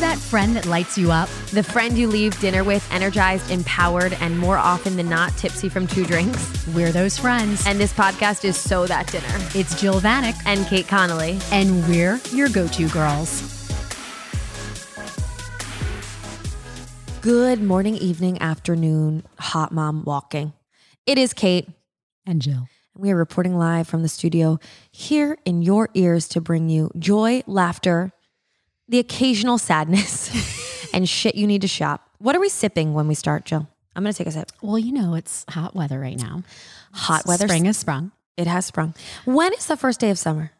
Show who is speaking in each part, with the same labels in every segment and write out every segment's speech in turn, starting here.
Speaker 1: that friend that lights you up?
Speaker 2: The friend you leave dinner with, energized, empowered, and more often than not, tipsy from two drinks.
Speaker 1: We're those friends.
Speaker 2: And this podcast is So That Dinner.
Speaker 1: It's Jill Vanek,
Speaker 2: And Kate Connolly.
Speaker 1: and we're your go to girls.
Speaker 2: Good morning, evening, afternoon, hot mom walking. It is Kate.
Speaker 1: And Jill.
Speaker 2: We are reporting live from the studio here in your ears to bring you joy, laughter, the occasional sadness, and shit you need to shop. What are we sipping when we start, Jill? I'm going to take a sip.
Speaker 1: Well, you know, it's hot weather right now.
Speaker 2: Hot weather.
Speaker 1: Spring has sprung.
Speaker 2: It has sprung. When is the first day of summer?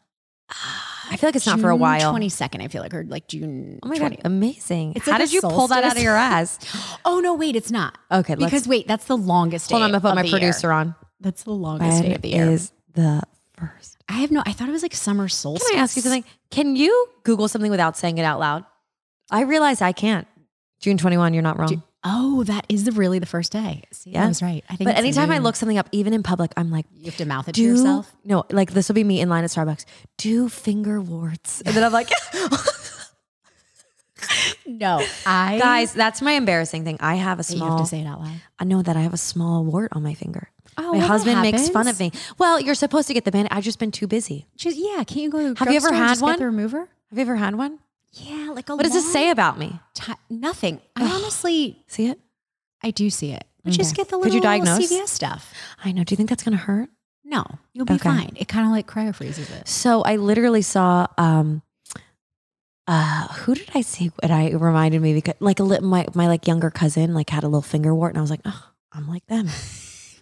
Speaker 2: I feel like it's not for a
Speaker 1: June
Speaker 2: while.
Speaker 1: 22nd, I feel like, or like June
Speaker 2: oh my
Speaker 1: 20th.
Speaker 2: God, amazing.
Speaker 1: It's
Speaker 2: How
Speaker 1: like a
Speaker 2: did you pull that out of
Speaker 1: solstice.
Speaker 2: your ass?
Speaker 1: Oh, no, wait, it's not.
Speaker 2: Okay, let's-
Speaker 1: Because wait, that's the longest
Speaker 2: Hold on, I'm
Speaker 1: day
Speaker 2: going to put
Speaker 1: of
Speaker 2: my
Speaker 1: the year.
Speaker 2: producer on.
Speaker 1: That's the longest
Speaker 2: When
Speaker 1: day of the year.
Speaker 2: is the first?
Speaker 1: I have no, I thought it was like summer solstice.
Speaker 2: Can I ask you something? Can you Google something without saying it out loud? I realize I can't. June 21, you're not wrong.
Speaker 1: Oh, that is the, really the first day. See,
Speaker 2: Yeah.
Speaker 1: I was right. I think
Speaker 2: But
Speaker 1: it's
Speaker 2: anytime I
Speaker 1: noon.
Speaker 2: look something up, even in public, I'm like,
Speaker 1: you have to mouth it
Speaker 2: do
Speaker 1: to yourself.
Speaker 2: no, like this will be me in line at Starbucks. Do finger warts, and then I'm like,
Speaker 1: No, I
Speaker 2: guys, that's my embarrassing thing. I have a
Speaker 1: Wait, you have
Speaker 2: small.
Speaker 1: to say it out loud.
Speaker 2: I know that I have a small wart on my finger.
Speaker 1: Oh,
Speaker 2: my
Speaker 1: well, that
Speaker 2: husband makes fun
Speaker 1: happens.
Speaker 2: of me. Well, you're supposed to get the band. I've just been too busy.
Speaker 1: Just, yeah, can't you go to the
Speaker 2: Have you
Speaker 1: drugstore
Speaker 2: ever
Speaker 1: and
Speaker 2: had
Speaker 1: just get
Speaker 2: one?
Speaker 1: the remover?
Speaker 2: Have you ever had one?
Speaker 1: Yeah, like a
Speaker 2: What does it say about me?
Speaker 1: Ti- nothing. I honestly,
Speaker 2: See it?
Speaker 1: I do see it. But just
Speaker 2: Okay.
Speaker 1: get the
Speaker 2: Could
Speaker 1: little
Speaker 2: you diagnose?
Speaker 1: CVS stuff.
Speaker 2: I know. Do you think that's gonna hurt?
Speaker 1: No, you'll be
Speaker 2: Okay.
Speaker 1: fine. It kind of like cryofreezes it.
Speaker 2: So I literally saw um uh who did I see and I it reminded me because like a little my my like younger cousin like had a little finger wart and I was like, "Oh, I'm like them."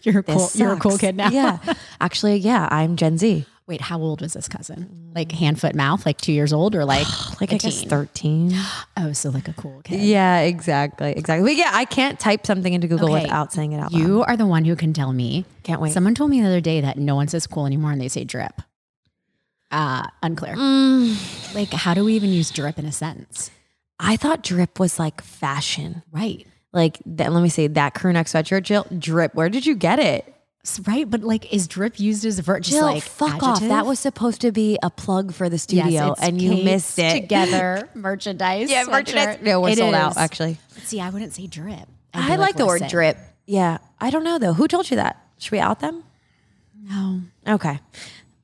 Speaker 1: You're a
Speaker 2: This
Speaker 1: cool, you're a cool
Speaker 2: sucks.
Speaker 1: kid now.
Speaker 2: Yeah. Actually, yeah, I'm Gen Z.
Speaker 1: Wait, how old was this
Speaker 2: Mm.
Speaker 1: cousin? Like hand, foot, mouth, like two years old, or like
Speaker 2: Like
Speaker 1: a
Speaker 2: I guess
Speaker 1: teen?
Speaker 2: 13.
Speaker 1: Oh, so like a cool kid.
Speaker 2: Yeah, exactly. Exactly. But yeah, I can't type something into Google
Speaker 1: Okay.
Speaker 2: without saying it out loud.
Speaker 1: You are the one who can tell me.
Speaker 2: can't wait.
Speaker 1: Someone told me the other day that no one says cool anymore, and they say drip. Uh, unclear.
Speaker 2: Mm,
Speaker 1: Like, how do we even use drip in a sentence?
Speaker 2: I thought drip was like fashion.
Speaker 1: Right.
Speaker 2: Like that, let me see that crew neck sweatshirt, Jill. Drip. Where did you get it?
Speaker 1: S- Right, but like, is drip used as a verb? Just
Speaker 2: Jill,
Speaker 1: like
Speaker 2: fuck off.
Speaker 1: adjective?
Speaker 2: That was supposed to be a plug for the studio,
Speaker 1: Yes, it's
Speaker 2: and you
Speaker 1: Kate's
Speaker 2: missed it.
Speaker 1: Together merchandise.
Speaker 2: Yeah, merchandise.
Speaker 1: sweatshirt.
Speaker 2: No, we're
Speaker 1: It
Speaker 2: sold
Speaker 1: is.
Speaker 2: out. Actually,
Speaker 1: See, I wouldn't say drip. I'd be
Speaker 2: I like the word
Speaker 1: "Listen."
Speaker 2: drip. Yeah, I don't know though. Who told you that? Should we out them?
Speaker 1: No,
Speaker 2: Okay.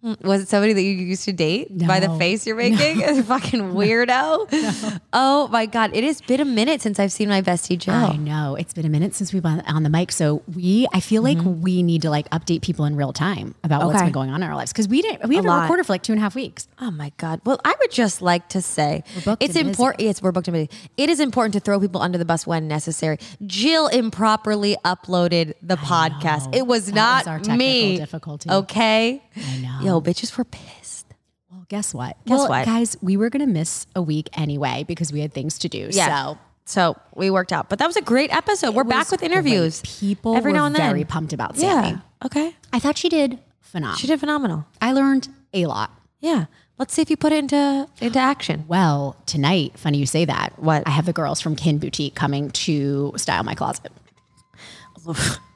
Speaker 2: Mm, Was it somebody that you used to date by the
Speaker 1: No.
Speaker 2: face you're making? Fucking weirdo. Oh my God. It has been a minute since I've seen my bestie Jill.
Speaker 1: I know it's been a minute since we've been on the mic, so we I feel like we need to like update people in real time about what's
Speaker 2: Mm-hmm. Okay.
Speaker 1: been going on in our lives because we didn't we haven't
Speaker 2: lot.
Speaker 1: recorded for like two and a half weeks.
Speaker 2: Oh my God. Well, I would just like to say
Speaker 1: booked
Speaker 2: it's
Speaker 1: and busy.
Speaker 2: important. Yes, we're booked and busy. It is important to throw people under the bus when necessary. Jill improperly uploaded the podcast.
Speaker 1: know.
Speaker 2: It was
Speaker 1: That
Speaker 2: not
Speaker 1: was our technical
Speaker 2: me. Oh.
Speaker 1: difficulty.
Speaker 2: Okay.
Speaker 1: I know.
Speaker 2: Yo, bitches were pissed.
Speaker 1: Well, guess what?
Speaker 2: Guess
Speaker 1: well,
Speaker 2: what?
Speaker 1: guys, we were gonna miss a week anyway because we had things to do. So
Speaker 2: So we worked out. But that was a great episode. we're
Speaker 1: It
Speaker 2: back
Speaker 1: was
Speaker 2: with interviews.
Speaker 1: great. People
Speaker 2: every
Speaker 1: were
Speaker 2: now and then.
Speaker 1: very pumped about
Speaker 2: Yeah.
Speaker 1: Sammy.
Speaker 2: Okay.
Speaker 1: I thought she did phenomenal.
Speaker 2: She did phenomenal.
Speaker 1: I learned a lot.
Speaker 2: Yeah. Let's see if you put it into into action.
Speaker 1: Well, tonight, funny you say that.
Speaker 2: What?
Speaker 1: I have the girls from Kin Boutique coming to style my closet.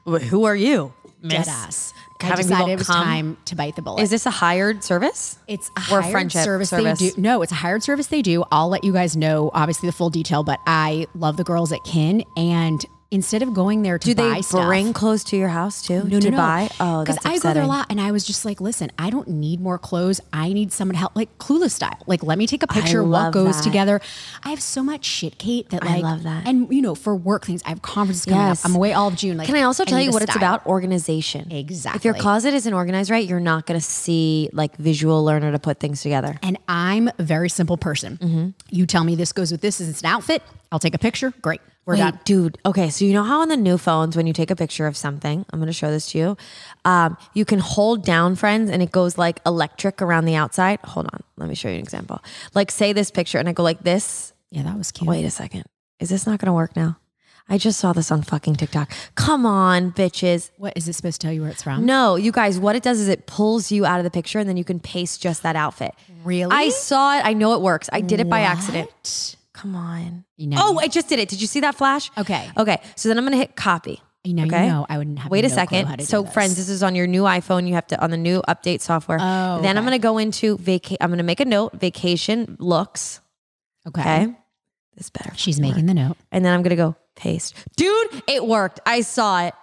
Speaker 2: Who are you? Miss?
Speaker 1: Deadass. I
Speaker 2: Having people
Speaker 1: decided it was
Speaker 2: come?
Speaker 1: time to bite the bullet.
Speaker 2: Is this a hired service?
Speaker 1: It's a
Speaker 2: Or
Speaker 1: hired
Speaker 2: friendship
Speaker 1: service,
Speaker 2: service.
Speaker 1: they do. No, it's a hired service they do. I'll let you guys know obviously the full detail, but I love the girls at Kin and instead of going there to
Speaker 2: Do
Speaker 1: buy
Speaker 2: they
Speaker 1: stuff,
Speaker 2: bring clothes to your house too
Speaker 1: no, no,
Speaker 2: to
Speaker 1: no.
Speaker 2: buy? Oh, that's
Speaker 1: I go there
Speaker 2: upsetting.
Speaker 1: a lot, and I was just like, "Listen, I don't need more clothes. I need someone to help, like Clueless style. Like, let me take a picture.
Speaker 2: love
Speaker 1: What goes
Speaker 2: that.
Speaker 1: together? I have so much shit, Kate. That
Speaker 2: I
Speaker 1: like,
Speaker 2: love that.
Speaker 1: And you know, for work things, I have conferences coming
Speaker 2: Yes.
Speaker 1: up. I'm away all of June. Like,
Speaker 2: Can I also tell
Speaker 1: need
Speaker 2: you
Speaker 1: a
Speaker 2: what it's
Speaker 1: style.
Speaker 2: about? Organization. If your
Speaker 1: Exactly.
Speaker 2: closet isn't organized right, you're not going to see like visual learner to put things together.
Speaker 1: And I'm a very simple person.
Speaker 2: Mm-hmm.
Speaker 1: You tell me this goes with this. Is it's an outfit? I'll take a picture. Great, we're done.
Speaker 2: Wait, dude. Okay, so you know how on the new phones, when you take a picture of something, I'm going to show this to you. Um, you can hold down friends, and it goes like electric around the outside. Hold on, let me show you an example. Like, say this picture, and I go like this.
Speaker 1: Yeah, that was cute.
Speaker 2: Wait a second, is this not going to work now? I just saw this on fucking TikTok. Come on, bitches.
Speaker 1: What is it supposed to tell you where it's from?
Speaker 2: No, you guys, what it does is it pulls you out of the picture and then you can paste just that outfit.
Speaker 1: Really?
Speaker 2: I saw it. I know it works. I did it by accident.
Speaker 1: What?
Speaker 2: Come on.
Speaker 1: You know,
Speaker 2: Oh, I just did it. Did you see that flash?
Speaker 1: Okay.
Speaker 2: Okay. So then I'm going to hit copy.
Speaker 1: you know,
Speaker 2: okay.
Speaker 1: you know, I wouldn't have.
Speaker 2: Wait a
Speaker 1: no clue how
Speaker 2: second.
Speaker 1: to
Speaker 2: So
Speaker 1: do this.
Speaker 2: friends, this is on your new iPhone. You have to on the new update software.
Speaker 1: Oh,
Speaker 2: then I'm
Speaker 1: okay.
Speaker 2: going to go into vaca I'm going to make a note, vacation looks,
Speaker 1: Okay.
Speaker 2: okay? This better.
Speaker 1: She's making the note.
Speaker 2: And then I'm gonna go paste. Dude, it worked. I saw it.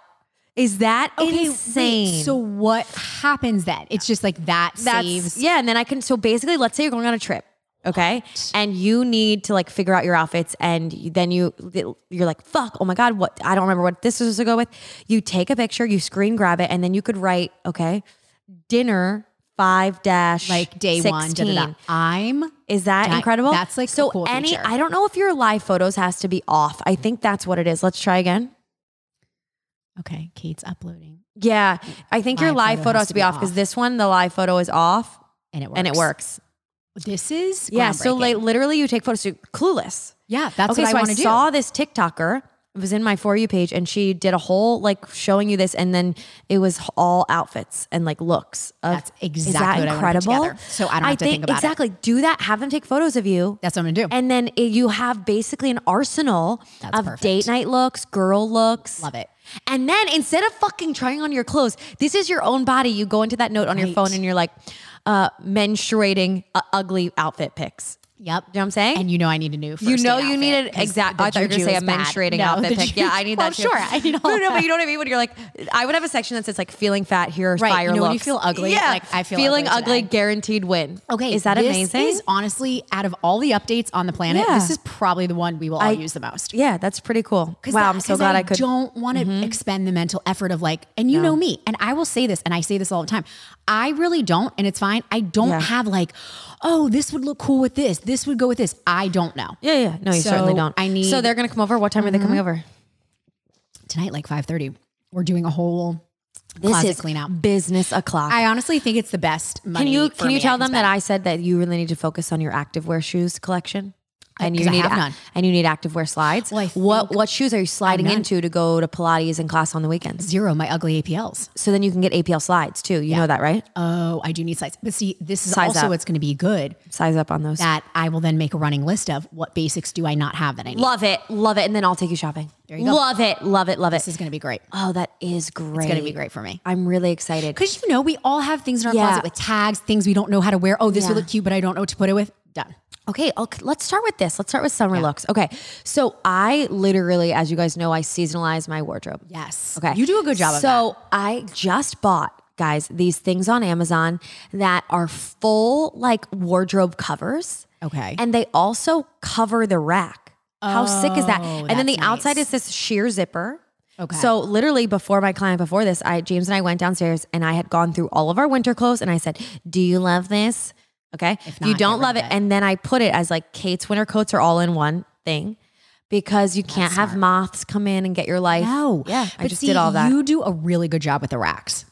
Speaker 2: Is that
Speaker 1: wait,
Speaker 2: insane?
Speaker 1: so what happens then? It's just like that
Speaker 2: That's
Speaker 1: saves.
Speaker 2: yeah, and then I can. So basically, let's say you're going on a trip, okay, and you need to like figure out your outfits, and you- then you you're like, fuck, oh my god, what? I don't remember what this is to go with. You take a picture, you screen grab it, and then you could write, okay, dinner five dash
Speaker 1: Like day one, da, da, da. I'm
Speaker 2: Is that,
Speaker 1: That-
Speaker 2: incredible?
Speaker 1: that's, like, a
Speaker 2: so.
Speaker 1: cool
Speaker 2: any,
Speaker 1: feature.
Speaker 2: I don't know if your live photos has to be off. I think that's what it is. Let's try again.
Speaker 1: okay. Kate's uploading,
Speaker 2: Yeah, I think your
Speaker 1: Live
Speaker 2: live
Speaker 1: photo
Speaker 2: photo
Speaker 1: has
Speaker 2: has
Speaker 1: to
Speaker 2: to be
Speaker 1: be
Speaker 2: off because
Speaker 1: off.
Speaker 2: this one, the live photo is off,
Speaker 1: and it works.
Speaker 2: and it works.
Speaker 1: This is
Speaker 2: Yeah, so
Speaker 1: groundbreaking.
Speaker 2: like literally you take photos to clueless.
Speaker 1: yeah, that's
Speaker 2: okay,
Speaker 1: what
Speaker 2: so
Speaker 1: I
Speaker 2: I,
Speaker 1: want to do.
Speaker 2: saw this TikToker. It was in my for you page and she did a whole like showing you this and then it was all outfits and like looks. Of,
Speaker 1: That's exactly
Speaker 2: is that
Speaker 1: what I wanna put
Speaker 2: incredible?
Speaker 1: together, so I don't have to think about it.
Speaker 2: exactly, do that, have them take photos of you.
Speaker 1: That's what I'm gonna do.
Speaker 2: and then it, you have basically an arsenal
Speaker 1: That's
Speaker 2: of
Speaker 1: perfect.
Speaker 2: date night looks, girl looks.
Speaker 1: Love it.
Speaker 2: And then instead of fucking trying on your clothes, this is your own body. You go into that note on your
Speaker 1: Right.
Speaker 2: phone and you're like, uh, menstruating uh, ugly outfit pics.
Speaker 1: Yep.
Speaker 2: You know what I'm saying?
Speaker 1: And you know I need a new. First
Speaker 2: you know
Speaker 1: date
Speaker 2: you
Speaker 1: outfit,
Speaker 2: needed
Speaker 1: 'cause
Speaker 2: exact.
Speaker 1: the
Speaker 2: I thought you were gonna
Speaker 1: juju
Speaker 2: say a
Speaker 1: is bad.
Speaker 2: menstruating
Speaker 1: No,
Speaker 2: outfit
Speaker 1: the
Speaker 2: pick.
Speaker 1: ju-
Speaker 2: Yeah, I need
Speaker 1: Well,
Speaker 2: that too.
Speaker 1: Sure, I need all
Speaker 2: no, no,
Speaker 1: that.
Speaker 2: but you know what I mean. When you're like, I would have a section that says like feeling fat. Here are
Speaker 1: Right,
Speaker 2: fire
Speaker 1: you know
Speaker 2: looks.
Speaker 1: when you feel ugly, like, I feel
Speaker 2: feeling
Speaker 1: ugly
Speaker 2: ugly,
Speaker 1: today.
Speaker 2: guaranteed win.
Speaker 1: Okay,
Speaker 2: is that
Speaker 1: this
Speaker 2: amazing?
Speaker 1: Is honestly out of all the updates on the planet,
Speaker 2: Yeah.
Speaker 1: this is probably the one we will all use the most.
Speaker 2: yeah, that's pretty cool.
Speaker 1: 'Cause
Speaker 2: Wow,
Speaker 1: that-
Speaker 2: I'm so
Speaker 1: 'cause
Speaker 2: glad I, could. Mm-hmm.
Speaker 1: Don't want to expend the mental effort of like, and you know me, and I will say this, and I say this all the time. I really don't, and it's fine. I don't
Speaker 2: Yeah.
Speaker 1: have like, oh, this would look cool with this. This would go with this. I don't know.
Speaker 2: yeah, yeah. No, you
Speaker 1: So,
Speaker 2: certainly don't.
Speaker 1: I need- Mm-hmm.
Speaker 2: So they're gonna come over. What time are they coming over?
Speaker 1: Tonight, like five thirty, we're doing a whole
Speaker 2: This
Speaker 1: closet
Speaker 2: is
Speaker 1: clean out.
Speaker 2: business o'clock.
Speaker 1: I honestly think it's the best. Money
Speaker 2: can you
Speaker 1: for
Speaker 2: can you
Speaker 1: me I
Speaker 2: tell them
Speaker 1: spend.
Speaker 2: that I said that you really need to focus on your activewear shoes collection? And
Speaker 1: 'cause
Speaker 2: you
Speaker 1: I
Speaker 2: need
Speaker 1: have
Speaker 2: a-
Speaker 1: none.
Speaker 2: and you need activewear slides.
Speaker 1: Well, I
Speaker 2: what what shoes are you sliding
Speaker 1: none.
Speaker 2: into to go to Pilates and class on the weekends?
Speaker 1: zero my ugly APLs?
Speaker 2: So then you can get APL slides too. You know that, right?
Speaker 1: Oh, I do need size. But see, this is
Speaker 2: Size
Speaker 1: also
Speaker 2: up.
Speaker 1: what's going to be good
Speaker 2: Size up on those.
Speaker 1: that I will then make a running list of what basics do I not have that I need.
Speaker 2: love it, love it, and then I'll take you shopping.
Speaker 1: There you go.
Speaker 2: Love it, love it, love it.
Speaker 1: This is going to be great.
Speaker 2: oh, that is great.
Speaker 1: It's going to be great for me.
Speaker 2: I'm really excited.
Speaker 1: Because you know, we all have things in our
Speaker 2: Yeah.
Speaker 1: closet with tags, things we don't know how to wear. Oh, this would
Speaker 2: Yeah.
Speaker 1: look cute, but I don't know what to put it with. Done.
Speaker 2: Okay, I'll, let's start with this. Let's start with summer looks. Okay, so I literally, as you guys know, I seasonalize my wardrobe.
Speaker 1: Yes.
Speaker 2: Okay.
Speaker 1: You do a good job of that.
Speaker 2: So I just bought, guys, these things on Amazon that are full like wardrobe covers.
Speaker 1: Okay.
Speaker 2: And they also cover the rack. How sick is that?
Speaker 1: Oh,
Speaker 2: And then the
Speaker 1: that's
Speaker 2: outside
Speaker 1: nice.
Speaker 2: is this sheer zipper.
Speaker 1: Okay.
Speaker 2: So literally before my client, before this, I James and I went downstairs and I had gone through all of our winter clothes and I said, Do you love this? Okay. If
Speaker 1: not,
Speaker 2: you
Speaker 1: get
Speaker 2: don't
Speaker 1: rid
Speaker 2: love
Speaker 1: of
Speaker 2: it.
Speaker 1: it.
Speaker 2: And then I put it as like Kate's winter coats are all in one thing because you can't have moths come in and get your life.
Speaker 1: no.
Speaker 2: Yeah. I
Speaker 1: But
Speaker 2: just
Speaker 1: see,
Speaker 2: did all that.
Speaker 1: You do a really good job with the racks.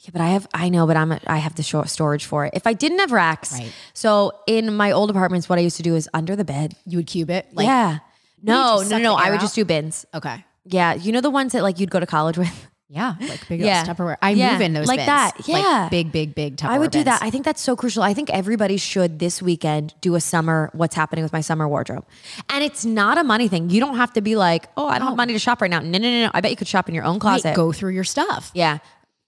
Speaker 2: Yeah, but I have, I know, but I'm, a, I have the short storage for it. If I didn't have racks,
Speaker 1: Right.
Speaker 2: so in my old apartments, what I used to do is under the bed.
Speaker 1: You would cube it. Like,
Speaker 2: yeah. No,
Speaker 1: just
Speaker 2: no,
Speaker 1: suck
Speaker 2: no.
Speaker 1: the
Speaker 2: I
Speaker 1: air
Speaker 2: would
Speaker 1: out?
Speaker 2: just do bins.
Speaker 1: Okay.
Speaker 2: Yeah. You know, the ones that like you'd go to college with.
Speaker 1: Yeah. Like big
Speaker 2: Yeah.
Speaker 1: yeah. Tupperware. I
Speaker 2: Yeah.
Speaker 1: move in those
Speaker 2: Like
Speaker 1: bins.
Speaker 2: that. Yeah.
Speaker 1: Like big, big, big Tupperware.
Speaker 2: I would do
Speaker 1: bins.
Speaker 2: that. I think that's so crucial. I think everybody should this weekend do a summer, what's happening with my summer wardrobe. And it's not a money thing. You don't have to be like, oh, I don't have money to shop right now. No, no, no, no. I bet you could shop in your own
Speaker 1: Right,
Speaker 2: closet.
Speaker 1: go through your stuff.
Speaker 2: Yeah.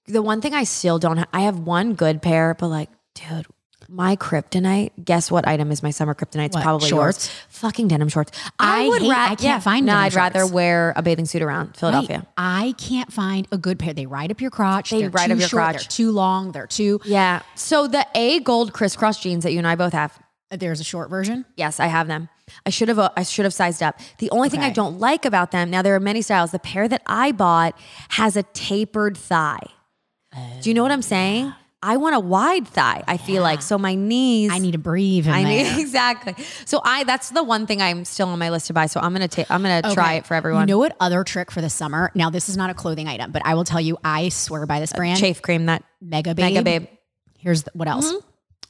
Speaker 2: The one thing I still don't ha- I have one good pair, but like, dude, my kryptonite, guess what item is my summer kryptonite? It's
Speaker 1: What,
Speaker 2: probably
Speaker 1: shorts?
Speaker 2: yours. Fucking denim shorts.
Speaker 1: I hate-
Speaker 2: ra-
Speaker 1: I can't find
Speaker 2: No,
Speaker 1: denim
Speaker 2: I'd rather
Speaker 1: shorts.
Speaker 2: wear a bathing suit around Philadelphia.
Speaker 1: Right. I can't find a good pair. They ride up your crotch. They are
Speaker 2: ride
Speaker 1: too
Speaker 2: up your
Speaker 1: short,
Speaker 2: crotch.
Speaker 1: They're too long. They're too.
Speaker 2: Yeah. So the A gold crisscross jeans that you and I both have.
Speaker 1: There's a short version.
Speaker 2: Yes, I have them. I should have uh, I should have sized up. The only thing I
Speaker 1: Okay.
Speaker 2: don't like about them, now there are many styles. The pair that I bought has a tapered thigh. Do you know what I'm saying? I want a wide thigh. I feel like so my knees
Speaker 1: I need to breathe. In
Speaker 2: I
Speaker 1: there.
Speaker 2: mean, exactly. So I that's the one thing I'm still on my list to buy. So I'm gonna take I'm gonna try
Speaker 1: Okay.
Speaker 2: it for everyone.
Speaker 1: You know what other trick for the summer? Now this is not a clothing item, but I will tell you, I swear by this brand,
Speaker 2: Chafe cream that
Speaker 1: Mega Babe.
Speaker 2: Uh, mega babe. Mm-hmm.
Speaker 1: Here's th- what else.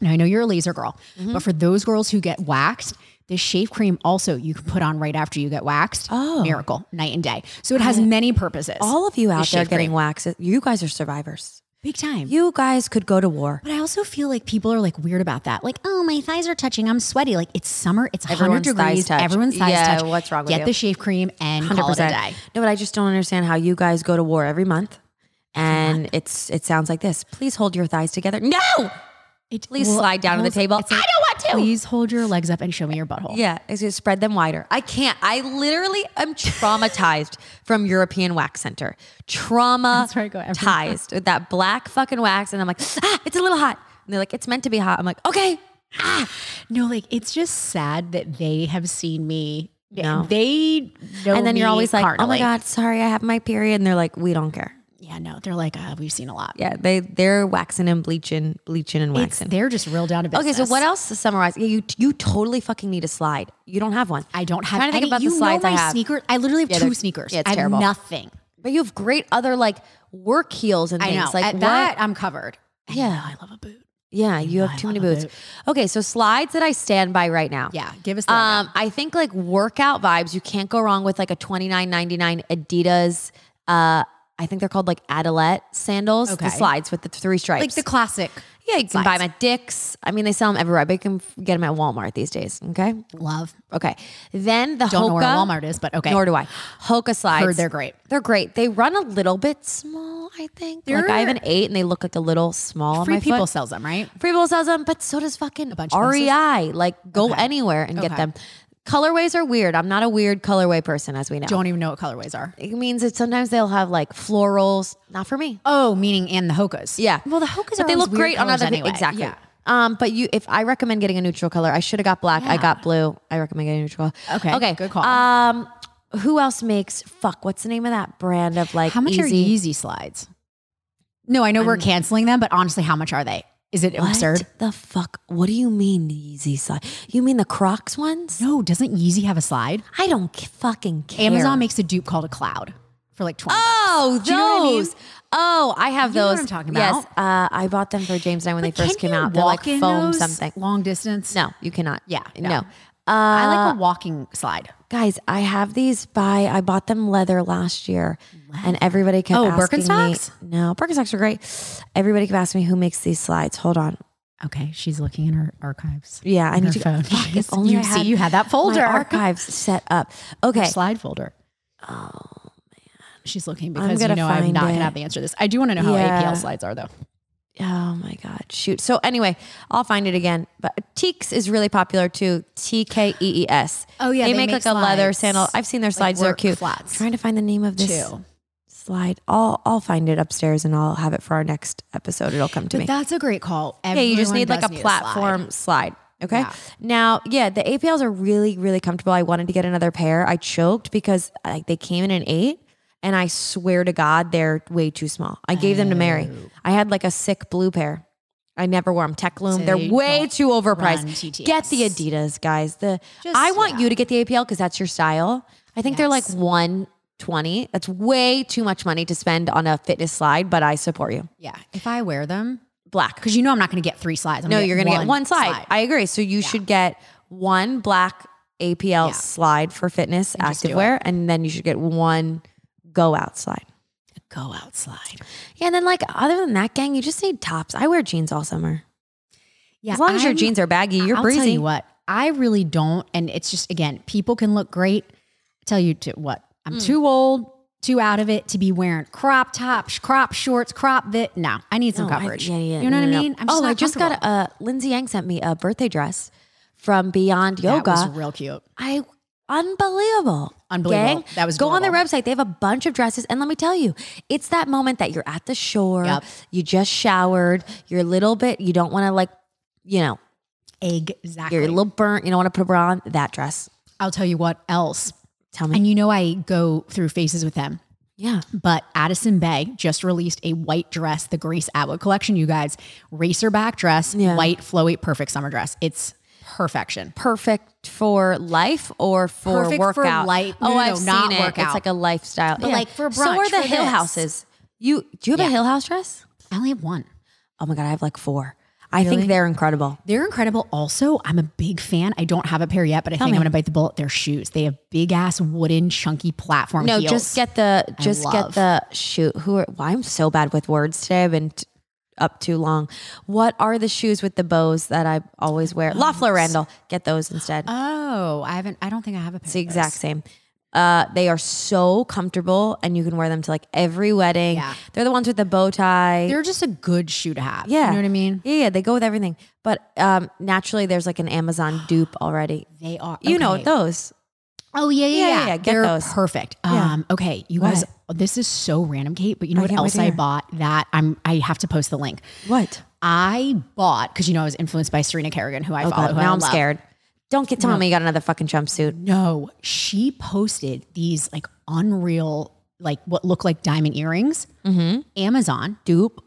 Speaker 1: Now I know you're a laser girl, but for those girls who get waxed, this shave cream also you can put on right after you get waxed. Oh, miracle, night and day. So it has many purposes.
Speaker 2: All of you out
Speaker 1: This
Speaker 2: there
Speaker 1: shave
Speaker 2: getting
Speaker 1: cream.
Speaker 2: waxed, you guys are survivors.
Speaker 1: big time.
Speaker 2: You guys could go to war.
Speaker 1: but I also feel like people are like weird about that. Like, oh, my thighs are touching. I'm sweaty. Like it's summer. It's 100
Speaker 2: Everyone's thighs
Speaker 1: degrees.
Speaker 2: touch.
Speaker 1: Everyone's thighs
Speaker 2: Yeah,
Speaker 1: touch.
Speaker 2: what's wrong with
Speaker 1: Get
Speaker 2: you?
Speaker 1: the shave cream and call it a day.
Speaker 2: No, but I just don't understand how you guys go to war every month. And it's it sounds like this. Please hold your thighs together. No,
Speaker 1: It,
Speaker 2: please
Speaker 1: well,
Speaker 2: slide down to the
Speaker 1: holds-
Speaker 2: table.
Speaker 1: it's
Speaker 2: I
Speaker 1: like-
Speaker 2: don't want not to.
Speaker 1: Please hold your legs up and show me your butthole.
Speaker 2: Yeah, it's just spread them wider. I can't. I literally am traumatized from European Wax
Speaker 1: where
Speaker 2: Center.
Speaker 1: I go every-
Speaker 2: Traumatized with that black fucking wax, and I'm like, ah, it's a little hot. And they're like, it's meant to be hot. I'm like, okay.
Speaker 1: No, like it's just sad that they have seen me.
Speaker 2: No.
Speaker 1: They know
Speaker 2: and then you're
Speaker 1: me
Speaker 2: always like, oh my
Speaker 1: carnally.
Speaker 2: god, sorry, I have my period. And they're like, we don't care.
Speaker 1: Yeah, no, they're like, uh, we've seen a lot.
Speaker 2: Yeah, they they're waxing and bleaching, bleaching and
Speaker 1: It's-
Speaker 2: waxing.
Speaker 1: they're just real down to
Speaker 2: Okay,
Speaker 1: business.
Speaker 2: so what else to summarize? Yeah, you you totally fucking need a slide. You don't have one.
Speaker 1: I don't have
Speaker 2: Trying to think
Speaker 1: any-
Speaker 2: about the
Speaker 1: you
Speaker 2: slides
Speaker 1: know
Speaker 2: I
Speaker 1: my
Speaker 2: have.
Speaker 1: sneakers. I literally have
Speaker 2: Yeah,
Speaker 1: two
Speaker 2: they're-
Speaker 1: sneakers.
Speaker 2: yeah, it's
Speaker 1: I have
Speaker 2: terrible.
Speaker 1: nothing.
Speaker 2: But you have great other like work heels and
Speaker 1: I
Speaker 2: things
Speaker 1: know.
Speaker 2: like
Speaker 1: At
Speaker 2: what-
Speaker 1: that, I'm covered. And you
Speaker 2: Yeah.
Speaker 1: know I love a boot.
Speaker 2: Yeah, you have
Speaker 1: I
Speaker 2: too
Speaker 1: love
Speaker 2: many
Speaker 1: a
Speaker 2: boots.
Speaker 1: boot.
Speaker 2: Okay, so slides that I stand by right now.
Speaker 1: Yeah, give us the
Speaker 2: Um, I think like workout vibes. You can't go wrong with like a twenty nine ninety nine Adidas. Uh, I think they're called like Adalette sandals.
Speaker 1: Okay.
Speaker 2: The slides with the three stripes.
Speaker 1: like the classic.
Speaker 2: yeah, you can buy them at Dick's. I mean, they sell them everywhere, but you can f- get them at Walmart these days. Okay,
Speaker 1: Love.
Speaker 2: okay. Then the
Speaker 1: Don't
Speaker 2: Hoka.
Speaker 1: know where Walmart is, but okay.
Speaker 2: Nor do I. Hoka slides.
Speaker 1: Heard they're great.
Speaker 2: They're great. They run a little bit small. I think. like I have an
Speaker 1: They're-
Speaker 2: eight, and they look like a little small. on
Speaker 1: Free
Speaker 2: my
Speaker 1: people
Speaker 2: foot.
Speaker 1: sells them, right?
Speaker 2: Free Bowl sells them, but so does fucking
Speaker 1: bunch of places?
Speaker 2: REI. Like go anywhere and get
Speaker 1: Okay.
Speaker 2: them. Colorways are weird. I'm not a weird colorway person, as we know.
Speaker 1: Don't even know what colorways are.
Speaker 2: It means that sometimes they'll have like florals. Not for me.
Speaker 1: Oh, meaning and the Hokas.
Speaker 2: Yeah.
Speaker 1: Well, the Hokas
Speaker 2: but
Speaker 1: are
Speaker 2: they
Speaker 1: always
Speaker 2: look
Speaker 1: weird
Speaker 2: great on
Speaker 1: colors
Speaker 2: other
Speaker 1: anyway.
Speaker 2: people. Exactly.
Speaker 1: Yeah.
Speaker 2: Um, but you, if I recommend getting a neutral color, I should have got black. I got blue. I recommend getting a neutral color.
Speaker 1: Okay,
Speaker 2: Okay.
Speaker 1: good call.
Speaker 2: Um, who else makes fuck? What's the name of that brand of like
Speaker 1: How much
Speaker 2: easy?
Speaker 1: are Yeezy slides? No, I know we're canceling them, but honestly, how much are they? Is it absurd?
Speaker 2: What the fuck? What do you mean Yeezy slide? You mean the Crocs ones?
Speaker 1: No, doesn't Yeezy have a slide?
Speaker 2: I don't c- fucking care.
Speaker 1: Amazon makes a dupe called a cloud for like 20 bucks.
Speaker 2: Oh, those.
Speaker 1: Do you know what I mean?
Speaker 2: Oh, I have
Speaker 1: You know what
Speaker 2: those.
Speaker 1: I'm talking
Speaker 2: Yes, uh, I bought them for James and I when
Speaker 1: But
Speaker 2: they first
Speaker 1: can
Speaker 2: came
Speaker 1: you
Speaker 2: out. They're like
Speaker 1: walk in
Speaker 2: foam
Speaker 1: those
Speaker 2: something.
Speaker 1: Long distance.
Speaker 2: No, you cannot.
Speaker 1: Yeah,
Speaker 2: no.
Speaker 1: no.
Speaker 2: Uh,
Speaker 1: I like a walking slide.
Speaker 2: guys, I have these by. I bought them leather last year, and everybody kept
Speaker 1: Oh,
Speaker 2: asking
Speaker 1: Birkenstocks?
Speaker 2: me. No, Birkenstocks are great. Everybody kept asking me who makes these slides. Hold on.
Speaker 1: Okay, she's looking in her archives.
Speaker 2: Yeah, I
Speaker 1: In
Speaker 2: need
Speaker 1: her
Speaker 2: to.
Speaker 1: phone.
Speaker 2: Fuck, if
Speaker 1: She's-
Speaker 2: only
Speaker 1: you
Speaker 2: I
Speaker 1: see,
Speaker 2: had
Speaker 1: you had that folder.
Speaker 2: my archives set up. Okay,
Speaker 1: Slide folder. Oh man, she's looking because
Speaker 2: gonna
Speaker 1: you know I'm
Speaker 2: find
Speaker 1: not
Speaker 2: it.
Speaker 1: gonna have the answer to this. I do want to know how
Speaker 2: Yeah.
Speaker 1: APL slides are though.
Speaker 2: Oh my God. Shoot. So anyway, I'll find it again. But Teeks is really popular too. T K E E S.
Speaker 1: Oh, yeah,
Speaker 2: They,
Speaker 1: they
Speaker 2: make,
Speaker 1: make
Speaker 2: like a leather
Speaker 1: slides.
Speaker 2: sandal. I've seen their slides. They're
Speaker 1: work
Speaker 2: cute.
Speaker 1: flats.
Speaker 2: I'm trying to find the name of this
Speaker 1: Too.
Speaker 2: slide. I'll I'll find it upstairs and I'll have it for our next episode. It'll come to me.
Speaker 1: But that's a great call.
Speaker 2: yeah, you just
Speaker 1: Everyone
Speaker 2: need like
Speaker 1: does
Speaker 2: a
Speaker 1: slide.
Speaker 2: platform slide. Okay.
Speaker 1: Yeah.
Speaker 2: Now, yeah, the APLs are really, really comfortable. I wanted to get another pair. I choked because like they came in an eight, and I swear to God, they're way too small. I gave them to Mary.
Speaker 1: Oh.
Speaker 2: I had like a sick blue pair. I never wore them. Tech Loom.
Speaker 1: So
Speaker 2: they're
Speaker 1: they
Speaker 2: way
Speaker 1: don't
Speaker 2: too
Speaker 1: run
Speaker 2: overpriced.
Speaker 1: TTS.
Speaker 2: Get the Adidas, guys. The
Speaker 1: Just-
Speaker 2: I want
Speaker 1: yeah.
Speaker 2: you to get the APL because that's your style. I think they're like
Speaker 1: Yes.
Speaker 2: one twenty. That's way too much money to spend on a fitness slide, but I support you.
Speaker 1: Yeah, if I wear them,
Speaker 2: Black.
Speaker 1: because you know I'm not going to get three slides. I'm
Speaker 2: No, you're gonna get one slide. I agree. So you should get one black APL
Speaker 1: Yeah.
Speaker 2: slide for fitness
Speaker 1: just do
Speaker 2: activewear, and then you should get one go out slide.
Speaker 1: Go out slide.
Speaker 2: Yeah, and then like other than that, gang, you just need tops. I wear jeans all summer.
Speaker 1: Yeah,
Speaker 2: as long as your
Speaker 1: I'm-
Speaker 2: jeans are baggy, you're
Speaker 1: I'll
Speaker 2: breezy.
Speaker 1: tell you what, I really don't. And it's just again, people can look great. I tell you to what? I'm
Speaker 2: Mm.
Speaker 1: too old, too out of it to be wearing crop tops, crop shorts, crop that. No, I need some
Speaker 2: No, I-
Speaker 1: coverage.
Speaker 2: yeah, yeah,
Speaker 1: you know
Speaker 2: no,
Speaker 1: what
Speaker 2: no,
Speaker 1: I
Speaker 2: no.
Speaker 1: mean?
Speaker 2: oh,
Speaker 1: not
Speaker 2: I just got
Speaker 1: comfortable.
Speaker 2: a uh, Lindsay Yang sent me a birthday dress from Beyond
Speaker 1: That
Speaker 2: Yoga.
Speaker 1: was real cute.
Speaker 2: I unbelievable.
Speaker 1: Unbelievable.
Speaker 2: Gang.
Speaker 1: That was
Speaker 2: go on their
Speaker 1: adorable.
Speaker 2: website. They have a bunch of dresses, and let me tell you, it's that moment that you're at the shore,
Speaker 1: Yep.
Speaker 2: you just showered, you're a little bit, you don't want to like, you know,
Speaker 1: Exactly.
Speaker 2: you're a little burnt, you don't want to put a bra on. That dress,
Speaker 1: I'll tell you what else.
Speaker 2: tell me,
Speaker 1: And you know I go through phases with them.
Speaker 2: yeah,
Speaker 1: But Addison Bay just released a white dress, the Grace Atwood collection, you guys. Racerback dress,
Speaker 2: Yeah.
Speaker 1: white, flowy, perfect summer dress. It's perfection.
Speaker 2: perfect for life or for
Speaker 1: Perfect for
Speaker 2: workout.
Speaker 1: life-
Speaker 2: Oh,
Speaker 1: no, no,
Speaker 2: I've
Speaker 1: no,
Speaker 2: seen
Speaker 1: not
Speaker 2: it. It's
Speaker 1: workout.
Speaker 2: like a lifestyle,
Speaker 1: But, like, for
Speaker 2: So are
Speaker 1: brunch,
Speaker 2: the
Speaker 1: for
Speaker 2: hill
Speaker 1: this.
Speaker 2: houses. You do you have a hill house dress?
Speaker 1: I only have one.
Speaker 2: Oh my god, I have like four. I think they're incredible.
Speaker 1: They're incredible. Also, I'm a big fan. I don't have a pair yet, but I think
Speaker 2: me.
Speaker 1: I'm gonna bite the bullet. Their shoes. They have big ass wooden chunky platform
Speaker 2: No,
Speaker 1: heels.
Speaker 2: just get the just get
Speaker 1: love.
Speaker 2: the shoot. Who are? Why I'm so bad with words today. I've been t- up too long. What are the shoes with the bows that I always wear? Loeffler Randall. Get those instead.
Speaker 1: oh, I haven't. I don't think I have a pair.
Speaker 2: it's the
Speaker 1: of those.
Speaker 2: exact same. Uh, they are so comfortable, and you can wear them to like every wedding.
Speaker 1: Yeah.
Speaker 2: They're the ones with the bow tie.
Speaker 1: They're just a good shoe to have.
Speaker 2: yeah,
Speaker 1: You know what I mean?
Speaker 2: Yeah, yeah, they go with everything. But um, naturally, there's like an Amazon dupe already.
Speaker 1: They are.
Speaker 2: You know
Speaker 1: okay.
Speaker 2: those?
Speaker 1: Oh yeah, yeah,
Speaker 2: Yeah,
Speaker 1: yeah.
Speaker 2: yeah, yeah. Get
Speaker 1: They're
Speaker 2: those.
Speaker 1: perfect.
Speaker 2: Yeah.
Speaker 1: Um, okay, you
Speaker 2: What?
Speaker 1: guys, this is so random, Kate. But you know
Speaker 2: I
Speaker 1: what
Speaker 2: can't wait
Speaker 1: else
Speaker 2: to
Speaker 1: I
Speaker 2: hear.
Speaker 1: bought? That I'm. I have to post the link.
Speaker 2: What?
Speaker 1: I bought because you know I was influenced by Serena Kerrigan, who I follow.
Speaker 2: God,
Speaker 1: who I
Speaker 2: Oh, now I'm
Speaker 1: love.
Speaker 2: scared. Don't get tell me you got another fucking jumpsuit.
Speaker 1: No, she posted these like unreal, like what look like diamond earrings.
Speaker 2: Mm-hmm.
Speaker 1: Amazon dupe,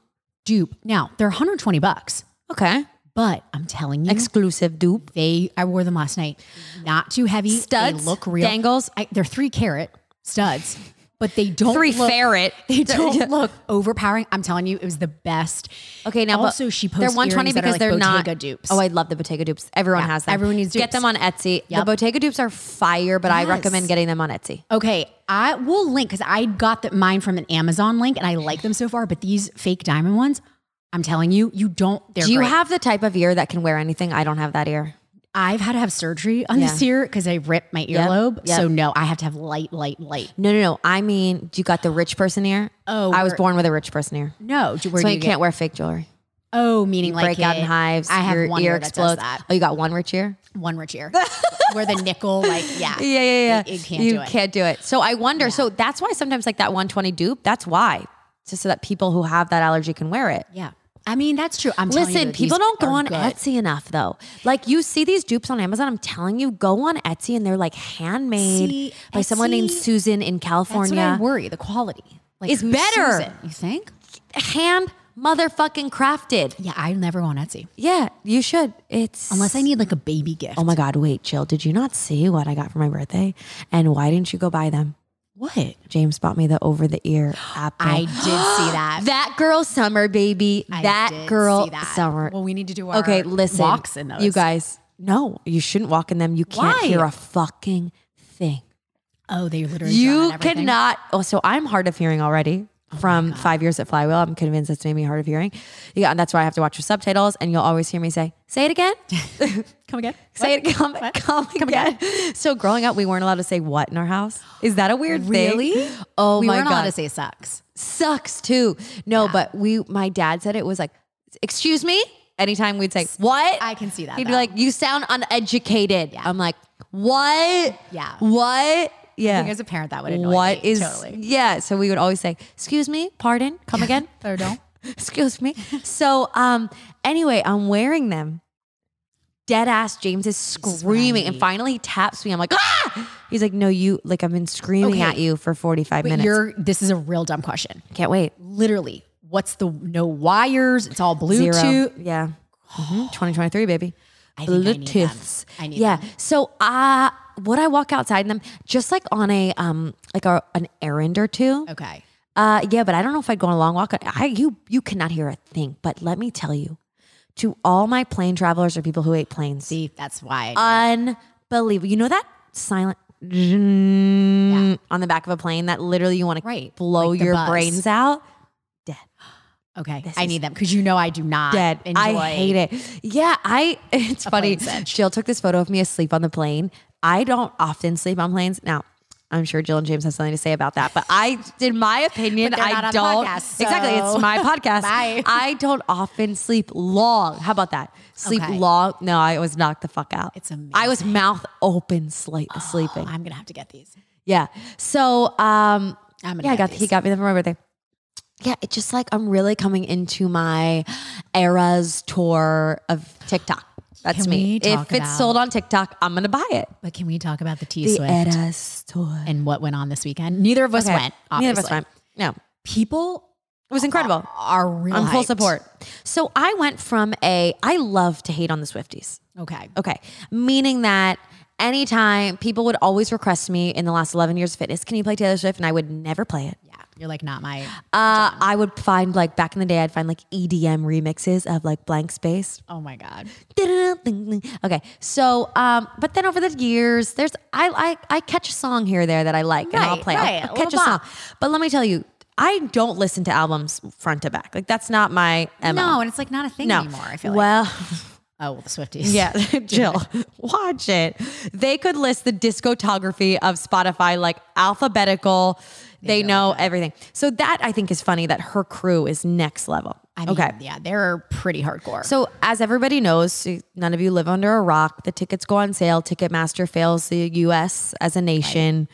Speaker 1: dupe. Now they're 120 bucks,
Speaker 2: Okay.
Speaker 1: but I'm telling you,
Speaker 2: Mm-hmm. Exclusive dupe.
Speaker 1: they. I wore them last night. Not too heavy.
Speaker 2: Studs?
Speaker 1: They look real.
Speaker 2: Dangles?
Speaker 1: I, they're three carat studs, but they don't
Speaker 2: Three
Speaker 1: look,
Speaker 2: ferret.
Speaker 1: They don't look overpowering. I'm telling you, it was the best.
Speaker 2: Okay, now but
Speaker 1: also she posted
Speaker 2: they're 120
Speaker 1: earrings that are,
Speaker 2: because
Speaker 1: like,
Speaker 2: they're
Speaker 1: Bottega
Speaker 2: not
Speaker 1: dupes.
Speaker 2: Oh, I love the Bottega dupes. Everyone
Speaker 1: Yeah,
Speaker 2: has them.
Speaker 1: everyone needs
Speaker 2: Get
Speaker 1: dupes.
Speaker 2: them on Etsy. The
Speaker 1: Yep.
Speaker 2: Bottega dupes are fire, but I
Speaker 1: Yes.
Speaker 2: recommend getting them on Etsy.
Speaker 1: Okay, I will link because I got the, mine from an Amazon link and I like them so far. But these fake diamond ones, I'm telling you, you don't. They're
Speaker 2: Do you
Speaker 1: great.
Speaker 2: have the type of ear that can wear anything? I don't have that ear.
Speaker 1: I've had to have surgery on this
Speaker 2: Yeah.
Speaker 1: ear because I ripped my earlobe.
Speaker 2: yep.
Speaker 1: So no, I have to have light, light, light.
Speaker 2: No, no, no. I mean, you got the rich person ear.
Speaker 1: Oh,
Speaker 2: I was
Speaker 1: where-
Speaker 2: born with a rich person ear.
Speaker 1: No, do- where do
Speaker 2: so you
Speaker 1: you
Speaker 2: can't
Speaker 1: get?
Speaker 2: wear fake jewelry.
Speaker 1: Oh, meaning like
Speaker 2: Break out in
Speaker 1: it-
Speaker 2: hives.
Speaker 1: I have
Speaker 2: your
Speaker 1: one
Speaker 2: ear
Speaker 1: ear that does
Speaker 2: explodes.
Speaker 1: that.
Speaker 2: Oh, you got one rich ear?
Speaker 1: One rich ear, where the nickel, like yeah,
Speaker 2: Yeah, yeah, yeah.
Speaker 1: You, you can't
Speaker 2: you
Speaker 1: do it.
Speaker 2: can't do it. So I wonder. So that's why sometimes like that 120 dupe. That's why, just so that people who have that allergy can wear it.
Speaker 1: Yeah, I mean that's true. I'm telling you
Speaker 2: Listen,
Speaker 1: that
Speaker 2: people
Speaker 1: these
Speaker 2: don't go
Speaker 1: are
Speaker 2: on
Speaker 1: good.
Speaker 2: Etsy enough though. Like you see these dupes on Amazon. I'm telling you, go on Etsy and they're like handmade
Speaker 1: See,
Speaker 2: by someone named
Speaker 1: Etsy-
Speaker 2: Susan in
Speaker 1: That's what I
Speaker 2: California.
Speaker 1: worry. The quality like,
Speaker 2: It's
Speaker 1: who
Speaker 2: better.
Speaker 1: sees it, you think?
Speaker 2: Hand motherfucking crafted.
Speaker 1: Yeah, I never go on Etsy
Speaker 2: Yeah, you should. It's
Speaker 1: unless I need like a baby gift.
Speaker 2: Oh my god, wait, Jill, did you not see what I got for my birthday? And why didn't you go buy them?
Speaker 1: What?
Speaker 2: James bought me the over the ear apple.
Speaker 1: I did see that.
Speaker 2: That girl summer, baby.
Speaker 1: I
Speaker 2: that
Speaker 1: did
Speaker 2: girl
Speaker 1: see that.
Speaker 2: summer.
Speaker 1: Well, we need to do our
Speaker 2: okay, listen.
Speaker 1: walks in those.
Speaker 2: You guys, no, you shouldn't walk in them. You can't
Speaker 1: Why?
Speaker 2: hear a fucking thing.
Speaker 1: Oh, they literally.
Speaker 2: You
Speaker 1: drawn on everything. Oh
Speaker 2: cannot. Oh, so I'm hard of hearing already from five years at Flywheel. I'm convinced that's made me hard of hearing. Yeah, and that's why I have to watch your subtitles, and you'll always hear me say, "Say it again."
Speaker 1: come again.
Speaker 2: Say it again. Come, come, again. So growing up, we weren't allowed to say what in our house. Is that a weird thing?
Speaker 1: Really?
Speaker 2: Oh
Speaker 1: we
Speaker 2: my
Speaker 1: weren't
Speaker 2: god,
Speaker 1: allowed to say sucks.
Speaker 2: sucks too. No, but we. My dad said it was like, excuse me. Anytime we'd say what,
Speaker 1: I can see that.
Speaker 2: he'd be
Speaker 1: though.
Speaker 2: like, you sound uneducated. I'm like, what?
Speaker 1: Yeah.
Speaker 2: What?
Speaker 1: I
Speaker 2: Yeah.
Speaker 1: think as a parent that would annoy
Speaker 2: What
Speaker 1: me.
Speaker 2: is?
Speaker 1: totally.
Speaker 2: Yeah. So we would always say, excuse me, pardon, come again.
Speaker 1: Or Oh, don't.
Speaker 2: Excuse me. So, um, anyway, I'm wearing them. Dead ass James is
Speaker 1: is what I
Speaker 2: screaming, and
Speaker 1: need.
Speaker 2: finally he taps me. I'm like, ah! He's like, no, you like I've been screaming
Speaker 1: Okay.
Speaker 2: at you for 45
Speaker 1: But
Speaker 2: minutes.
Speaker 1: you're. This is a real dumb question.
Speaker 2: Can't wait.
Speaker 1: Literally, what's the no wires? It's all Bluetooth.
Speaker 2: Zero. Yeah. Mhm. 2023, baby.
Speaker 1: I think I need them. I need
Speaker 2: yeah.
Speaker 1: them.
Speaker 2: So, uh, would I walk outside in them just like on a um like a, an errand or two?
Speaker 1: Okay.
Speaker 2: Uh, yeah, but I don't know if I'd go on a long walk. I you you cannot hear a thing. But let me tell you, to all my plane travelers or people who hate planes,
Speaker 1: See, that's why.
Speaker 2: unbelievable. You know that silent zzzz on the back of a plane that literally you want
Speaker 1: Right.
Speaker 2: to blow
Speaker 1: Like the
Speaker 2: your
Speaker 1: buzz.
Speaker 2: brains out.
Speaker 1: okay, I need them because you know I do not
Speaker 2: dead.
Speaker 1: enjoy.
Speaker 2: I hate it. Yeah, I. It's funny.
Speaker 1: plane's edge.
Speaker 2: Jill took this photo of me asleep on the plane. I don't often sleep on planes now. I'm sure Jill and James have something to say about that, but I, in my opinion,
Speaker 1: But they're
Speaker 2: I
Speaker 1: not on the
Speaker 2: don't
Speaker 1: podcast, so-
Speaker 2: exactly. It's my podcast.
Speaker 1: Bye.
Speaker 2: I don't often sleep long. How about that? Sleep
Speaker 1: Okay.
Speaker 2: long? No, I was knocked the fuck out.
Speaker 1: It's Oh,
Speaker 2: I was mouth open, slight sleeping.
Speaker 1: I'm gonna have to get these.
Speaker 2: Yeah. So, um,
Speaker 1: I'm gonna
Speaker 2: yeah, I
Speaker 1: get
Speaker 2: got
Speaker 1: these.
Speaker 2: he got me them for my birthday. Yeah, it's just like I'm really coming into my eras tour of TikTok. That's
Speaker 1: Can
Speaker 2: me.
Speaker 1: we
Speaker 2: If
Speaker 1: talk
Speaker 2: it's
Speaker 1: about-
Speaker 2: sold on TikTok, I'm gonna buy it.
Speaker 1: But can we talk about the T
Speaker 2: The
Speaker 1: Swift
Speaker 2: eras tour.
Speaker 1: and what went on this weekend? Neither of us
Speaker 2: Okay.
Speaker 1: went. Obviously.
Speaker 2: Neither of us went. No, it
Speaker 1: People
Speaker 2: was incredible.
Speaker 1: are real.
Speaker 2: I'm full
Speaker 1: hyped.
Speaker 2: support. So I went from a I love to hate on the Swifties.
Speaker 1: Okay.
Speaker 2: Okay. Meaning that anytime people would always request me in the last 11 years of fitness, can you play Taylor Swift? And I would never play it.
Speaker 1: Yeah. You're like not my.
Speaker 2: Uh, I would find like back in the day, I'd find like EDM remixes of like Blank Space.
Speaker 1: Oh my god.
Speaker 2: Okay, so um, but then over the years, there's I I, I catch a song here or there that I like and I'll
Speaker 1: Right,
Speaker 2: play. I'll-
Speaker 1: right,
Speaker 2: I'll,
Speaker 1: a
Speaker 2: catch a
Speaker 1: little
Speaker 2: song, but let me tell you, I don't listen to albums front to back. Like that's not my MO.
Speaker 1: No, and it's like not a thing
Speaker 2: No.
Speaker 1: anymore. I feel like.
Speaker 2: well,
Speaker 1: Oh, well, the Swifties.
Speaker 2: Yeah, Jill, watch it. They could list the discography of Spotify like alphabetical. They, know everything. So that I think is funny that her crew is next level.
Speaker 1: I mean,
Speaker 2: okay.
Speaker 1: Yeah, they're pretty hardcore.
Speaker 2: So, as everybody knows, none of you live under a rock. The tickets go on sale. Ticketmaster fails the U.S. as a nation.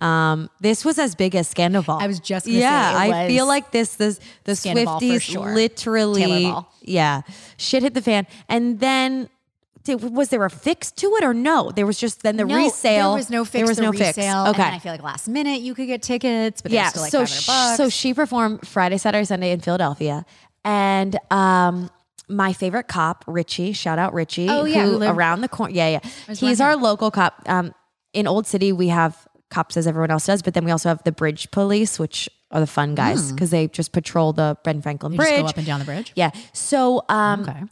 Speaker 2: Um, this was as big as Scandoval.
Speaker 1: I was just gonna say
Speaker 2: yeah.
Speaker 1: it
Speaker 2: I
Speaker 1: was
Speaker 2: feel like this this the
Speaker 1: Scandoval for
Speaker 2: Swifties
Speaker 1: sure.
Speaker 2: literally
Speaker 1: Taylor Ball.
Speaker 2: yeah shit hit the fan. And then did, was there a fix to it or no? There was just then the
Speaker 1: No,
Speaker 2: resale.
Speaker 1: There was no fix.
Speaker 2: There was
Speaker 1: the
Speaker 2: no
Speaker 1: resale,
Speaker 2: fix.
Speaker 1: And
Speaker 2: Okay.
Speaker 1: then I feel like last minute you could get tickets, but yeah,
Speaker 2: yeah.
Speaker 1: still like
Speaker 2: so
Speaker 1: 500
Speaker 2: sh-
Speaker 1: bucks.
Speaker 2: so she performed Friday, Saturday, Sunday in Philadelphia, and um, my favorite cop Richie, shout out Richie,
Speaker 1: Oh, yeah,
Speaker 2: who
Speaker 1: who lived-
Speaker 2: around the corner, yeah, yeah,
Speaker 1: was
Speaker 2: he's
Speaker 1: around
Speaker 2: our local cop. Um, in Old City, we have cops as everyone else does, but then we also have the Bridge Police, which are the fun guys because they just patrol the Ben Franklin
Speaker 1: Hmm. Just
Speaker 2: Bridge.
Speaker 1: go up and down the bridge.
Speaker 2: yeah, so um,
Speaker 1: Okay.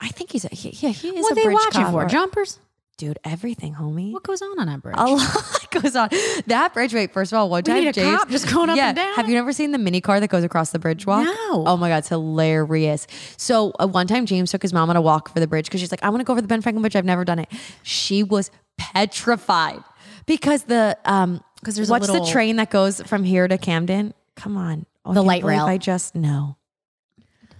Speaker 2: I think he's a, he, yeah he is
Speaker 1: What
Speaker 2: a
Speaker 1: are they
Speaker 2: bridge
Speaker 1: watching
Speaker 2: cop
Speaker 1: for?
Speaker 2: or-
Speaker 1: Jumpers?
Speaker 2: dude. Everything, homie
Speaker 1: What goes on on that bridge?
Speaker 2: a lot goes on. That bridge, wait, first of all, one
Speaker 1: We
Speaker 2: time
Speaker 1: need a
Speaker 2: James-
Speaker 1: cop just going up and down.
Speaker 2: Have you never seen the mini car that goes across the bridge walk?
Speaker 1: No.
Speaker 2: Oh my God, it's hilarious. So uh, one time James took his mom on a walk for the bridge because she's like, I want to go over the Ben Franklin Bridge. I've never done it. She was petrified because the um
Speaker 1: 'Cause there's a
Speaker 2: what's
Speaker 1: little-
Speaker 2: the train that goes from here to Camden? Come on. Oh, I
Speaker 1: The
Speaker 2: can't
Speaker 1: light
Speaker 2: believe
Speaker 1: rail.
Speaker 2: I just know.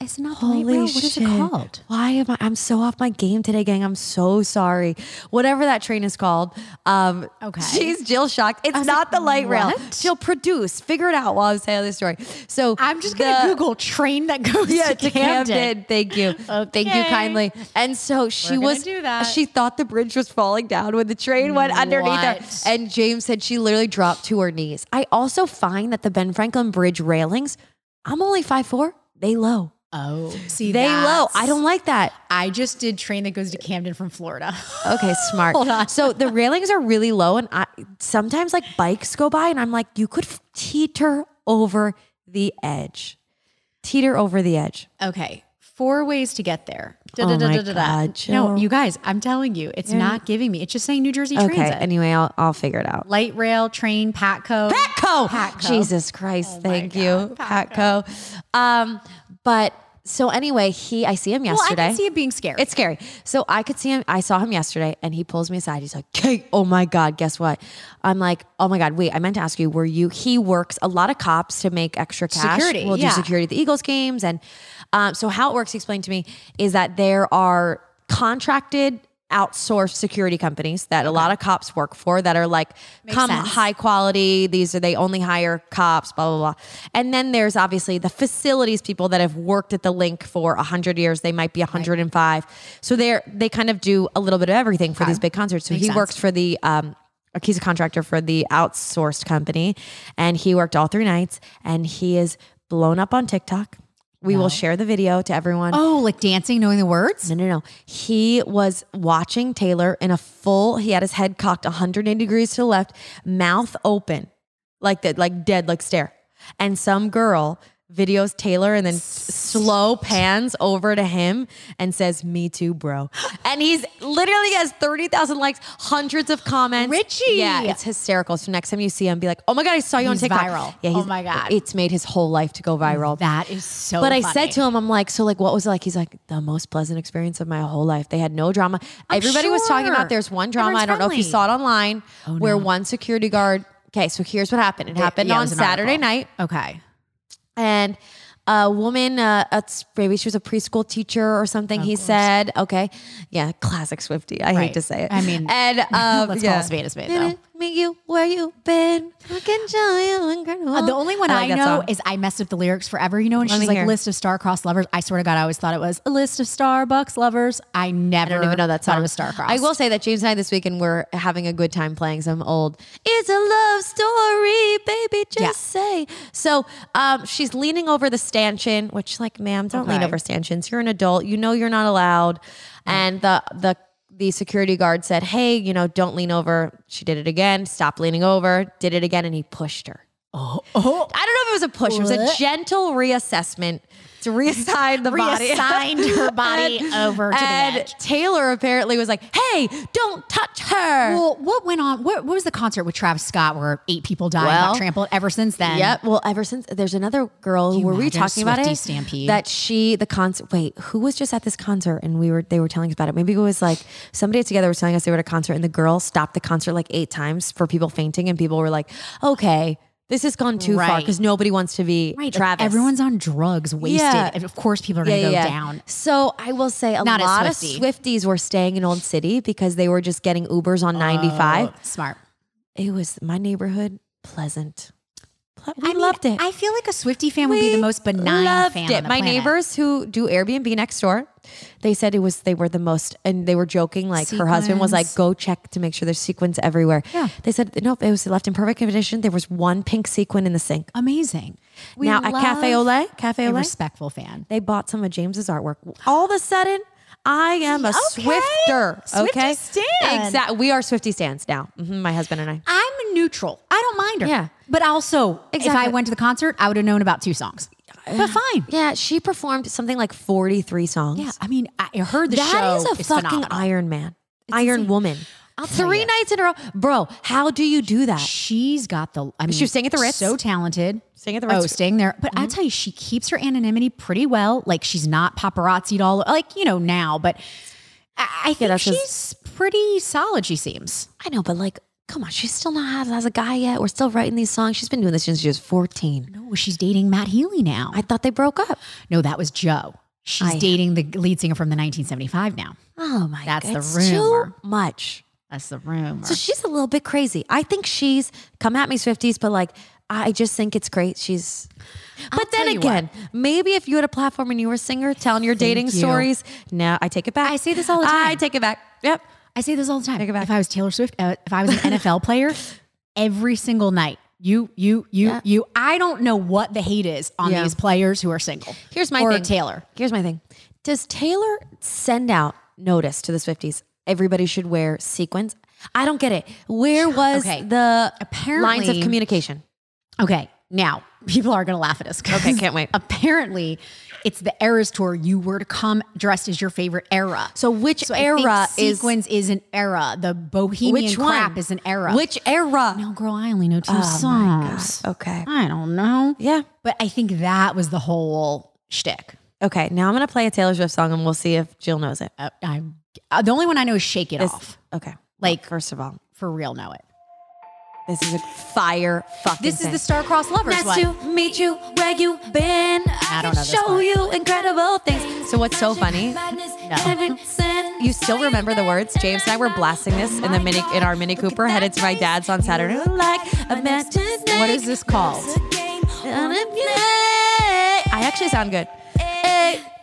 Speaker 1: It's not
Speaker 2: Holy
Speaker 1: the light rail. What is it
Speaker 2: shit.
Speaker 1: called?
Speaker 2: Why am I? I'm so off my game today, gang. I'm so sorry. Whatever that train is called. Um,
Speaker 1: Okay.
Speaker 2: She's Jill shocked. It's
Speaker 1: was
Speaker 2: not
Speaker 1: like,
Speaker 2: the light rail.
Speaker 1: what?
Speaker 2: She'll produce. Figure it out while I was telling this story. So
Speaker 1: I'm just gonna
Speaker 2: the-
Speaker 1: Google train that goes
Speaker 2: Yeah,
Speaker 1: to, Camden.
Speaker 2: Thank you. Thank you
Speaker 1: Okay.
Speaker 2: kindly. And so she
Speaker 1: gonna
Speaker 2: was
Speaker 1: do that.
Speaker 2: she thought the bridge was falling down when the train went underneath her.
Speaker 1: What?
Speaker 2: And James said she literally dropped to her knees. I also find that the Ben Franklin Bridge railings, I'm only 5'4, they low.
Speaker 1: Oh, see,
Speaker 2: They low.
Speaker 1: that's-
Speaker 2: I don't like that.
Speaker 1: I just did train that goes to Camden from Florida.
Speaker 2: Okay, smart.
Speaker 1: Hold on.
Speaker 2: So the railings are really low, and I sometimes like bikes go by, and I'm like, you could f- teeter over the edge, teeter over the edge.
Speaker 1: Okay. Four ways to get there. Da,
Speaker 2: Oh
Speaker 1: da, da,
Speaker 2: my
Speaker 1: da, da, da.
Speaker 2: God,
Speaker 1: No,
Speaker 2: Jill.
Speaker 1: you guys, I'm telling you, it's not giving me. It's just saying New Jersey
Speaker 2: Okay.
Speaker 1: Transit.
Speaker 2: Anyway, I'll I'll figure it out.
Speaker 1: Light rail, train, Patco. Patco.
Speaker 2: Patco.
Speaker 1: Oh
Speaker 2: Jesus Christ. thank you,
Speaker 1: God,
Speaker 2: Patco. Um, but so anyway, he I see him
Speaker 1: Well, I
Speaker 2: yesterday.
Speaker 1: can see it being scary.
Speaker 2: It's scary. So I could see him. I saw him yesterday, and he pulls me aside. He's like, "Kate, oh my god, guess what?" I'm like, "Oh my god, wait, I meant to ask you. Were you?" He works a lot of cops to make extra cash.
Speaker 1: Security,
Speaker 2: We'll
Speaker 1: yeah.
Speaker 2: do security at the Eagles games, and um, so how it works, he explained to me, is that there are contracted. Outsourced security companies that a lot of cops work for that are like come
Speaker 1: sense.
Speaker 2: high quality. These are they only hire cops, blah blah blah. And then there's obviously the facilities people that have worked at the link for hundred years. They might be 105. So they're they kind of do a little bit of everything for these big concerts. So he
Speaker 1: sense.
Speaker 2: works for the um like, he's a contractor for the outsourced company and he worked all three nights and he is blown up on TikTok. We will share the video to everyone.
Speaker 1: oh, like dancing, knowing the words?
Speaker 2: No, no, no. He was watching Taylor in a full, he had his head cocked 180 degrees to the left, mouth open, like that, like dead, like stare. And some girl videos Taylor and then slow pans over to him and says, Me too, bro. And he's literally has 30,000 likes, hundreds of comments.
Speaker 1: Richie!
Speaker 2: Yeah, it's hysterical. So next time you see him, be like, Oh my God, I saw you
Speaker 1: He's
Speaker 2: on TikTok.
Speaker 1: viral.
Speaker 2: Yeah,
Speaker 1: Oh my God.
Speaker 2: It's made his whole life to go viral.
Speaker 1: That is so
Speaker 2: But I
Speaker 1: funny.
Speaker 2: said to him, I'm like, so like, what was it like? He's like, the most pleasant experience of my whole life. They had no drama. Everybody was talking
Speaker 1: sure.
Speaker 2: about there's one drama.
Speaker 1: Everyone's
Speaker 2: I don't know if you
Speaker 1: friendly.
Speaker 2: saw it online where one security guard. Okay, so here's what happened. It happened
Speaker 1: Yeah, it
Speaker 2: on
Speaker 1: was an
Speaker 2: Saturday
Speaker 1: article.
Speaker 2: night
Speaker 1: Okay.
Speaker 2: and a woman, uh, a, maybe she was a preschool teacher or something. he said, "Okay, yeah, classic Swifty." I
Speaker 1: Right.
Speaker 2: hate to say it.
Speaker 1: I mean,
Speaker 2: and um,
Speaker 1: let's call
Speaker 2: yeah.
Speaker 1: a spade a spade,
Speaker 2: Didn't Meet you where you been. I can show you incredible.
Speaker 1: Uh, the only one I,
Speaker 2: like that
Speaker 1: know
Speaker 2: song.
Speaker 1: is I messed up the lyrics forever, you know, and
Speaker 2: Let
Speaker 1: she's
Speaker 2: me
Speaker 1: like
Speaker 2: hear.
Speaker 1: list of star-crossed lovers. I swear to God, I always thought it was a list of Starbucks lovers. I never
Speaker 2: I don't even know that song.
Speaker 1: thought it was star-crossed.
Speaker 2: I will say that James and I this weekend were having a good time playing some old "It's a Love Story," baby. Just
Speaker 1: Yeah.
Speaker 2: say so. Um, she's leaning over the stanchion, which, like, ma'am, don't lean
Speaker 1: Okay. Mm.
Speaker 2: over stanchions. You're an adult. You know you're not allowed. And the the the security guard said, "Hey, you know, don't lean over." She did it again. Stop leaning over. Did it again, and he pushed her. I don't know if it was a push. It was a
Speaker 1: Oh. What?
Speaker 2: gentle reassessment to reassign the body.
Speaker 1: Reassigned her body over to the
Speaker 2: and
Speaker 1: edge.
Speaker 2: Taylor apparently was like, "Hey, don't touch her."
Speaker 1: Well, what went on? What, what was the concert with Travis Scott where eight people died and
Speaker 2: Well,
Speaker 1: got trampled? Ever since then,
Speaker 2: Yep. Well, ever since there's another girl who were we
Speaker 1: imagine a
Speaker 2: talking about
Speaker 1: Swiftie
Speaker 2: it?
Speaker 1: stampede?
Speaker 2: That she the concert. Wait, who was just at this concert and we were they were telling us about it. Maybe it was like somebody together was telling us they were at a concert and the girl stopped the concert like eight times for people fainting and people were like, okay, this has gone too far
Speaker 1: Right.
Speaker 2: because nobody wants to be
Speaker 1: right? like,
Speaker 2: Travis.
Speaker 1: everyone's on drugs, wasted,
Speaker 2: Yeah.
Speaker 1: and of course people are
Speaker 2: Yeah,
Speaker 1: going to
Speaker 2: yeah,
Speaker 1: go
Speaker 2: yeah.
Speaker 1: down.
Speaker 2: So I will say a
Speaker 1: Not a
Speaker 2: lot of
Speaker 1: Swiftie.
Speaker 2: Swifties were staying in Old City because they were just getting Ubers
Speaker 1: Oh,
Speaker 2: on 95.
Speaker 1: Smart.
Speaker 2: It was my neighborhood pleasant. Ple- We
Speaker 1: I mean,
Speaker 2: loved it.
Speaker 1: I feel like a Swifty fan would be the
Speaker 2: We
Speaker 1: most benign
Speaker 2: loved
Speaker 1: fan.
Speaker 2: it.
Speaker 1: on the
Speaker 2: My
Speaker 1: planet.
Speaker 2: neighbors who do Airbnb next door, they said it was they were the most, and they were joking. Like her husband was like,
Speaker 1: Sequins.
Speaker 2: "Go check to make sure there's sequins everywhere."
Speaker 1: Yeah.
Speaker 2: They said no, it was left in perfect condition. There was one pink sequin in the sink.
Speaker 1: amazing. We
Speaker 2: now at Cafe
Speaker 1: love
Speaker 2: Olay, Cafe
Speaker 1: a
Speaker 2: Olay,
Speaker 1: respectful fan.
Speaker 2: they bought some of James's artwork. All of a sudden, I am a
Speaker 1: Okay.
Speaker 2: Swifter.
Speaker 1: Swiftie
Speaker 2: okay,
Speaker 1: stan.
Speaker 2: Exactly. We are Swifty stands now. Mhm, my husband and I.
Speaker 1: I'm neutral. I don't mind her.
Speaker 2: Yeah.
Speaker 1: But also, if I
Speaker 2: Exactly.
Speaker 1: went to the concert, I would have known about two songs. But fine.
Speaker 2: Yeah, she performed something like 43 songs.
Speaker 1: Yeah. I mean, I heard the
Speaker 2: That
Speaker 1: show.
Speaker 2: is a
Speaker 1: is
Speaker 2: fucking
Speaker 1: phenomenal.
Speaker 2: Iron Man, Iron Woman.
Speaker 1: tell
Speaker 2: Three
Speaker 1: you.
Speaker 2: nights in a row, bro. How do you do that?
Speaker 1: She's got the. I mean,
Speaker 2: was staying at the Ritz.
Speaker 1: So talented.
Speaker 2: Staying at the
Speaker 1: Oh,
Speaker 2: Ritz.
Speaker 1: staying there. But I tell you, she keeps her anonymity pretty well. Like she's not paparazzied all like you know now. But I, I think
Speaker 2: that's
Speaker 1: she's
Speaker 2: just-
Speaker 1: pretty solid. She seems.
Speaker 2: I know, but like, come on, she's still not hot as a guy yet. We're still writing these songs. She's been doing this since she was fourteen.
Speaker 1: No, she's dating Matt Healy now.
Speaker 2: I thought they broke up.
Speaker 1: no, that was Joe. She's
Speaker 2: I-
Speaker 1: dating the lead singer from the 1975 now.
Speaker 2: Oh my,
Speaker 1: That's the
Speaker 2: it's
Speaker 1: rumor.
Speaker 2: Too much.
Speaker 1: That's the rumor.
Speaker 2: So she's a little bit crazy. I think she's come at me Swifties, but like I just think it's great. She's but then
Speaker 1: tell you
Speaker 2: again, maybe if you had a platform and you were a singer telling your dating
Speaker 1: you.
Speaker 2: stories, no, I take it back.
Speaker 1: I say this all the time.
Speaker 2: I take it back. Yep.
Speaker 1: I say this all the time.
Speaker 2: it back.
Speaker 1: If I was Taylor Swift, uh, if I was an NFL player, every single night, you, you, you,
Speaker 2: Yeah.
Speaker 1: you. I don't know what the hate is on
Speaker 2: Yeah.
Speaker 1: these players who are single.
Speaker 2: Here's my
Speaker 1: or
Speaker 2: thing.
Speaker 1: Taylor.
Speaker 2: Here's my thing. Does Taylor send out notice to the Swifties? Everybody should wear sequins. I don't get it. Where was
Speaker 1: Okay.
Speaker 2: the lines of
Speaker 1: Apparently-
Speaker 2: communication?
Speaker 1: Okay, now people are going to laugh at us. 'cause
Speaker 2: Okay, can't wait.
Speaker 1: Apparently, it's the Eras tour. You were to come dressed as your favorite era.
Speaker 2: So which
Speaker 1: So I think
Speaker 2: era is
Speaker 1: sequins is an era. The bohemian
Speaker 2: which one?
Speaker 1: crap is an era. Oh
Speaker 2: Which era?
Speaker 1: no, girl, I only know two songs.
Speaker 2: Okay.
Speaker 1: I don't know.
Speaker 2: Yeah.
Speaker 1: But I think that was the whole shtick.
Speaker 2: Okay, now I'm gonna play a Taylor Swift song and we'll see if Jill knows it.
Speaker 1: Uh, I, uh, the only one I know is "Shake It
Speaker 2: This-
Speaker 1: Off."
Speaker 2: okay,
Speaker 1: Like-
Speaker 2: first of all,
Speaker 1: For real, know it.
Speaker 2: this is a fire fucking.
Speaker 1: This is the star-crossed lovers
Speaker 2: Nice
Speaker 1: one.
Speaker 2: to meet you. Where you been? I,
Speaker 1: I don't
Speaker 2: can
Speaker 1: know this
Speaker 2: show
Speaker 1: part.
Speaker 2: you incredible things. So what's so funny? You still remember the words? James and I were blasting this in the mini in our Mini Cooper headed to my dad's on Saturday. Like a
Speaker 1: What is this called?
Speaker 2: I actually sound good. Hey.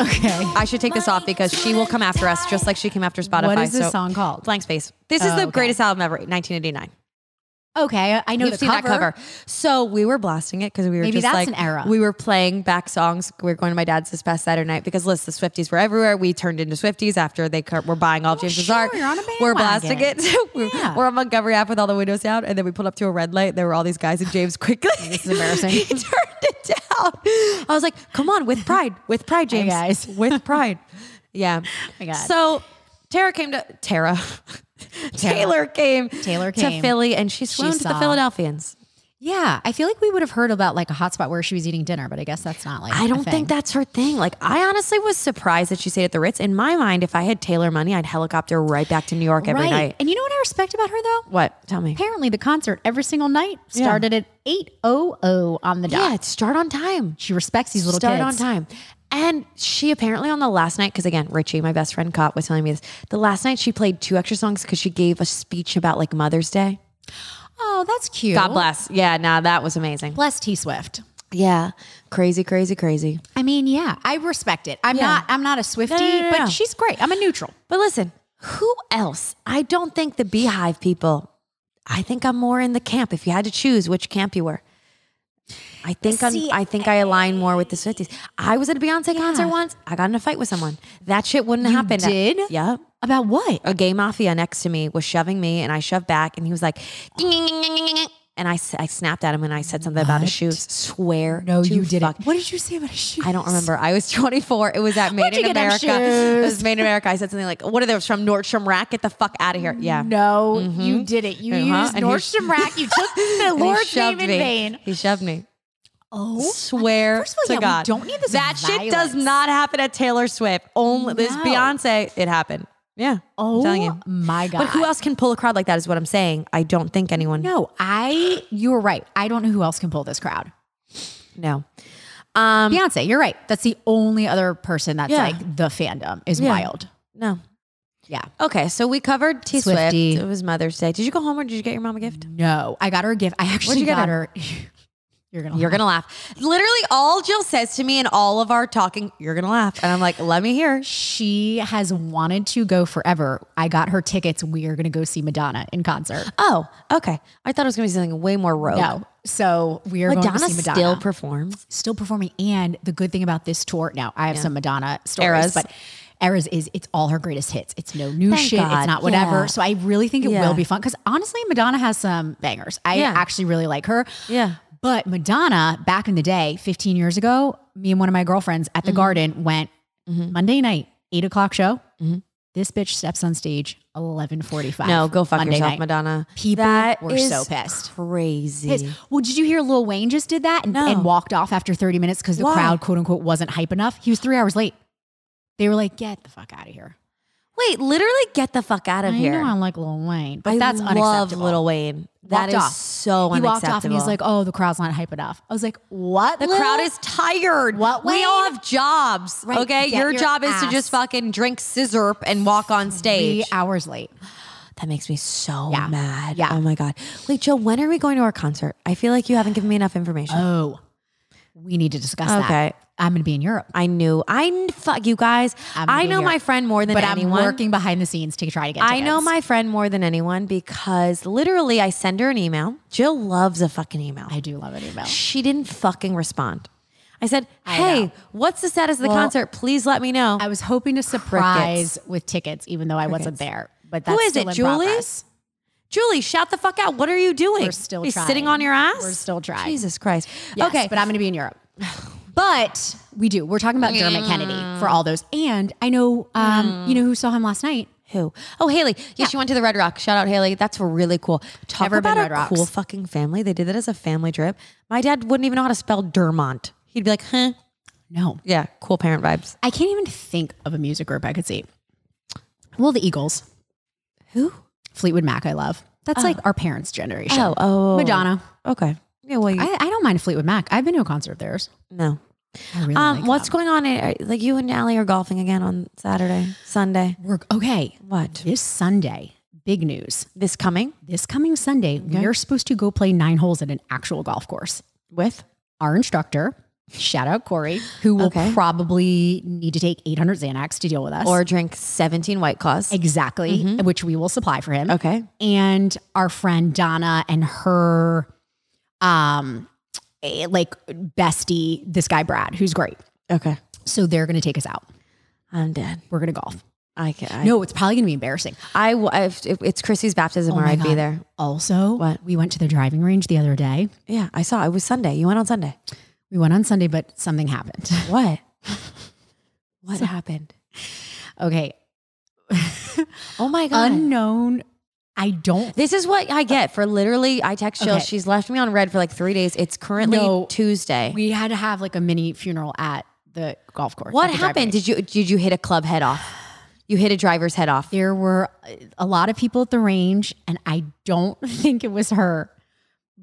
Speaker 1: Okay.
Speaker 2: I should take this off because she will come after us just like she came after Spotify.
Speaker 1: What is this
Speaker 2: So-
Speaker 1: song called?
Speaker 2: Blank Space. This is
Speaker 1: Oh,
Speaker 2: the
Speaker 1: okay.
Speaker 2: greatest album ever, 1989.
Speaker 1: Okay, I know
Speaker 2: You've
Speaker 1: the
Speaker 2: seen that cover. So we were blasting it because we were
Speaker 1: Maybe
Speaker 2: just
Speaker 1: that's
Speaker 2: like
Speaker 1: an era.
Speaker 2: we were playing back songs. We were going to my dad's this past Saturday night because listen, the Swifties were everywhere. We turned into Swifties after they cur- were buying all of James's
Speaker 1: Oh, sure,
Speaker 2: art.
Speaker 1: you're on a
Speaker 2: we're
Speaker 1: bandwagon.
Speaker 2: blasting it. we're,
Speaker 1: Yeah.
Speaker 2: we're on Montgomery Ave with all the windows down, and then we pulled up to a red light. There were all these guys, and James quickly
Speaker 1: This is embarrassing.
Speaker 2: he turned it down. I was like, "Come on, with pride, with pride, James,
Speaker 1: guys. Oh
Speaker 2: with pride." Yeah.
Speaker 1: my God.
Speaker 2: So Tara came to Tara. Taylor came
Speaker 1: Taylor
Speaker 2: to
Speaker 1: came.
Speaker 2: Philly, and she's flown to the
Speaker 1: saw.
Speaker 2: Philadelphians.
Speaker 1: Yeah, I feel like we would have heard about like a hotspot where she was eating dinner, but I guess that's not like
Speaker 2: I don't
Speaker 1: a
Speaker 2: think
Speaker 1: thing.
Speaker 2: that's her thing. Like, I honestly was surprised that she stayed at the Ritz. In my mind, if I had Taylor money, I'd helicopter right back to New York every
Speaker 1: right.
Speaker 2: night.
Speaker 1: And you know what I respect about her though?
Speaker 2: What? Tell me.
Speaker 1: Apparently, the concert every single night started at eight oh oh on the dot.
Speaker 2: Yeah, start on time.
Speaker 1: She respects these little
Speaker 2: start
Speaker 1: kids.
Speaker 2: on time. And she apparently on the last night, because again, Richie, my best friend, caught was telling me this. The last night she played two extra songs because she gave a speech about like Mother's Day.
Speaker 1: Oh, that's cute.
Speaker 2: God bless. Yeah, now that was amazing.
Speaker 1: Bless T Swift.
Speaker 2: Yeah, crazy, crazy, crazy.
Speaker 1: I mean, yeah, I respect it. I'm not. I'm not a Swifty,
Speaker 2: no, no, no.
Speaker 1: but she's great. I'm a neutral.
Speaker 2: But listen, who else? I don't think the Beehive people. I think I'm more in the camp. If you had to choose which camp you were, I think I'm,
Speaker 1: See, eh,
Speaker 2: I think I align more with the Swifties. I was at a Beyonce concert once. I got in a fight with someone. That shit wouldn't happen.
Speaker 1: did?
Speaker 2: Yeah.
Speaker 1: About what?
Speaker 2: A gay mafia next to me was shoving me, and I shoved back, and he was like, "Ding, ding, ding, ding, ding, ding." and I, s- I snapped at him and I said something about his shoes. Swear
Speaker 1: No,
Speaker 2: to
Speaker 1: you didn't.
Speaker 2: fuck.
Speaker 1: What did you say about a shoe?
Speaker 2: I don't remember. I was 24. It was at Made
Speaker 1: you
Speaker 2: in
Speaker 1: get them
Speaker 2: America. It was Made in America. I said something like, "What are those from Nordstrom Rack? Get the fuck out of here!" Yeah.
Speaker 1: No, you didn't. You
Speaker 2: Uh-huh.
Speaker 1: used
Speaker 2: And he-
Speaker 1: Nordstrom Rack. You took the
Speaker 2: And he
Speaker 1: Lord's name
Speaker 2: shoved
Speaker 1: in
Speaker 2: me.
Speaker 1: vain.
Speaker 2: He shoved me.
Speaker 1: Oh,
Speaker 2: Swear
Speaker 1: First of all,
Speaker 2: to
Speaker 1: yeah, we
Speaker 2: God,
Speaker 1: don't need this
Speaker 2: That shit does
Speaker 1: violence.
Speaker 2: not happen at Taylor Swift. Only this
Speaker 1: No.
Speaker 2: Beyonce. It happened. Yeah.
Speaker 1: oh
Speaker 2: I'm telling you.
Speaker 1: my God.
Speaker 2: But who else can pull a crowd like that? Is what I'm saying. I don't think anyone.
Speaker 1: No, I, you were right. I don't know who else can pull this crowd.
Speaker 2: No. Um.
Speaker 1: Beyonce, you're right. That's the only other person that's
Speaker 2: Yeah.
Speaker 1: like the fandom is
Speaker 2: Yeah.
Speaker 1: wild.
Speaker 2: No.
Speaker 1: Yeah.
Speaker 2: Okay. So we covered T Swift.
Speaker 1: Swiftie.
Speaker 2: It was Mother's Day. Did you go home or did you get your mom a gift?
Speaker 1: No, I got her a gift. I actually
Speaker 2: you get
Speaker 1: got
Speaker 2: her?
Speaker 1: her. you're gonna.
Speaker 2: You're gonna laugh. Literally, all Jill says to me in all of our talking, you're gonna laugh, and I'm like, let me hear.
Speaker 1: She has wanted to go forever. I got her tickets. We are gonna go see Madonna in concert.
Speaker 2: Oh, okay. I thought it was gonna be something way more rogue.
Speaker 1: No, so we are
Speaker 2: Madonna,
Speaker 1: going to see Madonna.
Speaker 2: still performs.
Speaker 1: still performing. And the good thing about this tour, now I have some Madonna stories,
Speaker 2: Eras.
Speaker 1: but Eras is it's all her greatest hits. It's no new
Speaker 2: Thank
Speaker 1: shit.
Speaker 2: God.
Speaker 1: It's not whatever.
Speaker 2: Yeah.
Speaker 1: So I really think it
Speaker 2: Yeah.
Speaker 1: will be fun because honestly, Madonna has some bangers. I
Speaker 2: Yeah.
Speaker 1: actually really like her.
Speaker 2: Yeah.
Speaker 1: But Madonna, back in the day, 15 years ago, me and one of my girlfriends at the
Speaker 2: Mm-hmm.
Speaker 1: garden went Monday night, eight o'clock show. This bitch steps on stage 11:45.
Speaker 2: Mm-hmm. No, go fuck
Speaker 1: Monday
Speaker 2: yourself,
Speaker 1: night.
Speaker 2: Madonna.
Speaker 1: People
Speaker 2: That
Speaker 1: were
Speaker 2: is
Speaker 1: so pissed.
Speaker 2: Crazy.
Speaker 1: Pissed. Well, did you hear Lil Wayne just did that and,
Speaker 2: No.
Speaker 1: and walked off after 30 minutes because the
Speaker 2: Why?
Speaker 1: crowd, quote unquote, wasn't hype enough? He was three hours late. They were like, get the fuck out of here.
Speaker 2: Wait, literally, get the fuck out of
Speaker 1: I
Speaker 2: here.
Speaker 1: know I like Lil Wayne, but
Speaker 2: I
Speaker 1: that's
Speaker 2: love
Speaker 1: unacceptable.
Speaker 2: Little Wayne. That
Speaker 1: Walked
Speaker 2: is
Speaker 1: off.
Speaker 2: so
Speaker 1: he
Speaker 2: unacceptable.
Speaker 1: walked off and he's like, oh, the crowd's not hype enough. I was like, what?
Speaker 2: The
Speaker 1: Lil?
Speaker 2: crowd is tired.
Speaker 1: What,
Speaker 2: we all
Speaker 1: Wayne?
Speaker 2: have jobs.
Speaker 1: Right,
Speaker 2: Okay,
Speaker 1: get
Speaker 2: your,
Speaker 1: your
Speaker 2: job is to
Speaker 1: ass.
Speaker 2: just fucking drink scissorp and walk on stage.
Speaker 1: three hours late.
Speaker 2: That makes me so
Speaker 1: Yeah.
Speaker 2: mad.
Speaker 1: Yeah.
Speaker 2: Oh my God. Wait, Joe, when are we going to our concert? I feel like you haven't given me enough information.
Speaker 1: Oh, we need to discuss
Speaker 2: Okay.
Speaker 1: that. I'm going to be in Europe,
Speaker 2: I knew. I kn- fuck you guys.
Speaker 1: I'm
Speaker 2: I
Speaker 1: being
Speaker 2: know
Speaker 1: here.
Speaker 2: my friend more than
Speaker 1: but
Speaker 2: anyone.
Speaker 1: I'm working behind the scenes to try to get
Speaker 2: I know
Speaker 1: tickets.
Speaker 2: my friend more than anyone because literally I send her an email. Jill loves a fucking email.
Speaker 1: I do love an email.
Speaker 2: she didn't fucking respond. I said, "Hey,
Speaker 1: know.
Speaker 2: what's the status of the
Speaker 1: Well,
Speaker 2: concert? Please let me know."
Speaker 1: I was hoping to surprise with tickets, even though I wasn't there. But that's
Speaker 2: is
Speaker 1: still
Speaker 2: it,
Speaker 1: in
Speaker 2: Julie?
Speaker 1: progress.
Speaker 2: Julie, shout the fuck out! What are you doing?
Speaker 1: We're still
Speaker 2: Are you
Speaker 1: trying.
Speaker 2: sitting on your ass.
Speaker 1: We're still trying.
Speaker 2: Jesus Christ.
Speaker 1: Yes,
Speaker 2: okay,
Speaker 1: but I'm going to be in Europe. But we do. We're talking about Dermot Kennedy for all those. And I know, um, you know who saw him last night?
Speaker 2: Who? Oh, Haley. Yeah, she went to the Red Rock. Shout out, Haley. That's really cool. Talk
Speaker 1: Never been
Speaker 2: about a
Speaker 1: Red Rocks.
Speaker 2: cool fucking family. They did that as a family trip. My dad wouldn't even know how to spell Dermont. He'd be like, huh?
Speaker 1: No,
Speaker 2: Yeah, cool parent vibes.
Speaker 1: I can't even think of a music group I could see. Well, the Eagles,
Speaker 2: Who?
Speaker 1: Fleetwood Mac, I love. That's like our parents' generation.
Speaker 2: Oh, oh.
Speaker 1: Madonna.
Speaker 2: Okay. Yeah, well, you,
Speaker 1: I, I don't mind Fleetwood Mac. I've been to a concert of theirs.
Speaker 2: no.
Speaker 1: I really
Speaker 2: Um,
Speaker 1: like
Speaker 2: what's
Speaker 1: them.
Speaker 2: going on? Are- Like you and Allie are golfing again on Saturday, Sunday.
Speaker 1: We're- okay?
Speaker 2: What?
Speaker 1: This Sunday, big news.
Speaker 2: This coming
Speaker 1: This coming Sunday, we are supposed to go play nine holes at an actual golf course.
Speaker 2: with?
Speaker 1: our instructor, shout out Corey, who will
Speaker 2: Okay.
Speaker 1: probably need to take 800 Xanax to deal with us.
Speaker 2: Or drink 17 White Claws.
Speaker 1: exactly, which we will supply for him.
Speaker 2: Okay.
Speaker 1: And our friend Donna and her, um, eh, like bestie, this guy Brad, who's great.
Speaker 2: Okay.
Speaker 1: So they're going to take us out.
Speaker 2: I'm dead.
Speaker 1: We're going to golf.
Speaker 2: I can. I,
Speaker 1: No, it's probably going to be embarrassing. Oh
Speaker 2: I, w- if, if it's Chrissy's baptism or
Speaker 1: my
Speaker 2: I'd be
Speaker 1: God.
Speaker 2: there.
Speaker 1: Also,
Speaker 2: What?
Speaker 1: we went to the driving range the other day.
Speaker 2: Yeah, I saw. It was Sunday. You went on Sunday.
Speaker 1: We went on Sunday, but something happened.
Speaker 2: What? What happened?
Speaker 1: Okay,
Speaker 2: Oh my god.
Speaker 1: unknown. I don't
Speaker 2: this is what I get for literally I text Jill.
Speaker 1: Okay.
Speaker 2: She's left me on red for like 3 days. It's currently
Speaker 1: No.
Speaker 2: Tuesday.
Speaker 1: We had to have like a mini funeral at the golf course.
Speaker 2: what
Speaker 1: at the driveway.
Speaker 2: happened? Did you did you hit a club head off? You hit a driver's head off.
Speaker 1: There were uh, a lot of people at the range, and I don't think it was her,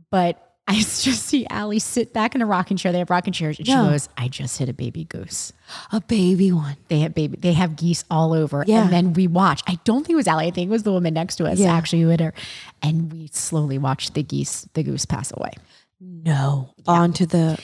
Speaker 1: but I just see Allie sit back in a rocking chair. They have rocking chairs, and
Speaker 2: No.
Speaker 1: she goes, "I just hit a baby goose."
Speaker 2: A baby one.
Speaker 1: They have baby. They have geese all over.
Speaker 2: Yeah.
Speaker 1: And then we watch. I don't think it was Allie. I think it was the woman next to us
Speaker 2: Yeah.
Speaker 1: actually who hit her, and we slowly watched the geese, the goose pass away.
Speaker 2: No. Onto the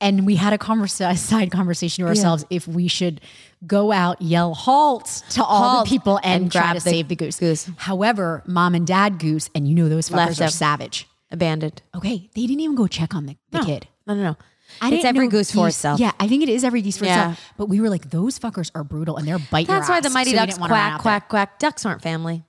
Speaker 1: and we had a conversa- side conversation to ourselves if we should go out, yell halt to all
Speaker 2: Halt
Speaker 1: the people and,
Speaker 2: and
Speaker 1: try
Speaker 2: grab
Speaker 1: to
Speaker 2: the
Speaker 1: save the goose.
Speaker 2: goose.
Speaker 1: However, mom and dad goose, and you know those fuckers
Speaker 2: Left
Speaker 1: are
Speaker 2: them.
Speaker 1: savage.
Speaker 2: abandoned.
Speaker 1: Okay, they didn't even go check on the, the kid.
Speaker 2: No, no, no.
Speaker 1: I
Speaker 2: it's
Speaker 1: didn't
Speaker 2: every
Speaker 1: know
Speaker 2: goose for
Speaker 1: geese-
Speaker 2: itself.
Speaker 1: Yeah, I think it is every geese for
Speaker 2: Yeah.
Speaker 1: itself. But we were like, those fuckers are brutal and they're biting.
Speaker 2: That's
Speaker 1: your
Speaker 2: why
Speaker 1: ass.
Speaker 2: the mighty
Speaker 1: So we
Speaker 2: ducks
Speaker 1: didn't wanna run
Speaker 2: quack
Speaker 1: out there.
Speaker 2: quack quack. Ducks aren't family.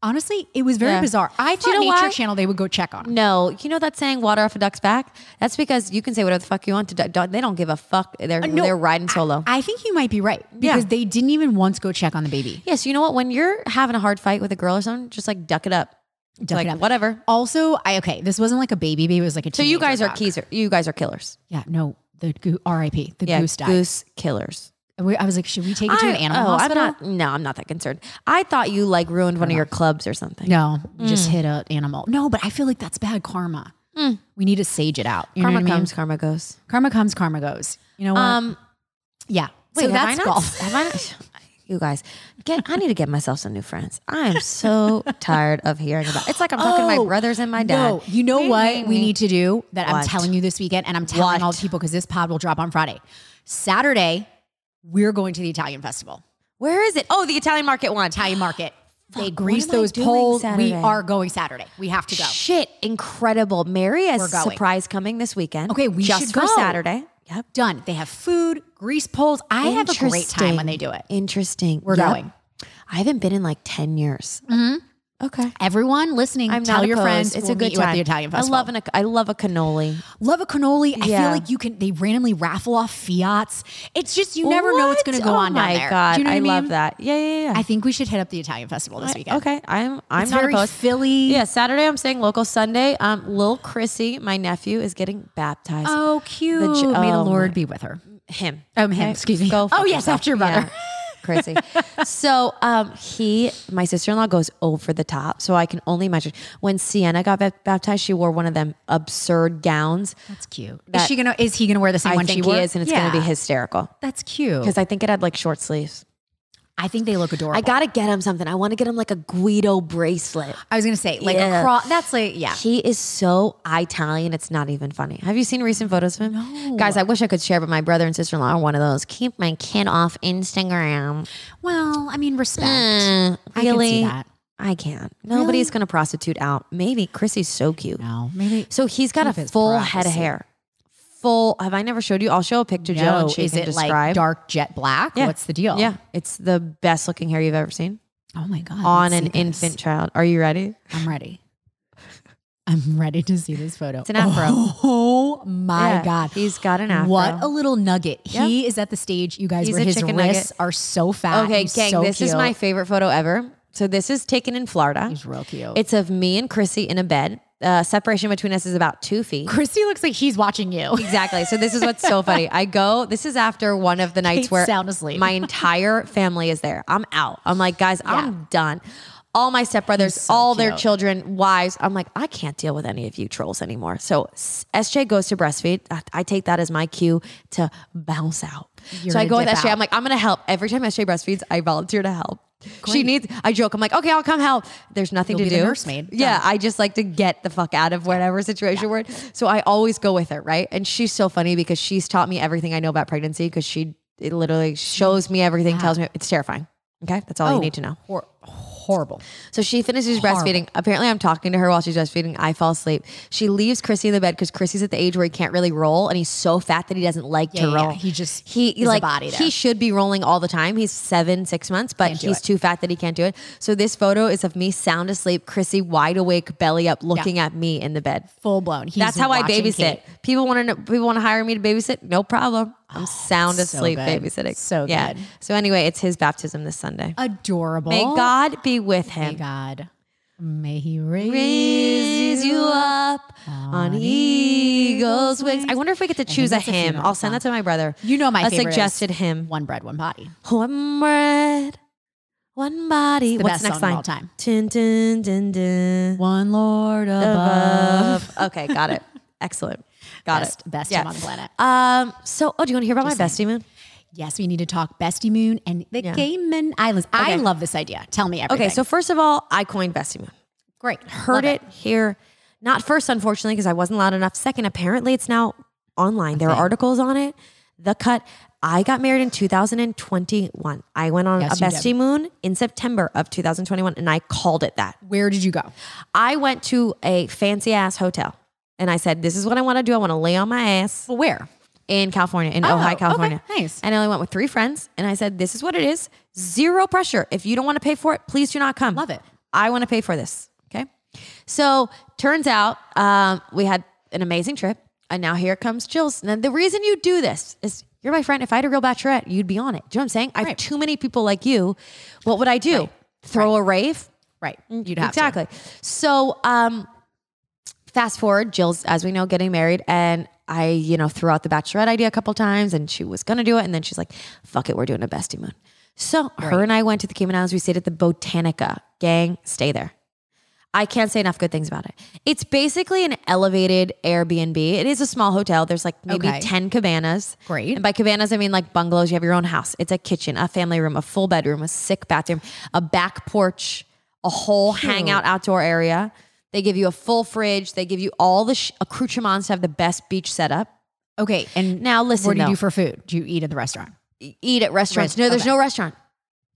Speaker 1: Honestly, it was very
Speaker 2: Yeah.
Speaker 1: bizarre. I
Speaker 2: Do
Speaker 1: thought
Speaker 2: you know
Speaker 1: Nature
Speaker 2: why? Mm.
Speaker 1: Channel they would go check on. 'em.
Speaker 2: No, you know that saying "water off a duck's back." That's because you can say whatever the fuck you want to. duck- duck- They don't give a fuck. They're
Speaker 1: no,
Speaker 2: they're riding solo.
Speaker 1: I think you might be right because they didn't even once go check on the baby.
Speaker 2: yes, you know what? When you're having a hard fight with a girl or something, just like duck it up. Duck like,
Speaker 1: it up.
Speaker 2: Whatever.
Speaker 1: Also, I okay, this wasn't like a baby baby. It was like a.
Speaker 2: So you guys are keys. You guys are killers.
Speaker 1: Yeah, no, the goo, R.I.P. The
Speaker 2: Yeah,
Speaker 1: goose died.
Speaker 2: goose killers.
Speaker 1: We- I was like, should we take it to an animal
Speaker 2: oh, I'm
Speaker 1: hospital?
Speaker 2: not. No, I'm not that concerned. I thought you like ruined one of your clubs or something.
Speaker 1: no, we
Speaker 2: Mm.
Speaker 1: just hit an animal. No, but I feel like that's bad karma. We need to sage it out. You know
Speaker 2: karma
Speaker 1: what I mean?
Speaker 2: comes, karma goes.
Speaker 1: Karma comes, karma goes. You know what?
Speaker 2: Um,
Speaker 1: yeah.
Speaker 2: wait,
Speaker 1: so
Speaker 2: have
Speaker 1: that's
Speaker 2: I not,
Speaker 1: golf.
Speaker 2: Have I not, you guys get? I need to get myself some new friends. I am so tired of hearing about. It's like I'm talking to my
Speaker 1: Oh,
Speaker 2: brothers and my dad.
Speaker 1: No, you know
Speaker 2: Me,
Speaker 1: what
Speaker 2: me,
Speaker 1: we
Speaker 2: me.
Speaker 1: need to do that I'm
Speaker 2: What?
Speaker 1: telling you this weekend, and I'm telling
Speaker 2: What?
Speaker 1: all the people because this pod will drop on Friday. Saturday, we're going to the Italian festival,
Speaker 2: Where is it? Oh, the Italian market one.
Speaker 1: Italian market. They grease
Speaker 2: am I
Speaker 1: those
Speaker 2: doing
Speaker 1: poles.
Speaker 2: Saturday?
Speaker 1: We are going Saturday. We have to go.
Speaker 2: Shit, incredible. Mary has
Speaker 1: We're
Speaker 2: a
Speaker 1: going.
Speaker 2: surprise coming this weekend.
Speaker 1: Okay, we
Speaker 2: just
Speaker 1: should
Speaker 2: for
Speaker 1: go.
Speaker 2: Saturday. Yep.
Speaker 1: Done. They have food, grease poles. I have a great time when they do it.
Speaker 2: Interesting.
Speaker 1: We're
Speaker 2: Yep.
Speaker 1: going.
Speaker 2: I haven't been in like 10 years. Okay.
Speaker 1: Everyone listening,
Speaker 2: I'm
Speaker 1: tell
Speaker 2: not
Speaker 1: your
Speaker 2: opposed.
Speaker 1: friends.
Speaker 2: It's
Speaker 1: we'll
Speaker 2: a good
Speaker 1: meet you
Speaker 2: time.
Speaker 1: at the Italian festival.
Speaker 2: I love an ac- I love a cannoli.
Speaker 1: Love a cannoli. I
Speaker 2: Yeah.
Speaker 1: feel like you can. They randomly raffle off Fiats. It's just you never know what's
Speaker 2: What?
Speaker 1: going to go
Speaker 2: oh
Speaker 1: on down
Speaker 2: my
Speaker 1: there.
Speaker 2: god!
Speaker 1: Do you know what
Speaker 2: I,
Speaker 1: I mean?
Speaker 2: love that. Yeah, yeah, yeah.
Speaker 1: I think we should hit up the Italian festival this weekend.
Speaker 2: okay, I'm I'm
Speaker 1: It's
Speaker 2: not
Speaker 1: very
Speaker 2: opposed.
Speaker 1: Philly.
Speaker 2: Yeah, Saturday I'm staying local. Sunday, um, Lil Chrissy, my nephew, is getting baptized.
Speaker 1: Oh, cute.
Speaker 2: j-
Speaker 1: May the
Speaker 2: oh
Speaker 1: Lord
Speaker 2: my-
Speaker 1: be with her.
Speaker 2: him.
Speaker 1: Um, him, excuse me.
Speaker 2: Go
Speaker 1: Oh,
Speaker 2: fuck
Speaker 1: yes,
Speaker 2: yourself.
Speaker 1: after your brother.
Speaker 2: Yeah. Crazy. so um, he, my sister in law, goes over the top. So I can only imagine when Sienna got ba- baptized, she wore one of them absurd gowns.
Speaker 1: That's cute. Is
Speaker 2: That-
Speaker 1: she gonna? Is he gonna wear the same
Speaker 2: I
Speaker 1: one
Speaker 2: think
Speaker 1: she wore?
Speaker 2: he is, and it's going to
Speaker 1: Yeah.
Speaker 2: be hysterical
Speaker 1: That's cute.
Speaker 2: because I think it had like short sleeves.
Speaker 1: I think they look adorable.
Speaker 2: I gotta get him something. I want to get him like a Guido bracelet.
Speaker 1: I was gonna say like
Speaker 2: Yeah.
Speaker 1: a cross. That's like yeah.
Speaker 2: He is so Italian, it's not even funny. Have you seen recent photos of him? Guys, I wish I could share, but my brother and sister in law are one of those. Keep my kid off Instagram.
Speaker 1: Well, I mean respect.
Speaker 2: Mm,
Speaker 1: I can
Speaker 2: really?
Speaker 1: see that.
Speaker 2: I can't. Nobody's going to prostitute out. Maybe Chrissy's so cute.
Speaker 1: No, maybe.
Speaker 2: So he's got
Speaker 1: Keep
Speaker 2: a
Speaker 1: his
Speaker 2: full head of
Speaker 1: privacy.
Speaker 2: hair. Full. Have I never showed you? I'll show a picture, Joe,
Speaker 1: No,
Speaker 2: and she
Speaker 1: is
Speaker 2: can
Speaker 1: it
Speaker 2: describe.
Speaker 1: like dark jet black?
Speaker 2: Yeah.
Speaker 1: What's the deal?
Speaker 2: Yeah, it's the best looking hair you've ever seen
Speaker 1: Oh my god.
Speaker 2: on
Speaker 1: let's
Speaker 2: an
Speaker 1: see this.
Speaker 2: infant child. Are you ready?
Speaker 1: I'm ready. I'm ready to see this photo. It's
Speaker 2: an afro.
Speaker 1: Oh my
Speaker 2: Yeah,
Speaker 1: god.
Speaker 2: he's got an afro.
Speaker 1: What a little nugget.
Speaker 2: Yeah.
Speaker 1: He is at the stage, you guys,
Speaker 2: He's
Speaker 1: where
Speaker 2: a
Speaker 1: his
Speaker 2: chicken
Speaker 1: wrists
Speaker 2: nugget.
Speaker 1: are so fat.
Speaker 2: Okay,
Speaker 1: He's
Speaker 2: gang,
Speaker 1: so
Speaker 2: this is
Speaker 1: cute.
Speaker 2: my favorite photo ever. So this is taken in Florida.
Speaker 1: He's real cute.
Speaker 2: It's of me and Chrissy in a bed. Uh, separation between us is about two feet.
Speaker 1: Christy looks like he's watching you.
Speaker 2: Exactly. So this is what's so funny. I go. This is after one of the nights
Speaker 1: Kate's
Speaker 2: where
Speaker 1: sound asleep.
Speaker 2: my entire family is there. I'm out. I'm like, guys, I'm done. All my stepbrothers, all their
Speaker 1: cute.
Speaker 2: children, wives. I'm like, I can't deal with any of you trolls anymore. So S- SJ goes to breastfeed. I, I take that as my cue to bounce out.
Speaker 1: You're
Speaker 2: so I
Speaker 1: gonna
Speaker 2: go with
Speaker 1: dip
Speaker 2: SJ. I'm
Speaker 1: out.
Speaker 2: like, I'm gonna help. Every time SJ breastfeeds, I volunteer to help. She needs. I joke. I'm like, okay, I'll come help. There's nothing
Speaker 1: You'll
Speaker 2: to
Speaker 1: be
Speaker 2: do.
Speaker 1: the nursemaid.
Speaker 2: Yeah, I just like to get the fuck out of whatever situation we're in. So I always go with her, right? And she's so funny because she's taught me everything I know about pregnancy because she it literally shows me everything, tells me it's terrifying. Okay, that's
Speaker 1: Oh.
Speaker 2: all you need to know.
Speaker 1: Hor- horrible.
Speaker 2: So she finishes breastfeeding. Apparently, I'm talking to her while she's breastfeeding. I fall asleep. She leaves Chrissy in the bed because Chrissy's at the age where he can't really roll, and he's so fat that he doesn't like to
Speaker 1: Yeah, yeah,
Speaker 2: roll.
Speaker 1: yeah. He just
Speaker 2: he
Speaker 1: is a
Speaker 2: like
Speaker 1: body there.
Speaker 2: he should be rolling all the time. He's seven, six months, but
Speaker 1: Can't do
Speaker 2: he's
Speaker 1: it.
Speaker 2: too fat that he can't do it. So this photo is of me sound asleep, Chrissy wide awake, belly up, looking at me in the bed.
Speaker 1: Full blown. He's
Speaker 2: That's how I
Speaker 1: watching
Speaker 2: babysit.
Speaker 1: Kate.
Speaker 2: People want to people want to hire me to babysit. No problem. I'm sound
Speaker 1: Oh, so
Speaker 2: asleep
Speaker 1: good.
Speaker 2: babysitting.
Speaker 1: So
Speaker 2: yeah.
Speaker 1: good.
Speaker 2: So anyway, it's his baptism this Sunday.
Speaker 1: Adorable.
Speaker 2: May God be with
Speaker 1: May
Speaker 2: him
Speaker 1: God. May he raise,
Speaker 2: raise you up on eagle's wings. I wonder if we get to choose a
Speaker 1: that's a
Speaker 2: hymn.
Speaker 1: funeral
Speaker 2: I'll send that to my brother.
Speaker 1: You know my
Speaker 2: a
Speaker 1: favorite is-
Speaker 2: suggested hymn.
Speaker 1: One bread, one body.
Speaker 2: One bread, one body.
Speaker 1: the
Speaker 2: What's
Speaker 1: best
Speaker 2: the next
Speaker 1: song of
Speaker 2: line?
Speaker 1: all time.
Speaker 2: Dun, dun, dun, dun.
Speaker 1: One Lord above.
Speaker 2: Above. Okay, got it. Excellent. Got
Speaker 1: Best,
Speaker 2: it.
Speaker 1: best
Speaker 2: Yeah.
Speaker 1: hymn on the planet.
Speaker 2: Um. So, oh, do you want to hear about my bestie moon?
Speaker 1: Yes, we need to talk Bestie Moon and the
Speaker 2: Yeah.
Speaker 1: Cayman Islands. I
Speaker 2: Okay.
Speaker 1: love this idea. Tell me everything.
Speaker 2: Okay. So first of all, I coined bestie moon.
Speaker 1: great.
Speaker 2: Heard it, here. Not first, unfortunately, because I wasn't loud enough. Second, apparently, it's now online. There are articles on it. The cut. I got married in 2021. I went on
Speaker 1: Yes,
Speaker 2: a
Speaker 1: you
Speaker 2: bestie moon in September of 2021, and I called it that.
Speaker 1: Where did you go?
Speaker 2: I went to a fancy ass hotel, and I said, "This is what I want to do. I want to lay on my ass."
Speaker 1: Well, where?
Speaker 2: in California, in Ojai,
Speaker 1: Oh, okay,
Speaker 2: California.
Speaker 1: nice.
Speaker 2: And I only went with three friends. And I said, this is what it is. Zero pressure. If you don't want to pay for it, please do not come.
Speaker 1: Love it.
Speaker 2: I want to pay for this. Okay. So turns out um, we had an amazing trip. And now here comes Jill's. Now, the reason you do this is you're my friend. If I had a real bachelorette, you'd be on it. Do you know what I'm saying? I have too many people like you. What would I do? Throw a rave?
Speaker 1: Right. You'd have
Speaker 2: exactly. So, um, fast forward, Jill's, as we know, getting married, and I, you know, threw out the bachelorette idea a couple times, and she was gonna do it, and then she's like, "Fuck it, we're doing a bestie moon." So her and I went to the Cayman Islands. We stayed at the Botanica. Gang, stay there. I can't say enough good things about it. It's basically an elevated Airbnb. It is a small hotel. There's like maybe
Speaker 1: Okay.
Speaker 2: 10 cabanas.
Speaker 1: Great.
Speaker 2: And by cabanas, I mean like bungalows. You have your own house. It's a kitchen, a family room, a full bedroom, a sick bathroom, a back porch, a whole hangout outdoor area. They give you a full fridge. They give you all the sh- accoutrements to have the best beach setup.
Speaker 1: to. Okay. And
Speaker 2: Now listen,
Speaker 1: what do you
Speaker 2: though E,
Speaker 1: do for food? Do you eat at the restaurant?
Speaker 2: eat at restaurants.
Speaker 1: Right.
Speaker 2: No, there's
Speaker 1: Okay.
Speaker 2: no restaurant.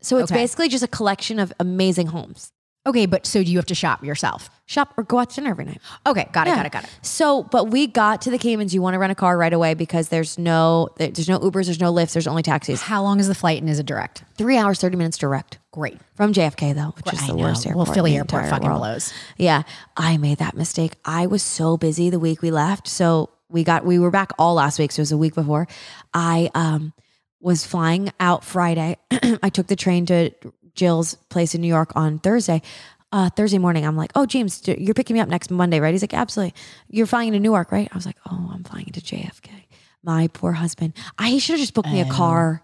Speaker 2: So it's
Speaker 1: Okay.
Speaker 2: basically just a collection of amazing homes.
Speaker 1: Okay, but so do you have to shop yourself?
Speaker 2: Shop or go out to dinner every night.
Speaker 1: Okay, got it,
Speaker 2: Yeah.
Speaker 1: got it, got it.
Speaker 2: So, but we got to the Caymans. You want to rent a car right away because there's no there- there's no Ubers, there's no Lyfts, there's only taxis.
Speaker 1: How long is the flight and is it direct?
Speaker 2: Three hours, thirty minutes direct
Speaker 1: Great.
Speaker 2: from JFK though, which is
Speaker 1: I
Speaker 2: the
Speaker 1: know.
Speaker 2: worst airport.
Speaker 1: Well, Philly
Speaker 2: in the
Speaker 1: airport
Speaker 2: entire
Speaker 1: fucking
Speaker 2: world.
Speaker 1: blows.
Speaker 2: Yeah, I made that mistake. I was so busy the week we left, so we got we were back all last week. So it was a week before. I um was flying out Friday. I took the train to Jill's place in New York on Thursday. Uh, Thursday morning, I'm like, oh, James, d- you're picking me up next Monday, right? He's like, absolutely. You're flying into Newark, right? I was like, oh, I'm flying into JFK. My poor husband. I he should have just booked me a car.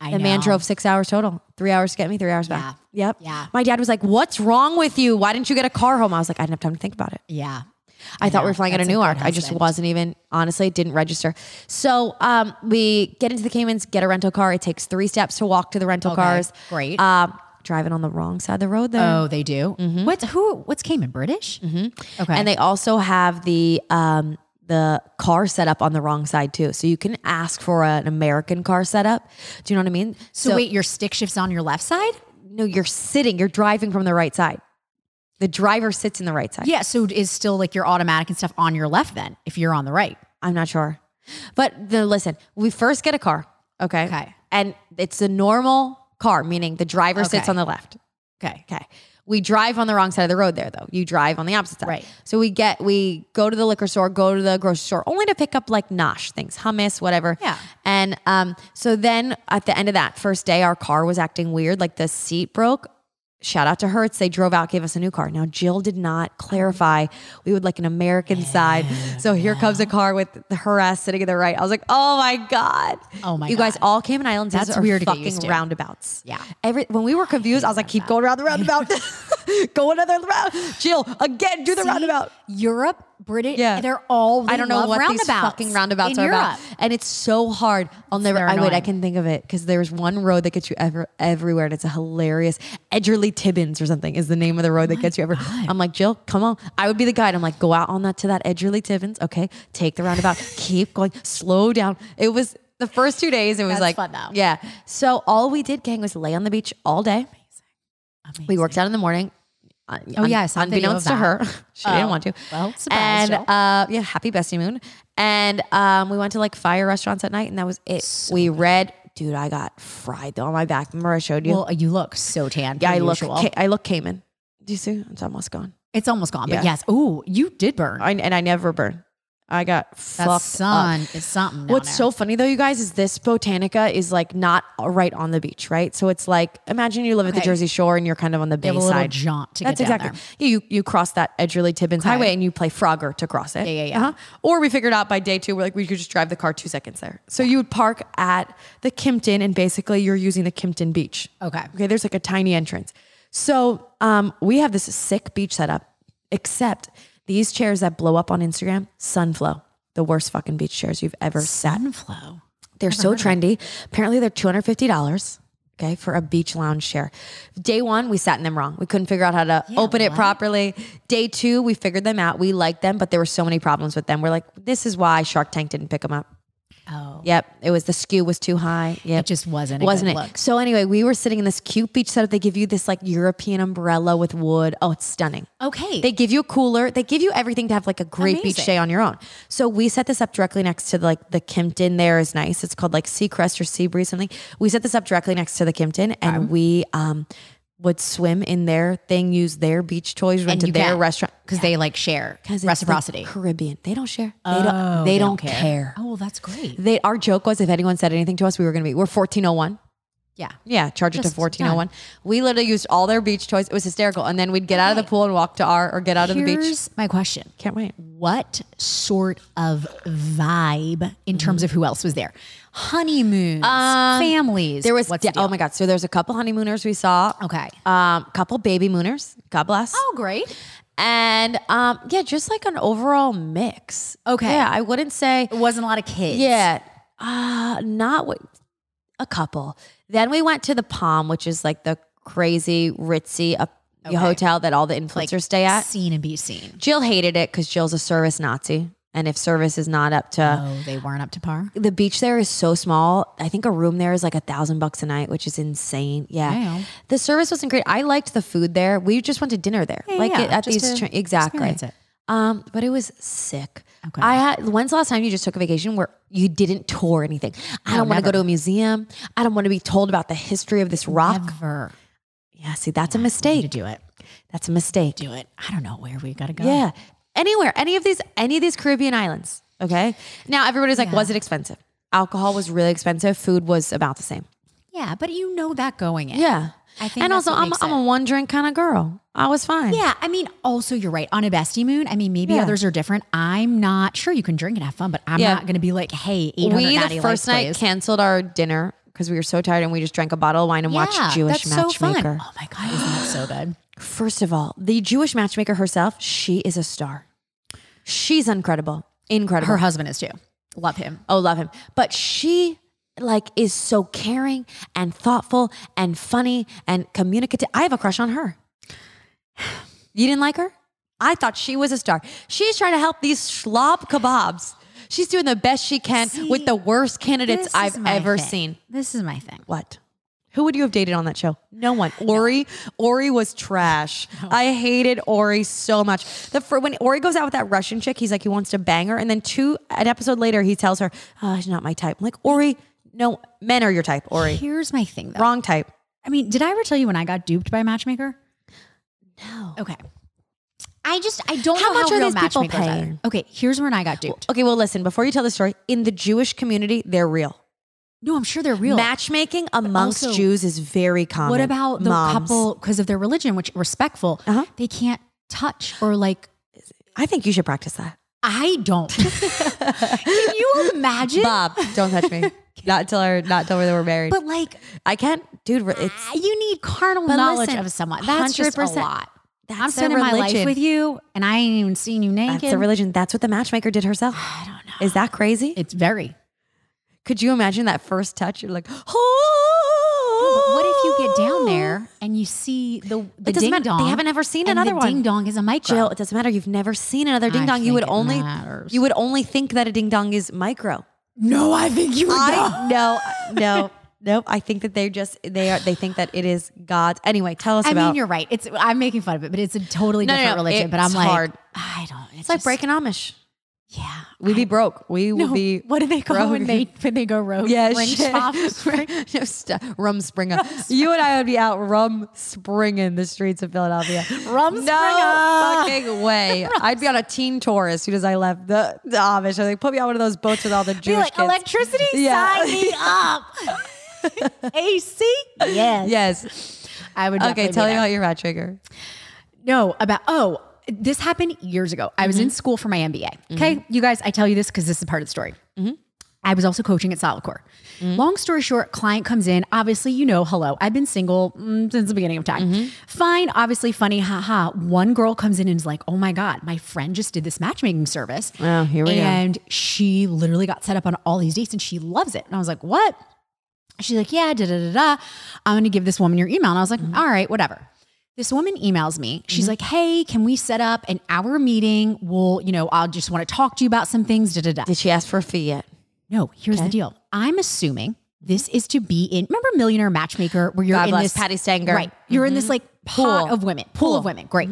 Speaker 1: Oh. I
Speaker 2: The man
Speaker 1: know.
Speaker 2: drove six hours total. Three hours to get me, three hours back. Yep.
Speaker 1: Yeah.
Speaker 2: My dad was like, What's wrong with you? Why didn't you get a car home? I was like, I didn't have time to think about it.
Speaker 1: Yeah.
Speaker 2: I, thought we were flying out of
Speaker 1: that's a good
Speaker 2: Newark. I just
Speaker 1: husband.
Speaker 2: wasn't even, honestly, it didn't register. So um, we get into the Caymans, get a rental car. It takes three steps to walk to the rental cars.
Speaker 1: great.
Speaker 2: Um, driving on the wrong side of the road there.
Speaker 1: Oh, they do. What's who? What's Cayman British? Mm-hmm. Okay.
Speaker 2: And they also have the um, the car setup on the wrong side too. So you can ask for an American car setup. Do you know what I mean?
Speaker 1: so, wait, your stick shift's on your left side?
Speaker 2: No, you're sitting. You're driving from the right side. The driver sits in the right side.
Speaker 1: Yeah. So is still like your automatic and stuff on your left then if you're on the right.
Speaker 2: I'm not sure, but the, listen, we first get a car. Okay.
Speaker 1: Okay.
Speaker 2: And it's a normal car, meaning the driver sits
Speaker 1: Okay.
Speaker 2: on the left.
Speaker 1: Okay.
Speaker 2: Okay. We drive on the wrong side of the road there though. You drive on the opposite side.
Speaker 1: Right.
Speaker 2: So we get we go to the liquor store, go to the grocery store, only to pick up like nosh things, hummus, whatever.
Speaker 1: Yeah.
Speaker 2: And um, so then at the end of that first day, our car was acting weird, like the seat broke. Shout out to Hertz. They drove out, gave us a new car. Now Jill did not clarify. We would like an American side. So here comes a car with her ass sitting in the right. I was like, oh my God.
Speaker 1: Oh my
Speaker 2: You guys
Speaker 1: God.
Speaker 2: all Cayman Islands
Speaker 1: That's
Speaker 2: are
Speaker 1: weird to get
Speaker 2: fucking
Speaker 1: used to.
Speaker 2: roundabouts.
Speaker 1: Yeah.
Speaker 2: Every when we were confused, I was like, keep going around the roundabout. Go another round. Jill, again, do the roundabout.
Speaker 1: Europe, British.
Speaker 2: Yeah.
Speaker 1: They're all. They
Speaker 2: I don't know
Speaker 1: love
Speaker 2: what
Speaker 1: roundabouts
Speaker 2: these fucking roundabouts
Speaker 1: in
Speaker 2: are
Speaker 1: Europe.
Speaker 2: about. And it's so hard. I'll never
Speaker 1: very
Speaker 2: I wait, I
Speaker 1: annoying.
Speaker 2: can think of it because there's one road that gets you ever everywhere and it's a hilarious Edgerly Tibbins or something is the name of the
Speaker 1: Oh
Speaker 2: road that gets you ever. I'm like, Jill, come on. I would be the guide. I'm like, go out on that to that Edgerly Tibbins. Okay. Take the roundabout. keep going. Slow down. It was the first two days, it was
Speaker 1: That's
Speaker 2: like
Speaker 1: fun, though.
Speaker 2: Yeah. So all we did, gang, was lay on the beach all day. We worked out in the morning. un-
Speaker 1: Oh, yeah, I saw a video
Speaker 2: unbeknownst
Speaker 1: of
Speaker 2: to her,
Speaker 1: that.
Speaker 2: she didn't
Speaker 1: Oh.
Speaker 2: want to.
Speaker 1: Well, surprise,
Speaker 2: and
Speaker 1: Jill.
Speaker 2: uh, yeah, happy bestie moon. And um, we went to like fire restaurants at night, and that was it. we read, dude, I got fried though on my back. Remember I showed you?
Speaker 1: Well, you look so tan.
Speaker 2: yeah, I
Speaker 1: per
Speaker 2: look,
Speaker 1: usual.
Speaker 2: Ca- I look Cayman. Do you see? It's almost gone.
Speaker 1: It's almost gone,
Speaker 2: Yeah.
Speaker 1: but yes. Oh, you did burn.
Speaker 2: I, and I never burn. I got
Speaker 1: that
Speaker 2: fucked up.
Speaker 1: sun is something. down
Speaker 2: What's
Speaker 1: there.
Speaker 2: so funny though, you guys, is this Botanica is like not uh, right on the beach, right? So it's like imagine you live at the
Speaker 1: Okay.
Speaker 2: Jersey Shore and you're kind of on the
Speaker 1: They have a little
Speaker 2: bayside.
Speaker 1: jaunt to
Speaker 2: That's
Speaker 1: get down
Speaker 2: exactly. Yeah, you you cross that Edgerly Tibbins
Speaker 1: Okay.
Speaker 2: Highway and you play Frogger to cross it. Uh-huh.
Speaker 1: Yeah, yeah, yeah.
Speaker 2: Or we figured out by day two, we're like we could just drive the car two seconds there. So you would park at the Kimpton and basically you're using the Kimpton Beach.
Speaker 1: Okay.
Speaker 2: Okay, there's like a tiny entrance. So um, we have this sick beach setup, except these chairs that blow up on Instagram, Sunflow, the worst fucking beach chairs you've ever sat.
Speaker 1: Sunflow.
Speaker 2: They're so trendy. Apparently, they're two hundred fifty dollars. Okay, for a beach lounge chair. Day one, we sat in them wrong. We couldn't figure out how to open it properly. Day two, we figured them out. We liked them, but there were so many problems with them. We're like, this is why Shark Tank didn't pick them up.
Speaker 1: Oh,
Speaker 2: Yep, it was the skew was too high. Yep.
Speaker 1: it just wasn't. A
Speaker 2: wasn't
Speaker 1: good
Speaker 2: it?
Speaker 1: Look.
Speaker 2: So anyway, we were sitting in this cute beach setup. They give you this like European umbrella with wood. Oh, it's stunning.
Speaker 1: Okay.
Speaker 2: They give you a cooler. They give you everything to have like a great beach
Speaker 1: Amazing.
Speaker 2: day on your own. So we set this up directly next to like the Kimpton. There is nice. It's called like Seacrest or Sea Breeze something. We set this up directly next to the Kimpton, and we um would swim in their thing, use their beach toys, rent to
Speaker 1: you
Speaker 2: their
Speaker 1: can't.
Speaker 2: restaurant.
Speaker 1: because they like share
Speaker 2: 'Cause it's the
Speaker 1: reciprocity.
Speaker 2: Caribbean. They don't share. They don't, they don't, care.
Speaker 1: Oh, well, that's great.
Speaker 2: They, our joke was if anyone said anything to us, we were going to be, we're 1401.
Speaker 1: Yeah.
Speaker 2: Yeah, charge it
Speaker 1: Just
Speaker 2: to 1401. We literally used all their beach toys. It was hysterical. And then we'd get out of the pool and walk to our, or get out of the beach.
Speaker 1: Here's my question.
Speaker 2: Can't wait.
Speaker 1: What sort of vibe in terms of who else was there? Honeymoons, families.
Speaker 2: Um, There was,
Speaker 1: what's
Speaker 2: de-
Speaker 1: the deal?
Speaker 2: oh my God. So there's a couple honeymooners we saw.
Speaker 1: Okay.
Speaker 2: Um, couple baby mooners. God bless.
Speaker 1: Oh, great.
Speaker 2: And um, yeah, just like an overall mix.
Speaker 1: Okay.
Speaker 2: Yeah, I wouldn't say
Speaker 1: It wasn't a lot of kids.
Speaker 2: Yeah. Uh, not wait, a couple. Then we went to the Palm, which is like the crazy ritzy up hotel that all the influencers stay at.
Speaker 1: Seen and be seen.
Speaker 2: Jill hated it because Jill's a service Nazi. And if service is not up to
Speaker 1: Oh, they weren't up to par.
Speaker 2: the beach there is so small. I think a room there is like a thousand bucks a night, which is insane. Yeah.
Speaker 1: Damn.
Speaker 2: The service wasn't great. I liked the food there. We just went to dinner there. like
Speaker 1: yeah,
Speaker 2: it- at
Speaker 1: just
Speaker 2: these
Speaker 1: to
Speaker 2: tra- exactly.
Speaker 1: experience it.
Speaker 2: Um, but it was sick.
Speaker 1: Okay.
Speaker 2: I had when's the last time you just took a vacation where you didn't tour anything? I don't want to go to a museum. I don't want to be told about the history of this rock.
Speaker 1: Ever
Speaker 2: Yeah, see, that's a
Speaker 1: to
Speaker 2: mistake.
Speaker 1: do it.
Speaker 2: That's a mistake.
Speaker 1: Do it. I don't know where we gotta go.
Speaker 2: Yeah. Anywhere, any of these, any of these Caribbean islands. Okay. Now everybody's like, was it expensive? Alcohol was really expensive. Food was about the same.
Speaker 1: Yeah, but you know that going in.
Speaker 2: Yeah.
Speaker 1: I think
Speaker 2: and
Speaker 1: that's
Speaker 2: also,
Speaker 1: what
Speaker 2: I'm,
Speaker 1: makes
Speaker 2: I'm a one drink kind of girl. I was fine.
Speaker 1: Yeah, I mean, also you're right. On a bestie moon, I mean, maybe
Speaker 2: Yeah.
Speaker 1: others are different. I'm not sure you can drink and have fun, but I'm
Speaker 2: Yeah.
Speaker 1: not going to be like, hey, 800
Speaker 2: We,
Speaker 1: natty
Speaker 2: the
Speaker 1: lights,
Speaker 2: first night,
Speaker 1: please.
Speaker 2: canceled our dinner because we were so tired and we just drank a bottle of wine and
Speaker 1: Yeah,
Speaker 2: watched Jewish
Speaker 1: that's so fun.
Speaker 2: Matchmaker.
Speaker 1: Oh my god, isn't that so good?
Speaker 2: First of all, the Jewish matchmaker herself, she is a star. She's incredible. Incredible.
Speaker 1: Her husband is too. Love him.
Speaker 2: oh, love him. But she like is so caring and thoughtful and funny and communicative. I have a crush on her. You didn't like her? I thought she was a star. She's trying to help these schlop kebabs. She's doing the best she can with
Speaker 1: See,
Speaker 2: the worst candidates
Speaker 1: This
Speaker 2: I've
Speaker 1: is my
Speaker 2: ever
Speaker 1: thing.
Speaker 2: seen.
Speaker 1: This is my thing.
Speaker 2: What? Who would you have dated on that show? No one. Ori. Ori was trash.
Speaker 1: Oh.
Speaker 2: I hated Ori so much. The fir- when Ori goes out with that Russian chick, he's like he wants to bang her, and then two an episode later, he tells her, "Ah, she's not my type." I'm like Ori, no men are your type. Ori,
Speaker 1: Here's my thing though.
Speaker 2: wrong type.
Speaker 1: I mean, did I ever tell you when I got duped by a matchmaker?
Speaker 2: No.
Speaker 1: Okay. I just I don't
Speaker 2: How
Speaker 1: know
Speaker 2: much
Speaker 1: how
Speaker 2: are
Speaker 1: real
Speaker 2: these people
Speaker 1: matchmakers are.
Speaker 2: paying?
Speaker 1: Okay, here's when I got duped.
Speaker 2: Okay, well, listen. Before you tell the story, in the Jewish community, they're real.
Speaker 1: No, I'm sure they're real.
Speaker 2: Matchmaking amongst
Speaker 1: also,
Speaker 2: Jews is very common.
Speaker 1: What about the
Speaker 2: Moms.
Speaker 1: couple because of their religion, which respectful,
Speaker 2: Uh-huh.
Speaker 1: they can't touch or like
Speaker 2: I think you should practice that.
Speaker 1: I don't. Can you imagine?
Speaker 2: Bob, don't touch me. not till our, not till we're married.
Speaker 1: But like
Speaker 2: I can't, dude. It's
Speaker 1: you need carnal
Speaker 2: But
Speaker 1: knowledge
Speaker 2: listen,
Speaker 1: of someone. That's just a
Speaker 2: 100%.
Speaker 1: lot.
Speaker 2: That's
Speaker 1: I'm
Speaker 2: their
Speaker 1: spending my life
Speaker 2: religion.
Speaker 1: with you, and I ain't even seen you naked.
Speaker 2: That's a religion. That's what the matchmaker did herself. I don't know. Is that crazy?
Speaker 1: it's very.
Speaker 2: Could you imagine that first touch? You're like,
Speaker 1: But
Speaker 2: oh.
Speaker 1: what if you get down there and you see the the
Speaker 2: It doesn't
Speaker 1: ding
Speaker 2: matter.
Speaker 1: dong?
Speaker 2: They haven't ever seen
Speaker 1: and
Speaker 2: another
Speaker 1: the
Speaker 2: one.
Speaker 1: Ding dong is a micro.
Speaker 2: Jill, it doesn't matter. You've never seen another ding
Speaker 1: I
Speaker 2: dong. You would
Speaker 1: think it
Speaker 2: only
Speaker 1: matters.
Speaker 2: you would only think that a ding dong is micro.
Speaker 1: no, I think you would know.
Speaker 2: I no no no. I think that they just they are they think that it is God. Anyway, tell us
Speaker 1: I
Speaker 2: about.
Speaker 1: mean, you're right. It's I'm making fun of it, but it's a totally
Speaker 2: No, no,
Speaker 1: different
Speaker 2: no.
Speaker 1: religion. but
Speaker 2: It's
Speaker 1: I'm like,
Speaker 2: hard.
Speaker 1: I don't. It's,
Speaker 2: it's like
Speaker 1: just-
Speaker 2: breaking Amish.
Speaker 1: Yeah.
Speaker 2: We'd be broke. We would
Speaker 1: No,
Speaker 2: be.
Speaker 1: what do they call
Speaker 2: broke.
Speaker 1: when they when they go rogue?
Speaker 2: Yeah,
Speaker 1: Ring
Speaker 2: shit.
Speaker 1: swap?
Speaker 2: No, st- rum springer. You and I would be out rum springing the streets of Philadelphia.
Speaker 1: Rum
Speaker 2: No
Speaker 1: springer.
Speaker 2: fucking way. I'd be on a teen tour as soon as I left the, the Amish. I like put me on one of those boats with all the
Speaker 1: Be
Speaker 2: Jewish
Speaker 1: like
Speaker 2: kids.
Speaker 1: electricity.
Speaker 2: Yeah.
Speaker 1: Sign me up. AC. Yes.
Speaker 2: yes.
Speaker 1: I would.
Speaker 2: Okay,
Speaker 1: definitely
Speaker 2: tell
Speaker 1: be
Speaker 2: me
Speaker 1: there.
Speaker 2: about your rat trigger.
Speaker 1: No, about oh, this happened years ago. I was in school for my MBA. Okay, you guys, I tell you this because this is part of the story. I was also coaching at Solidcore. Long story short, client comes in. Obviously, you know, hello, I've been single mm, since the beginning of time. Fine, obviously funny, haha. One girl comes in and is like, oh my God, my friend just did this matchmaking service.
Speaker 2: Oh, here we go.
Speaker 1: And she literally got set up on all these dates and she loves it. And I was like, what? She's like, yeah, da da da da. I'm gonna give this woman your email. And I was
Speaker 2: Mm-hmm.
Speaker 1: like, "All right, whatever. This woman emails me. She's like, hey, can we set up an hour meeting? We'll, you know, I'll just want to talk to you about some things, da da da.
Speaker 2: Did she ask for a fee yet?
Speaker 1: No, here's the deal. I'm assuming this is to be in, remember Millionaire Matchmaker, where you're
Speaker 2: God
Speaker 1: in
Speaker 2: bless
Speaker 1: this
Speaker 2: Patty Stanger.
Speaker 1: Right. You're in this like pot
Speaker 2: Pool.
Speaker 1: of women, pool,
Speaker 2: Pool. Mm-hmm.
Speaker 1: of women. Great.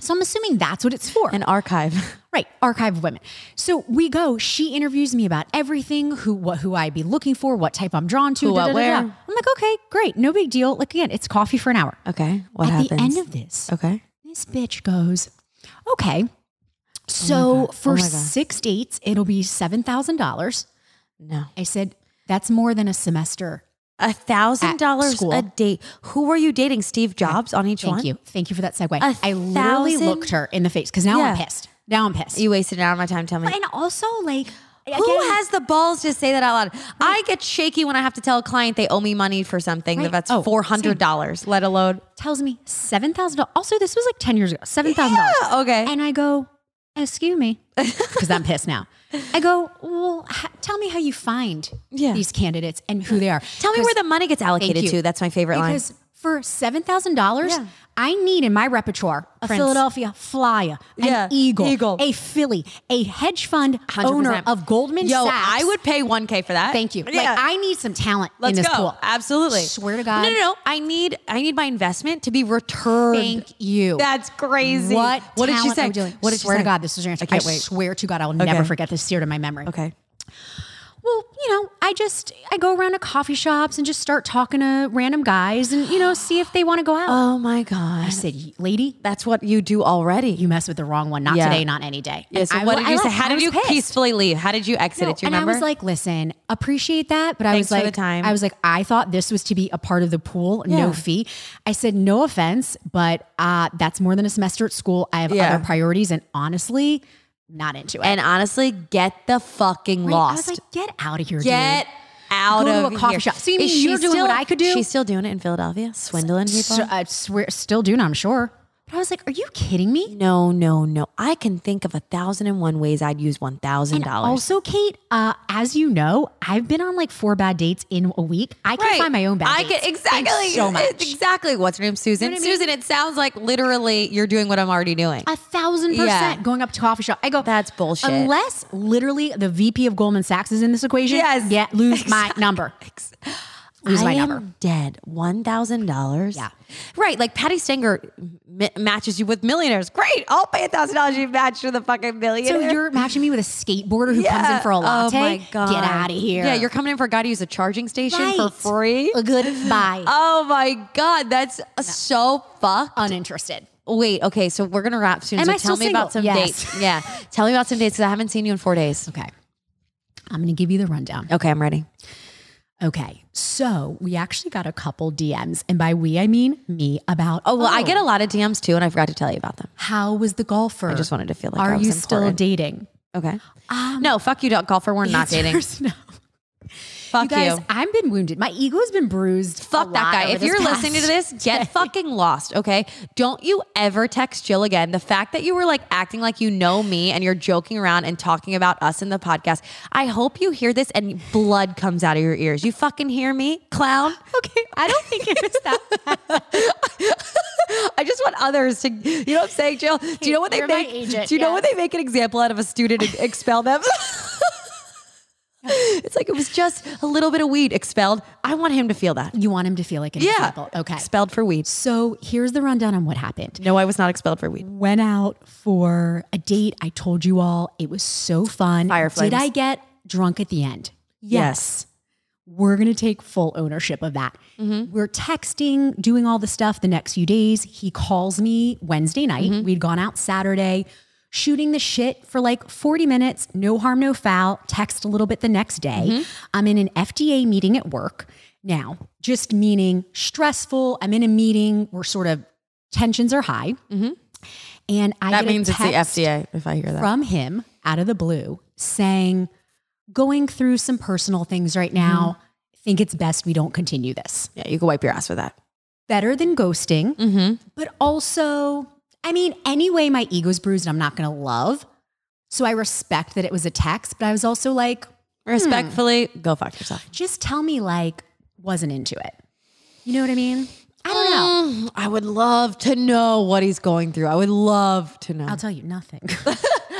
Speaker 1: So I'm assuming that's what it's for.
Speaker 2: An archive.
Speaker 1: Right, archive of women. So we go. She interviews me about everything: who, what, who I be looking for, what type I'm drawn to,
Speaker 2: Who, what, where.
Speaker 1: I'm like, okay, great, no big deal. Like again, it's coffee for an hour.
Speaker 2: Okay. What
Speaker 1: At
Speaker 2: happens? Oh.
Speaker 1: the end of this,
Speaker 2: okay.
Speaker 1: this bitch goes, okay. So
Speaker 2: God.
Speaker 1: for
Speaker 2: Oh my God.
Speaker 1: six dates, it'll be seven thousand dollars.
Speaker 2: No.
Speaker 1: I said, that's more than a semester.
Speaker 2: A thousand
Speaker 1: At
Speaker 2: dollars
Speaker 1: school.
Speaker 2: a date. Who were you dating? Steve Jobs on each
Speaker 1: Thank
Speaker 2: one?
Speaker 1: you, thank you for that segue.
Speaker 2: A
Speaker 1: I literally
Speaker 2: thousand-
Speaker 1: looked her in the face because now I'm
Speaker 2: Yeah.
Speaker 1: pissed. Now I'm pissed.
Speaker 2: You wasted an hour of my time telling me.
Speaker 1: and also, like, again,
Speaker 2: Who has the balls to say that out loud? I get shaky when I have to tell a client they owe me money for something
Speaker 1: Right.
Speaker 2: that's
Speaker 1: Oh,
Speaker 2: four hundred dollars, let alone
Speaker 1: tells me seven thousand dollars. Also, this was like ten years ago, seven thousand
Speaker 2: Yeah,
Speaker 1: dollars.
Speaker 2: oh, okay.
Speaker 1: and I go, excuse me, because I'm pissed now. I go, well, ha- tell me how you find
Speaker 2: Yeah.
Speaker 1: these candidates and who they are.
Speaker 2: Tell me where the money gets allocated
Speaker 1: you.
Speaker 2: to. That's my favorite line.
Speaker 1: because for seven thousand dollars,
Speaker 2: Yeah.
Speaker 1: I need in my repertoire a
Speaker 2: Prince.
Speaker 1: Philadelphia flyer, an
Speaker 2: Yeah,
Speaker 1: eagle,
Speaker 2: eagle.
Speaker 1: a Philly, a hedge fund
Speaker 2: 100%.
Speaker 1: owner of Goldman
Speaker 2: Yo,
Speaker 1: Sachs.
Speaker 2: I would pay one k for that.
Speaker 1: Thank you.
Speaker 2: Yeah.
Speaker 1: Like I need some talent
Speaker 2: Let's
Speaker 1: in this
Speaker 2: go.
Speaker 1: pool.
Speaker 2: Absolutely.
Speaker 1: Swear to God.
Speaker 2: No, no, no. I need I need my investment to be returned.
Speaker 1: Thank you.
Speaker 2: That's crazy.
Speaker 1: What?
Speaker 2: What did she
Speaker 1: talent are
Speaker 2: say?
Speaker 1: we doing?
Speaker 2: What did
Speaker 1: swear
Speaker 2: she
Speaker 1: to
Speaker 2: say?
Speaker 1: God, this is your answer.
Speaker 2: I can't wait.
Speaker 1: swear to God, I will
Speaker 2: Okay.
Speaker 1: never forget this. Seared in my memory.
Speaker 2: Okay.
Speaker 1: Well, you know, I just I go around to coffee shops and just start talking to random guys and you know see if they want to go out.
Speaker 2: Oh my god.
Speaker 1: I said, "Y- lady,
Speaker 2: That's what you do already.
Speaker 1: you mess with the wrong one. Not
Speaker 2: Yeah.
Speaker 1: today, not any day.
Speaker 2: yeah,
Speaker 1: And
Speaker 2: so
Speaker 1: I-
Speaker 2: what did
Speaker 1: I
Speaker 2: you say?
Speaker 1: left.
Speaker 2: How
Speaker 1: I
Speaker 2: did
Speaker 1: was
Speaker 2: you
Speaker 1: pissed.
Speaker 2: peacefully leave? How did you exit
Speaker 1: No,
Speaker 2: it? Do you
Speaker 1: and
Speaker 2: remember?
Speaker 1: I was like, listen, appreciate that, but I
Speaker 2: Thanks
Speaker 1: was
Speaker 2: for
Speaker 1: like,
Speaker 2: the time.
Speaker 1: I was like, I thought this was to be a part of the pool,
Speaker 2: Yeah.
Speaker 1: no fee. I said, no offense, but uh, that's more than a semester at school. I have
Speaker 2: Yeah.
Speaker 1: other priorities, and honestly, not into it.
Speaker 2: and honestly, get the fucking
Speaker 1: Right?
Speaker 2: lost.
Speaker 1: I was like, get out of here,
Speaker 2: get
Speaker 1: dude.
Speaker 2: out
Speaker 1: Go to
Speaker 2: of
Speaker 1: a coffee
Speaker 2: here.
Speaker 1: shop. So you
Speaker 2: Is
Speaker 1: mean
Speaker 2: she
Speaker 1: you're doing what
Speaker 2: still-
Speaker 1: I could do?
Speaker 2: She's still doing it in Philadelphia, swindling people.
Speaker 1: So, I swear, still doing, it, I'm sure. But I was like, are you kidding me?
Speaker 2: no, no, no. I can think of a thousand and one ways I'd use one thousand dollars.
Speaker 1: Also, Kate, uh, as you know, I've been on like four bad dates in a week. I can find my own bad
Speaker 2: I
Speaker 1: dates.
Speaker 2: can
Speaker 1: Thanks
Speaker 2: exactly
Speaker 1: so much.
Speaker 2: It's exactly what's her name, Susan.
Speaker 1: what I mean?
Speaker 2: Susan, it sounds like literally you're doing what I'm already doing.
Speaker 1: A thousand percent
Speaker 2: Yeah.
Speaker 1: going up to coffee shop. I go,
Speaker 2: That's bullshit.
Speaker 1: Unless literally the VP of Goldman Sachs is in this equation.
Speaker 2: Yes.
Speaker 1: Yeah, lose my number. Lose
Speaker 2: I
Speaker 1: my
Speaker 2: am
Speaker 1: number.
Speaker 2: dead. One thousand dollars.
Speaker 1: Yeah.
Speaker 2: right. Like Patty Stenger m- matches you with millionaires. Great. I'll pay a thousand dollars. You match with a fucking
Speaker 1: So
Speaker 2: millionaire.
Speaker 1: you're matching me with a skateboarder who comes in for a latte?
Speaker 2: Oh my god.
Speaker 1: Get out of here.
Speaker 2: Yeah, you're coming in for a guy to use a charging station for
Speaker 1: Right.
Speaker 2: free.
Speaker 1: A goodbye.
Speaker 2: Oh my god, that's so fucked.
Speaker 1: Uninterested.
Speaker 2: Wait, okay, so we're gonna wrap soon.
Speaker 1: Am
Speaker 2: so
Speaker 1: I still
Speaker 2: tell me about some
Speaker 1: single? Yes.
Speaker 2: dates. Yeah, tell me about some dates because I haven't seen you in four days.
Speaker 1: Okay. I'm going to give you the rundown.
Speaker 2: Okay, I'm ready.
Speaker 1: Okay. So we actually got a couple DMs, and by we, I mean me, about,
Speaker 2: Oh well, I get a lot of DMs too, and I forgot to tell you about them.
Speaker 1: how was the golfer?
Speaker 2: I just wanted to feel like I
Speaker 1: Are
Speaker 2: was
Speaker 1: you still
Speaker 2: important.
Speaker 1: dating?
Speaker 2: okay? no, fuck you, don't golfer. We're not dating.
Speaker 1: Um, Answers, No.
Speaker 2: Fuck
Speaker 1: You
Speaker 2: you.
Speaker 1: guys, I've been wounded. My ego has been bruised. a
Speaker 2: Fuck that
Speaker 1: lot
Speaker 2: guy.
Speaker 1: over
Speaker 2: If
Speaker 1: this
Speaker 2: you're
Speaker 1: past-
Speaker 2: listening to this, get fucking lost, okay? Don't you ever text Jill again. The fact that you were like acting like you know me and you're joking around and talking about us in the podcast, I hope you hear this and blood comes out of your ears. You fucking hear me, clown?
Speaker 1: Okay, I don't think it was that.
Speaker 2: I just want others to, you know what I'm saying, Jill? Do you know what they
Speaker 1: You're my
Speaker 2: make?
Speaker 1: agent,
Speaker 2: do you know
Speaker 1: yeah.
Speaker 2: when they make an example out of a student and expel them? it's like it was just a little bit of weed expelled. I want him to feel that.
Speaker 1: You want him to feel like an
Speaker 2: Yeah.
Speaker 1: example. Okay.
Speaker 2: Expelled for weed.
Speaker 1: So here's the rundown on what happened.
Speaker 2: No, I was not expelled for weed.
Speaker 1: Went out for a date. I told you all it was so fun.
Speaker 2: Fire flames.
Speaker 1: Did I get drunk at the end?
Speaker 2: Yes.
Speaker 1: We're going to take full ownership of that.
Speaker 2: Mm-hmm.
Speaker 1: We're texting, doing all the stuff the next few days. He calls me Wednesday night.
Speaker 2: Mm-hmm.
Speaker 1: We'd gone out Saturday, shooting the shit for like 40 minutes, no harm, no foul. Text a little bit the next day.
Speaker 2: Mm-hmm.
Speaker 1: I'm in an FDA meeting at work now, just meaning stressful. I'm in a meeting. We're sort of, tensions are high. And I
Speaker 2: Mm-hmm.
Speaker 1: get
Speaker 2: That
Speaker 1: a
Speaker 2: means it's the
Speaker 1: text
Speaker 2: FDA, if I hear that.
Speaker 1: from him out of the blue saying, going through some personal things right
Speaker 2: Mm-hmm.
Speaker 1: now. Think it's best we don't continue this.
Speaker 2: yeah, you can wipe your ass with that.
Speaker 1: Better than ghosting,
Speaker 2: Mm-hmm.
Speaker 1: but also, I mean, anyway, my ego's bruised. I'm not going to love. So I respect that it was a text, but I was also like,
Speaker 2: Respectfully, go fuck yourself.
Speaker 1: just tell me, like, wasn't into it. You know what I mean? Mm, I don't
Speaker 2: Mm.
Speaker 1: know.
Speaker 2: I would love to know what he's going through. I would love to know.
Speaker 1: I'll tell you nothing.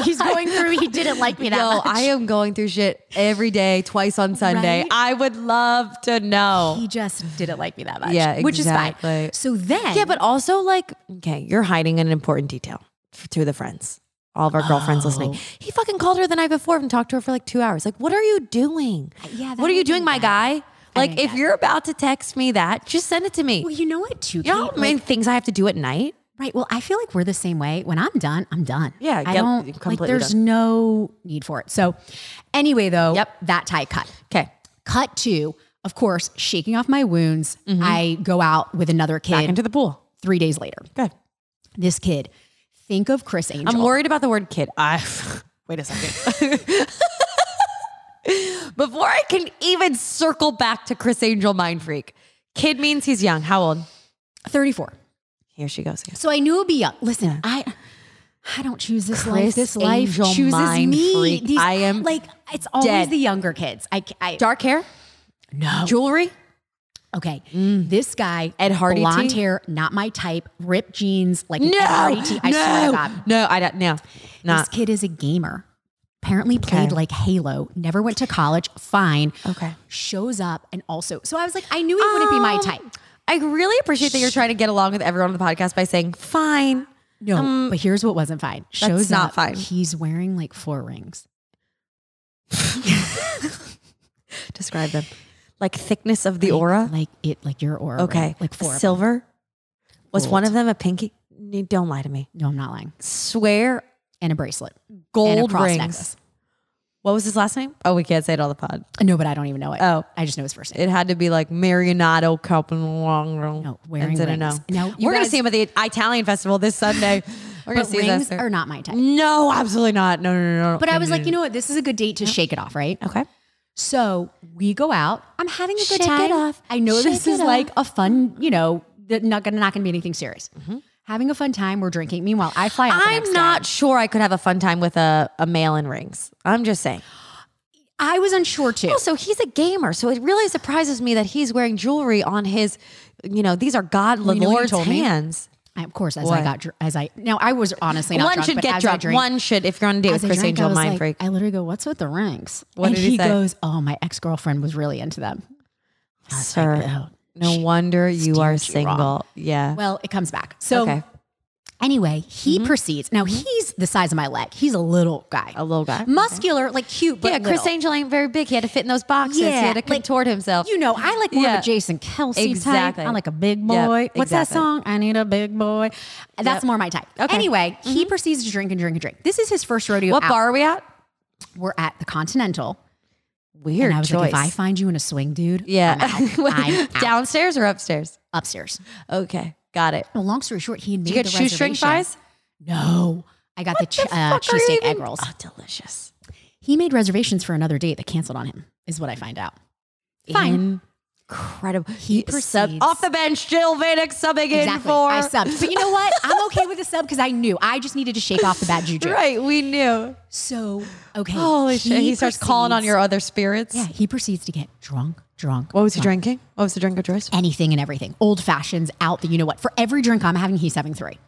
Speaker 1: he's going through. He didn't like me that
Speaker 2: Yo,
Speaker 1: much.
Speaker 2: I am going through shit every day, twice on Sunday.
Speaker 1: Right?
Speaker 2: I would love to know.
Speaker 1: he just didn't like me that much.
Speaker 2: Yeah,
Speaker 1: Which is fine.
Speaker 2: exactly.
Speaker 1: So then,
Speaker 2: Yeah, but also like, okay, you're hiding an important detail f- to the friends, all of our girlfriends
Speaker 1: Oh.
Speaker 2: listening. He fucking called her the night before and talked to her for like two hours. Like, what are you doing?
Speaker 1: Uh, Yeah, that
Speaker 2: what are
Speaker 1: I
Speaker 2: you doing,
Speaker 1: didn't
Speaker 2: my
Speaker 1: get.
Speaker 2: guy? Like,
Speaker 1: didn't
Speaker 2: if
Speaker 1: get.
Speaker 2: you're about to text me that, just send it to me.
Speaker 1: well, you know what, too?
Speaker 2: you know
Speaker 1: Kate?
Speaker 2: how many things I have to do at night?
Speaker 1: Right. Well, I feel like we're the same way. When I'm done, I'm done.
Speaker 2: Yeah,
Speaker 1: I
Speaker 2: yep,
Speaker 1: don't like.
Speaker 2: completely
Speaker 1: There's no need for it. So, anyway, though,
Speaker 2: Yep.
Speaker 1: that tie cut.
Speaker 2: Okay.
Speaker 1: Cut to, of course, shaking off my wounds. I go out with another
Speaker 2: Mm-hmm. Back
Speaker 1: kid
Speaker 2: into the pool.
Speaker 1: three days later.
Speaker 2: Good.
Speaker 1: This kid, think of Chris Angel.
Speaker 2: I'm worried about the word kid. I wait a second. Before I can even circle back to Chris Angel Mind Freak, kid means he's young. How old?
Speaker 1: 34.
Speaker 2: Here she goes.
Speaker 1: So I knew it'd be young. Listen, I I don't choose this life.
Speaker 2: Chris
Speaker 1: This life
Speaker 2: Angel
Speaker 1: chooses
Speaker 2: mind
Speaker 1: me.
Speaker 2: freak. I am
Speaker 1: like it's always
Speaker 2: dead.
Speaker 1: the younger kids. I, c- I-
Speaker 2: Dark hair,
Speaker 1: no
Speaker 2: jewelry.
Speaker 1: Okay, this guy
Speaker 2: Mm. Ed Hardy
Speaker 1: blonde
Speaker 2: tee?
Speaker 1: hair, not my type. Ripped jeans, like an Ed Hardy tee. I swear to God,
Speaker 2: no, I don't. No,
Speaker 1: this
Speaker 2: not
Speaker 1: kid is a gamer. Apparently played
Speaker 2: Okay.
Speaker 1: like Halo. Never went to college. Fine.
Speaker 2: Okay.
Speaker 1: Shows up and also, so I was like, I knew he wouldn't be my
Speaker 2: Um,
Speaker 1: type.
Speaker 2: I really appreciate that you're trying to get along with everyone on the podcast by saying fine.
Speaker 1: No, Um, but here's what wasn't fine. Shows
Speaker 2: not
Speaker 1: up.
Speaker 2: fine.
Speaker 1: He's wearing like four rings.
Speaker 2: Describe them like thickness of the aura.
Speaker 1: like it, like your aura. ring,
Speaker 2: okay,
Speaker 1: like four. of them.
Speaker 2: silver. Was one
Speaker 1: Gold.
Speaker 2: of them a pinky? You- Don't lie to me.
Speaker 1: No, I'm not lying.
Speaker 2: Swear
Speaker 1: And a bracelet, and a
Speaker 2: gold
Speaker 1: cross
Speaker 2: rings.
Speaker 1: necklace.
Speaker 2: What was his last name? Oh, we can't say it on the pod.
Speaker 1: No, but I don't even know it.
Speaker 2: Oh.
Speaker 1: I just know his first name.
Speaker 2: It had to be like Marionato Caponlongro.
Speaker 1: No, wearing
Speaker 2: Didn't
Speaker 1: rings.
Speaker 2: know.
Speaker 1: No, you
Speaker 2: we're gonna
Speaker 1: guys-
Speaker 2: see him at the Italian festival this Sunday. We're gonna
Speaker 1: But
Speaker 2: see
Speaker 1: rings
Speaker 2: this.
Speaker 1: are not my type.
Speaker 2: No, absolutely not. No, no, no, no, no.
Speaker 1: But I
Speaker 2: No,
Speaker 1: was
Speaker 2: no,
Speaker 1: like, you know what? This is a good date to shake it off, right?
Speaker 2: no. Mm-hmm. okay.
Speaker 1: So we go out. I'm having a good
Speaker 2: Shake it
Speaker 1: time.
Speaker 2: off.
Speaker 1: I know
Speaker 2: Shake
Speaker 1: this
Speaker 2: it
Speaker 1: is
Speaker 2: off.
Speaker 1: like a fun, you know, that not gonna not gonna be anything serious. Having a fun time. We're drinking. Meanwhile, I fly out. the next
Speaker 2: Mm-hmm. I'm not sure I could have a fun time with a, a male in rings. I'm just saying.
Speaker 1: day. I was unsure too.
Speaker 2: Also, he's a gamer, so it really surprises me that he's wearing jewelry on his. You know, these are God the
Speaker 1: you know what you
Speaker 2: Lord's
Speaker 1: told me?
Speaker 2: hands.
Speaker 1: I- of course, as
Speaker 2: What?
Speaker 1: I got dr- as I now I was honestly not
Speaker 2: One
Speaker 1: drunk,
Speaker 2: should
Speaker 1: but
Speaker 2: get
Speaker 1: as I
Speaker 2: drunk.
Speaker 1: drank,
Speaker 2: One should if you're on a date
Speaker 1: as
Speaker 2: with
Speaker 1: I
Speaker 2: Chris
Speaker 1: drank, I
Speaker 2: Angel,
Speaker 1: was
Speaker 2: mind
Speaker 1: like-
Speaker 2: freak.
Speaker 1: I literally go, "What's with the rings?"
Speaker 2: What
Speaker 1: and
Speaker 2: did he say?
Speaker 1: goes, "Oh, my ex girlfriend was really into them."
Speaker 2: Sir,
Speaker 1: "Oh,
Speaker 2: no wonder you are
Speaker 1: steered you
Speaker 2: single.
Speaker 1: wrong."
Speaker 2: Yeah.
Speaker 1: Well, it comes back. So
Speaker 2: okay.
Speaker 1: anyway, he proceeds. Now he's the size of my leg. He's a little guy,
Speaker 2: Mm-hmm. A little guy.
Speaker 1: muscular, like cute, but
Speaker 2: yeah, Chris
Speaker 1: little.
Speaker 2: Angel ain't very big. He had to fit in those boxes.
Speaker 1: Yeah,
Speaker 2: he had to
Speaker 1: like,
Speaker 2: contort himself.
Speaker 1: You know, I like more
Speaker 2: Yeah.
Speaker 1: of a Jason Kelsey
Speaker 2: Exactly.
Speaker 1: type. I like a big boy.
Speaker 2: Yep,
Speaker 1: What's that
Speaker 2: exactly.
Speaker 1: song? I need a big boy. That's
Speaker 2: Yep.
Speaker 1: more my type.
Speaker 2: Okay. Mm-hmm.
Speaker 1: Anyway, he proceeds to drink and drink and drink. This is his first rodeo.
Speaker 2: what
Speaker 1: out.
Speaker 2: bar are we at?
Speaker 1: We're at the Continental.
Speaker 2: Weird
Speaker 1: and I was
Speaker 2: choice.
Speaker 1: like, if I find you in a swing, dude,
Speaker 2: yeah.
Speaker 1: I'm out. I'm out.
Speaker 2: Downstairs or upstairs?
Speaker 1: upstairs.
Speaker 2: Okay, got it.
Speaker 1: Well, long story short, he had made
Speaker 2: Did you get
Speaker 1: the
Speaker 2: shoestring
Speaker 1: reservation.
Speaker 2: fries?
Speaker 1: No, I got the, ch-
Speaker 2: The
Speaker 1: uh,
Speaker 2: fuck are you
Speaker 1: cheesesteak
Speaker 2: even-
Speaker 1: egg rolls.
Speaker 2: Oh, delicious.
Speaker 1: He made reservations for another date that canceled on him. Is what I find out. Fine.
Speaker 2: Incredible.
Speaker 1: He
Speaker 2: Sub-
Speaker 1: proceeds.
Speaker 2: off the bench, Jill Vanek subbing in
Speaker 1: Exactly.
Speaker 2: for.
Speaker 1: I subbed. But you know what? I'm okay with a sub because I knew. I just needed to shake off the bad juju.
Speaker 2: Right, we knew.
Speaker 1: So, okay.
Speaker 2: Holy shit. He starts calling on
Speaker 1: proceeds-
Speaker 2: your other spirits.
Speaker 1: Yeah, he proceeds to get drunk, drunk.
Speaker 2: What was he
Speaker 1: drunk.
Speaker 2: drinking? What was the drink of choice?
Speaker 1: Anything and everything. Old fashions, out the you know what. For every drink I'm having, he's having three.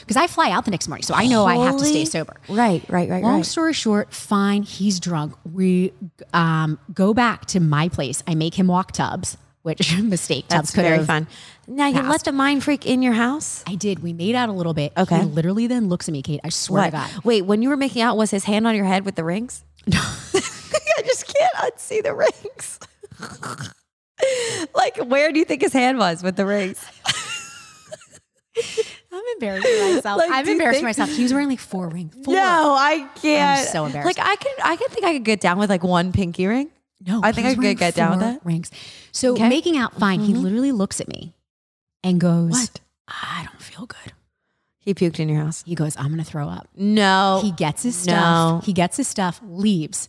Speaker 1: Because I fly out the next morning. So I know I have to stay
Speaker 2: Holy-
Speaker 1: sober.
Speaker 2: Right, right, right,
Speaker 1: Long
Speaker 2: right.
Speaker 1: story short, fine. He's drunk. We um, go back to my place. I make him walk tubs, which mistake tubs
Speaker 2: That's
Speaker 1: could
Speaker 2: very
Speaker 1: have-
Speaker 2: fun. Now you left a mind freak in your house.
Speaker 1: I did. We made out a little bit.
Speaker 2: Okay.
Speaker 1: He literally then looks at me, Kate. I swear to God.
Speaker 2: Wait, when you were making out, was his hand on your head with the rings? I just can't unsee the rings. like, where do you think his hand was with the rings?
Speaker 1: I'm embarrassing myself.
Speaker 2: Like,
Speaker 1: I'm
Speaker 2: do you
Speaker 1: embarrassing
Speaker 2: think-
Speaker 1: myself. He was wearing like four rings. Four.
Speaker 2: No, I can't.
Speaker 1: I'm so embarrassed.
Speaker 2: Like, I can, I can think I could get down with like one pinky ring.
Speaker 1: No,
Speaker 2: I
Speaker 1: he
Speaker 2: think
Speaker 1: was
Speaker 2: I could
Speaker 1: wearing
Speaker 2: get down with
Speaker 1: four
Speaker 2: that.
Speaker 1: Rings. So
Speaker 2: Okay. Mm-hmm.
Speaker 1: making out fine. He literally looks at me and goes,
Speaker 2: What?
Speaker 1: I don't feel good.
Speaker 2: He puked in your house.
Speaker 1: He goes, I'm gonna throw up.
Speaker 2: No,
Speaker 1: He gets his
Speaker 2: Oh, No.
Speaker 1: stuff. He gets his stuff, leaves.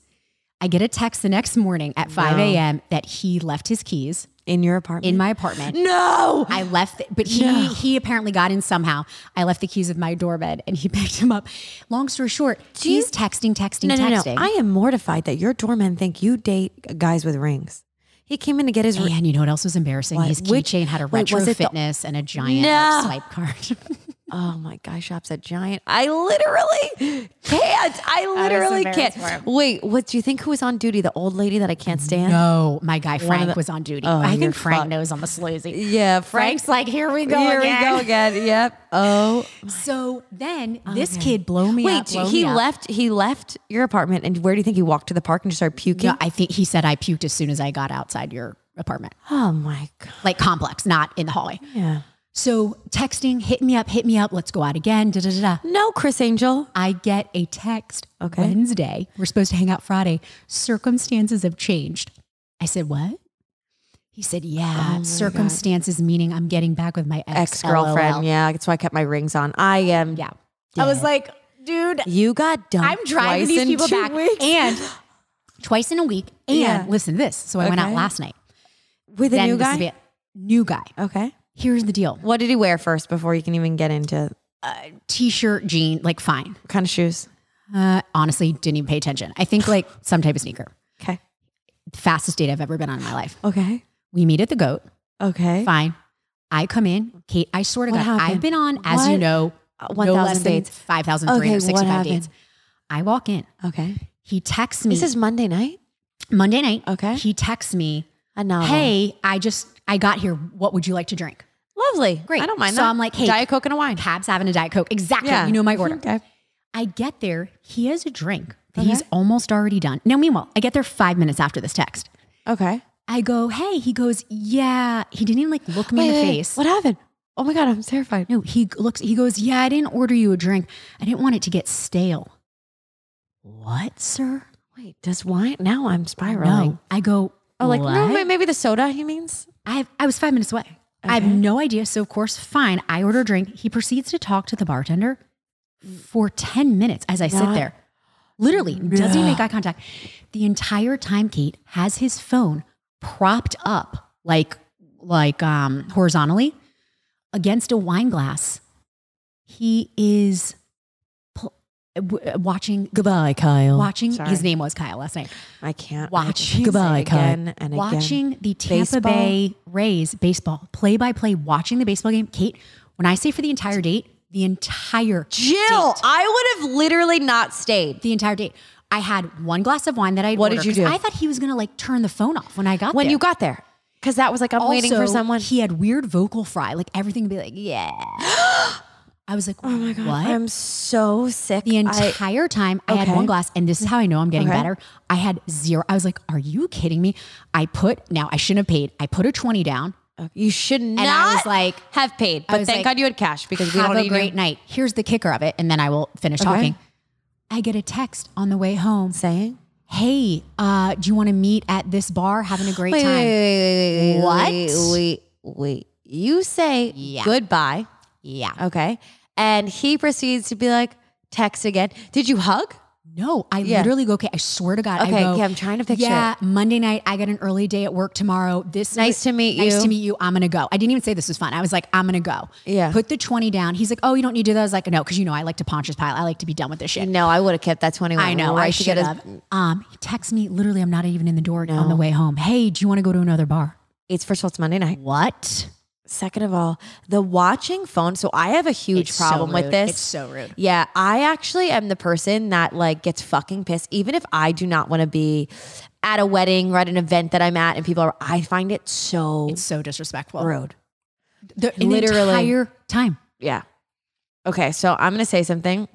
Speaker 1: I get a text the next morning at 5
Speaker 2: No.
Speaker 1: a.m. that he left his keys
Speaker 2: in your apartment.
Speaker 1: in my apartment.
Speaker 2: no,
Speaker 1: I left, th- but he
Speaker 2: No.
Speaker 1: he apparently got in somehow. I left the keys of my doorbed, and he picked him up. Long story short,
Speaker 2: you-
Speaker 1: he's texting, texting,
Speaker 2: no, no, no.
Speaker 1: texting.
Speaker 2: I am mortified that your doormen think you date guys with rings. He came in to get his ring.
Speaker 1: and you know what else was embarrassing? His
Speaker 2: Which-
Speaker 1: keychain had a
Speaker 2: wait,
Speaker 1: retro
Speaker 2: was it the-
Speaker 1: fitness and a giant
Speaker 2: No.
Speaker 1: like, swipe card.
Speaker 2: oh my guy shops at Giant. I literally can't. I literally can't. Wait, what do you think who was on duty? The old lady that I can't stand?
Speaker 1: No, Oh, my guy Frank was on duty. I
Speaker 2: Oh, you're
Speaker 1: think Frank
Speaker 2: fucked.
Speaker 1: knows I'm a sleazy.
Speaker 2: Yeah, Frank's
Speaker 1: Frank's like, here we go
Speaker 2: Here
Speaker 1: again.
Speaker 2: we go again. Yep. Oh,
Speaker 1: So then this kid blow me
Speaker 2: wait.
Speaker 1: up. blow
Speaker 2: he
Speaker 1: me up.
Speaker 2: left. He left your apartment, and where do you think he walked to the park and just started puking?
Speaker 1: No, I think he said I puked as soon as I got outside your apartment,
Speaker 2: Oh my god.
Speaker 1: like complex, not in the hallway.
Speaker 2: Yeah.
Speaker 1: So texting, hit me up, hit me up. Let's go out again. Da da da. da.
Speaker 2: No, Chris Angel.
Speaker 1: I get a text
Speaker 2: Okay.
Speaker 1: Wednesday. We're supposed to hang out Friday. Circumstances have changed. I said, What? He said, Yeah, circumstances meaning I'm getting back with my
Speaker 2: Ex girlfriend.
Speaker 1: Yeah.
Speaker 2: Yeah, that's why I kept my rings on. I am.
Speaker 1: yeah. I was like, Dude,
Speaker 2: You got dumped.
Speaker 1: I'm driving
Speaker 2: twice
Speaker 1: these
Speaker 2: in
Speaker 1: people
Speaker 2: two
Speaker 1: back
Speaker 2: weeks.
Speaker 1: and twice in a week. And
Speaker 2: Yeah.
Speaker 1: listen to this. So I went out
Speaker 2: Okay.
Speaker 1: last night.
Speaker 2: with a
Speaker 1: Then
Speaker 2: new
Speaker 1: this is
Speaker 2: guy.
Speaker 1: it. New guy.
Speaker 2: Okay.
Speaker 1: Here's the deal.
Speaker 2: What did he wear first before you can even get into
Speaker 1: T-shirt, jean, like fine.
Speaker 2: what kind of shoes?
Speaker 1: Uh, honestly, didn't even pay attention. I think like some type of sneaker.
Speaker 2: Okay.
Speaker 1: Fastest date I've ever been on in my life.
Speaker 2: Okay.
Speaker 1: We meet at the goat.
Speaker 2: Okay.
Speaker 1: Fine. I come in. Kate, I swear to
Speaker 2: What
Speaker 1: God,
Speaker 2: happened?
Speaker 1: I've been on, as you
Speaker 2: What?
Speaker 1: know,
Speaker 2: Uh,
Speaker 1: no
Speaker 2: 1,000
Speaker 1: less than
Speaker 2: dates.
Speaker 1: 5,365
Speaker 2: Okay, what
Speaker 1: dates. I walk in.
Speaker 2: Okay.
Speaker 1: He texts me.
Speaker 2: This is Monday night.
Speaker 1: Monday night.
Speaker 2: Okay.
Speaker 1: He texts me,
Speaker 2: A novel.
Speaker 1: hey, I just, I got here. What would you like to drink?
Speaker 2: lovely.
Speaker 1: Great.
Speaker 2: I don't mind
Speaker 1: So
Speaker 2: that.
Speaker 1: I'm like, hey-
Speaker 2: Diet Coke and a wine.
Speaker 1: Cab's having a Diet Coke. Exactly. You know my order. I get there. He has a drink that
Speaker 2: Uh-huh.
Speaker 1: he's almost already done. Now, meanwhile, I get there five minutes after this text.
Speaker 2: Okay.
Speaker 1: I go, hey, he goes, yeah. He didn't even like look me
Speaker 2: Wait,
Speaker 1: in the
Speaker 2: wait, wait.
Speaker 1: face.
Speaker 2: What happened? Oh my god, I'm terrified.
Speaker 1: No, he looks, he goes, yeah, I didn't order you a drink. I didn't want it to get stale. What, sir?
Speaker 2: Wait, does wine? Now I'm spiraling.
Speaker 1: No. I go,
Speaker 2: Oh, like no,
Speaker 1: "What?"
Speaker 2: ma- maybe the soda. He means.
Speaker 1: I, I was five minutes away. I have
Speaker 2: Okay.
Speaker 1: no idea. So, of course, fine. I order a drink. He proceeds to talk to the bartender for 10 minutes as I sit
Speaker 2: Not-
Speaker 1: there. Literally, doesn't even
Speaker 2: Yeah.
Speaker 1: make eye contact. The entire time, Kate has his phone propped up like, like um, horizontally against a wine glass. He is pl- w- watching,
Speaker 2: Goodbye, Kyle.
Speaker 1: watching.
Speaker 2: Oh, Sorry.
Speaker 1: His name was Kyle last night
Speaker 2: I can't
Speaker 1: Watching-
Speaker 2: Goodbye,
Speaker 1: Goodbye, Kyle.
Speaker 2: again and again.
Speaker 1: watching the Tampa
Speaker 2: Baseball?
Speaker 1: Bay Rays baseball play by play, watching the baseball game. Kate, when I say for the entire date, the entire
Speaker 2: Jill,
Speaker 1: date,
Speaker 2: I would have literally not stayed.
Speaker 1: the entire date. I had one glass of wine that I
Speaker 2: What did you do?
Speaker 1: I thought he was gonna like turn the phone off when I got
Speaker 2: when
Speaker 1: there.
Speaker 2: you got there because that was like i'm waiting for
Speaker 1: Also,
Speaker 2: someone
Speaker 1: He had weird vocal fry, like everything would be like, yeah. I was like, oh my god, what?
Speaker 2: i'm so sick
Speaker 1: the
Speaker 2: I-
Speaker 1: entire time I
Speaker 2: Okay.
Speaker 1: had one glass, and this is how I know I'm getting
Speaker 2: Okay.
Speaker 1: better. I had zero. I was like, "Are you kidding me?" I put now I shouldn't have paid. I put a twenty down.
Speaker 2: you should not
Speaker 1: I was like-
Speaker 2: have paid
Speaker 1: I
Speaker 2: but
Speaker 1: was
Speaker 2: thank
Speaker 1: like,
Speaker 2: god you had cash because we
Speaker 1: have
Speaker 2: don't
Speaker 1: a
Speaker 2: need
Speaker 1: great
Speaker 2: you
Speaker 1: night. Here's the kicker of it, and then I will finish talking. I get a text on the way home.
Speaker 2: saying
Speaker 1: Hey, uh, do you want to meet at this bar? Having a great time.
Speaker 2: wait, wait,
Speaker 1: What?
Speaker 2: wait wait you say
Speaker 1: Yeah.
Speaker 2: goodbye
Speaker 1: Yeah.
Speaker 2: okay and he proceeds to be like text again did you hug
Speaker 1: No, I
Speaker 2: Yeah.
Speaker 1: literally go. Okay, I swear to God. I
Speaker 2: Okay,
Speaker 1: go,
Speaker 2: yeah, I'm trying to picture
Speaker 1: Yeah, Monday night. I got an early day at work tomorrow. This
Speaker 2: Nice to meet you.
Speaker 1: Nice to meet you. I'm gonna go. I didn't even say this was fun. I was like, I'm gonna go.
Speaker 2: Yeah.
Speaker 1: Put the twenty down. He's like, Oh, you don't need to do that. I was like, No, because you know I like to Pontius Pilate. I like to be done with this shit.
Speaker 2: no i would have kept that 21
Speaker 1: I know.
Speaker 2: Remember,
Speaker 1: I
Speaker 2: used to
Speaker 1: should
Speaker 2: get his-
Speaker 1: have. Um, he texts me. Literally, I'm not even in the door on the way home. Hey, do you want to go to another bar?
Speaker 2: it's first of all it's monday night
Speaker 1: What?
Speaker 2: second of all the watching phone so i have a huge
Speaker 1: It's so
Speaker 2: problem with
Speaker 1: rude.
Speaker 2: this
Speaker 1: It's so rude.
Speaker 2: Yeah, I actually am the person that like gets fucking pissed, even if I do not want to be at a wedding or at an event that I'm at, and people are. I find it so
Speaker 1: It's so disrespectful.
Speaker 2: rude.
Speaker 1: The an
Speaker 2: Literally.
Speaker 1: entire time.
Speaker 2: Yeah. Okay, so I'm gonna say something,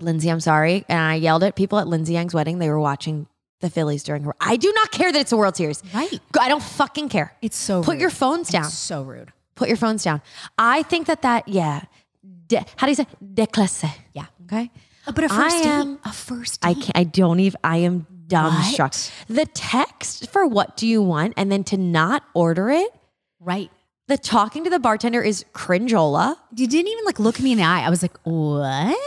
Speaker 2: Lindsay. I'm sorry, and I yelled at people at Lindsay Young's wedding. They were watching the Phillies during her. I do not care that it's a World Series.
Speaker 1: Right.
Speaker 2: I don't fucking care.
Speaker 1: It's so
Speaker 2: Put
Speaker 1: rude.
Speaker 2: your phones down.
Speaker 1: It's so rude.
Speaker 2: Put your phones down. I think that that yeah. De- how do you say déclassé?
Speaker 1: Yeah.
Speaker 2: Okay.
Speaker 1: Uh, But a
Speaker 2: I
Speaker 1: first date.
Speaker 2: am-
Speaker 1: a first date.
Speaker 2: I can't. I don't even. I am dumbstruck. The text for what do you want, and then to not order it.
Speaker 1: right.
Speaker 2: The talking to the bartender is cringeola.
Speaker 1: You didn't even like look me in the eye. I was like, what?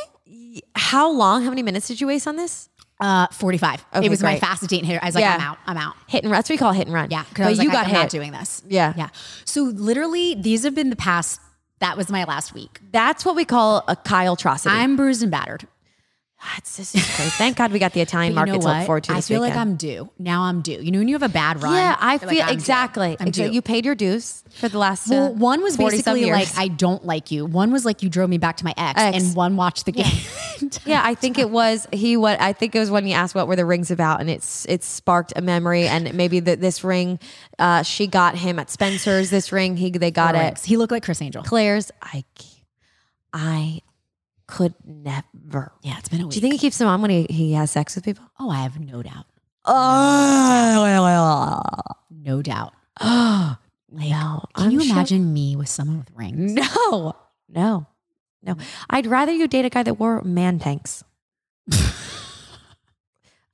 Speaker 2: How long? How many minutes did you waste on this?
Speaker 1: Uh, 45.
Speaker 2: Okay,
Speaker 1: it was
Speaker 2: great.
Speaker 1: my fastest date in here. I was like,
Speaker 2: Yeah.
Speaker 1: I'm out. I'm out.
Speaker 2: Hit and run. That's what we call hit and run.
Speaker 1: Yeah. Cause
Speaker 2: but
Speaker 1: I was
Speaker 2: you
Speaker 1: like,
Speaker 2: got
Speaker 1: I'm
Speaker 2: hit.
Speaker 1: not doing this.
Speaker 2: Yeah.
Speaker 1: Yeah. So literally these have been the past, that was my last week.
Speaker 2: That's what we call a Kyle atrocity.
Speaker 1: I'm bruised and battered.
Speaker 2: That's this is crazy. Thank God we got the Italian
Speaker 1: But you
Speaker 2: market
Speaker 1: know
Speaker 2: to look
Speaker 1: what?
Speaker 2: forward to.
Speaker 1: I
Speaker 2: This
Speaker 1: feel like
Speaker 2: weekend.
Speaker 1: I'm due. Now I'm due. You know when you have a bad run.
Speaker 2: Yeah,
Speaker 1: you're
Speaker 2: I feel
Speaker 1: like, I'm due.
Speaker 2: exactly.
Speaker 1: I'm
Speaker 2: Exa-
Speaker 1: due.
Speaker 2: You paid your dues for the last.
Speaker 1: Well,
Speaker 2: uh,
Speaker 1: one was
Speaker 2: 40-some
Speaker 1: basically like
Speaker 2: years.
Speaker 1: I don't like you. One was like you drove me back to my ex,
Speaker 2: Ex.
Speaker 1: and one watched the game.
Speaker 2: yeah, I think it was he. What I think it was when you asked what were the rings about, and it's it sparked a memory, and maybe the, this ring, uh, she got him at Spencer's. This ring, he they got it.
Speaker 1: Thanks. He looked like Chris Angel.
Speaker 2: Claire's. I, c- I could never.
Speaker 1: Yeah, it's been a week.
Speaker 2: Do you think he keeps them on when he, he has sex with people?
Speaker 1: oh, I have no doubt. Uh,
Speaker 2: Oh,
Speaker 1: No doubt.
Speaker 2: no.
Speaker 1: Can
Speaker 2: I'm
Speaker 1: you
Speaker 2: sure-
Speaker 1: imagine me with someone with rings?
Speaker 2: No, no, no. I'd rather you date a guy that wore man tanks.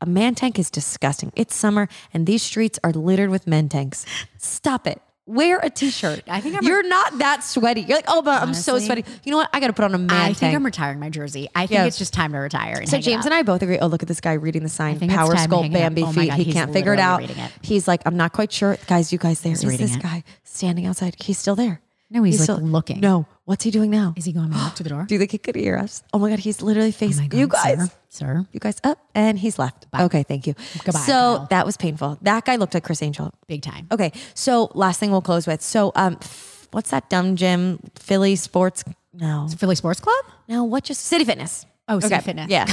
Speaker 2: a man tank is disgusting. It's summer and these streets are littered with men tanks. Stop it. Wear a t-shirt.
Speaker 1: I think I'm-
Speaker 2: You're not that sweaty. You're like, oh, but I'm so
Speaker 1: Honestly,
Speaker 2: sweaty. You know what? I got to put on a man
Speaker 1: I
Speaker 2: tank.
Speaker 1: think I'm retiring my jersey. I think
Speaker 2: Yeah.
Speaker 1: it's just time to retire. and
Speaker 2: So
Speaker 1: hang it
Speaker 2: James
Speaker 1: up.
Speaker 2: and I both agree. Oh, look at this guy reading the sign.
Speaker 1: think it's
Speaker 2: Power
Speaker 1: time to
Speaker 2: sculpt
Speaker 1: hang it up.
Speaker 2: Bambi
Speaker 1: Oh my
Speaker 2: feet.
Speaker 1: God,
Speaker 2: he
Speaker 1: he's
Speaker 2: can't figure it out.
Speaker 1: literally reading it.
Speaker 2: He's like, I'm not quite sure. Guys, you guys, there is
Speaker 1: reading
Speaker 2: this
Speaker 1: it.
Speaker 2: guy standing outside. He's still there.
Speaker 1: No, he's, like
Speaker 2: still-
Speaker 1: looking.
Speaker 2: No, what's he doing now?
Speaker 1: Is he going back to the door?
Speaker 2: Do you think he could hear us? Oh my God, he's literally
Speaker 1: Oh
Speaker 2: facing
Speaker 1: my God,
Speaker 2: you guys.
Speaker 1: sir, sir.
Speaker 2: You guys up and he's left. Okay, thank you.
Speaker 1: Goodbye,
Speaker 2: so
Speaker 1: Kyle.
Speaker 2: that was painful. That guy looked like Chris Angel.
Speaker 1: big time.
Speaker 2: Okay, so last thing we'll close with. So, um, f- what's that dumb gym? Philly Sports? No,
Speaker 1: Philly Sports Club.
Speaker 2: no. What just City Fitness?
Speaker 1: Oh, City Fitness.
Speaker 2: Yeah,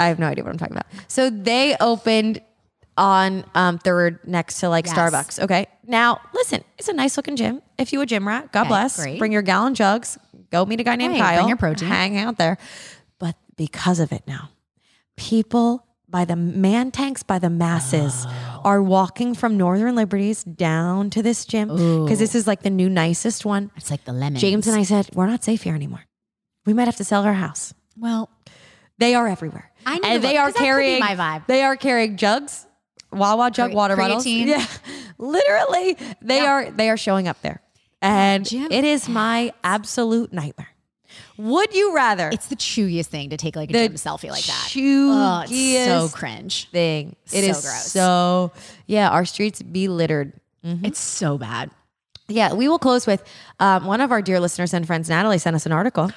Speaker 2: I have no idea what I'm talking about. So they opened on um, third next to like
Speaker 1: Yes.
Speaker 2: Starbucks. Okay, now listen, it's a nice looking gym. If you a gym rat, God
Speaker 1: Okay,
Speaker 2: bless.
Speaker 1: great.
Speaker 2: Bring your gallon jugs. Go meet a guy named
Speaker 1: Hey, bring
Speaker 2: Kyle.
Speaker 1: your protein.
Speaker 2: Hang out there. But because of it now, people by the man tanks by the masses
Speaker 1: Oh.
Speaker 2: are walking from Northern Liberties down to this gym because this is like the new nicest one.
Speaker 1: It's like the lemon.
Speaker 2: James and I said, we're not safe here anymore. We might have to sell our house.
Speaker 1: Well,
Speaker 2: They are everywhere.
Speaker 1: I need
Speaker 2: and
Speaker 1: to
Speaker 2: they
Speaker 1: look,
Speaker 2: are
Speaker 1: 'cause that could be
Speaker 2: carrying
Speaker 1: my vibe.
Speaker 2: They are carrying jugs, Wawa jug
Speaker 1: Cre-
Speaker 2: water bottles.
Speaker 1: creatine.
Speaker 2: Yeah, literally, they are they are showing up there, and
Speaker 1: Jim-
Speaker 2: it is my absolute nightmare. Would you rather
Speaker 1: it's the chewiest thing to take like a
Speaker 2: The
Speaker 1: gym selfie like that. Oh, it's so
Speaker 2: chewiest
Speaker 1: cringe.
Speaker 2: thing? It
Speaker 1: So
Speaker 2: is
Speaker 1: gross.
Speaker 2: so yeah. Our streets be littered
Speaker 1: It's so bad.
Speaker 2: Yeah, we will close with um, one of our dear listeners and friends, Natalie, sent us an article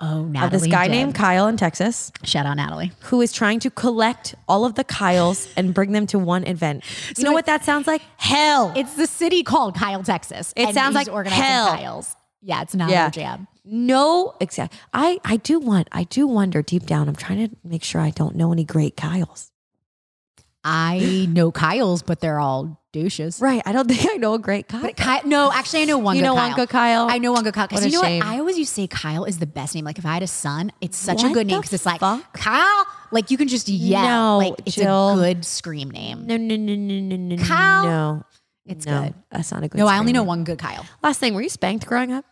Speaker 1: Oh, Natalie.
Speaker 2: of this guy
Speaker 1: did.
Speaker 2: named Kyle in Texas
Speaker 1: Shout out Natalie.
Speaker 2: who is trying to collect all of the Kyles and bring them to one event. You know what that sounds like? Hell.
Speaker 1: It's the city called Kyle, Texas.
Speaker 2: It
Speaker 1: and
Speaker 2: sounds
Speaker 1: he's
Speaker 2: like
Speaker 1: organizing
Speaker 2: hell.
Speaker 1: Kyle's. Yeah, it's not
Speaker 2: Yeah.
Speaker 1: our jam.
Speaker 2: no, exactly. I, I do want, I do wonder deep down, I'm trying to make sure I don't know any great Kyles.
Speaker 1: I know Kyle's, but they're all douches.
Speaker 2: Right. I don't think I know a great Kyle.
Speaker 1: But Kyle, no, actually, I know one.
Speaker 2: You
Speaker 1: good
Speaker 2: know
Speaker 1: Kyle.
Speaker 2: one good Kyle?
Speaker 1: I know one good Kyle. 'Cause
Speaker 2: What a
Speaker 1: you know
Speaker 2: shame.
Speaker 1: what? I always used to say Kyle is the best name. Like if I had a son, it's such a
Speaker 2: What
Speaker 1: good name
Speaker 2: the
Speaker 1: because it's like
Speaker 2: fuck?
Speaker 1: Kyle. Like you can just yell.
Speaker 2: No,
Speaker 1: like it's
Speaker 2: Jill.
Speaker 1: a good scream name.
Speaker 2: No, no, no, no, no, no, no,
Speaker 1: Kyle?
Speaker 2: No.
Speaker 1: It's
Speaker 2: no,
Speaker 1: good.
Speaker 2: That's not a good
Speaker 1: No, I only
Speaker 2: screen
Speaker 1: know
Speaker 2: name.
Speaker 1: one good Kyle.
Speaker 2: Last thing, were you spanked growing up?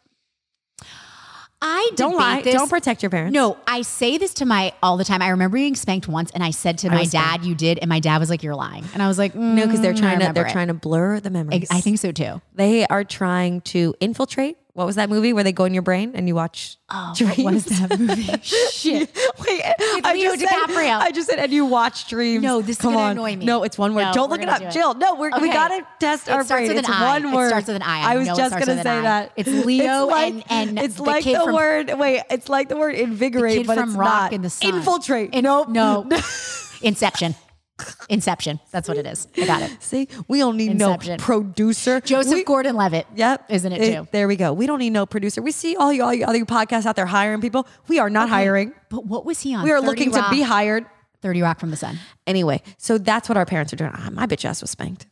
Speaker 1: I
Speaker 2: Don't
Speaker 1: debate
Speaker 2: lie.
Speaker 1: This.
Speaker 2: Don't protect your parents.
Speaker 1: No, I say this to my all the time. I remember being spanked once, and I said to my
Speaker 2: was
Speaker 1: dad, "You did," and my dad was like, "You're lying," and I was like,
Speaker 2: No, because they're
Speaker 1: "Mm, I
Speaker 2: trying to
Speaker 1: remember
Speaker 2: they're
Speaker 1: it."
Speaker 2: trying to blur the memories.
Speaker 1: I think so too.
Speaker 2: they are trying to infiltrate. What was that movie where they go in your brain and you watch?
Speaker 1: Oh, what was that movie? Shit.
Speaker 2: Wait,
Speaker 1: Leo DiCaprio.
Speaker 2: Said, I just said, and you watch dreams.
Speaker 1: No, this is
Speaker 2: Come
Speaker 1: gonna
Speaker 2: on.
Speaker 1: annoy me.
Speaker 2: No, it's one word.
Speaker 1: No,
Speaker 2: Don't
Speaker 1: we're
Speaker 2: look it
Speaker 1: gonna
Speaker 2: up,
Speaker 1: do it.
Speaker 2: Jill. No, we're, we
Speaker 1: Okay.
Speaker 2: gotta test
Speaker 1: It
Speaker 2: our
Speaker 1: starts
Speaker 2: brain.
Speaker 1: with
Speaker 2: it's
Speaker 1: an I.
Speaker 2: one
Speaker 1: It
Speaker 2: word.
Speaker 1: starts with an I. I
Speaker 2: I was
Speaker 1: know it
Speaker 2: just
Speaker 1: starts
Speaker 2: gonna
Speaker 1: with
Speaker 2: say
Speaker 1: an I.
Speaker 2: that.
Speaker 1: It's Leo and- and
Speaker 2: it's
Speaker 1: the
Speaker 2: like
Speaker 1: kid
Speaker 2: the
Speaker 1: from-
Speaker 2: word. Wait, it's like the word invigorate,
Speaker 1: Kid
Speaker 2: but
Speaker 1: from
Speaker 2: it's
Speaker 1: Rock
Speaker 2: not.
Speaker 1: in the Sun.
Speaker 2: Infiltrate.
Speaker 1: In-
Speaker 2: nope.
Speaker 1: No. Inception. Inception. That's what it is. I got it.
Speaker 2: See, we don't need
Speaker 1: Inception.
Speaker 2: no producer.
Speaker 1: Joseph
Speaker 2: We-
Speaker 1: Gordon Levitt.
Speaker 2: Yep.
Speaker 1: Isn't it, too?
Speaker 2: There we go. We don't need no producer. We see all you, all you other podcasts out there hiring people. We are not hiring.
Speaker 1: Mm, But what was he on?
Speaker 2: We are
Speaker 1: 30
Speaker 2: looking
Speaker 1: Rock,
Speaker 2: to be hired.
Speaker 1: 30 Rock from the Sun.
Speaker 2: Anyway, so that's what our parents are doing. Ah, my bitch ass was spanked.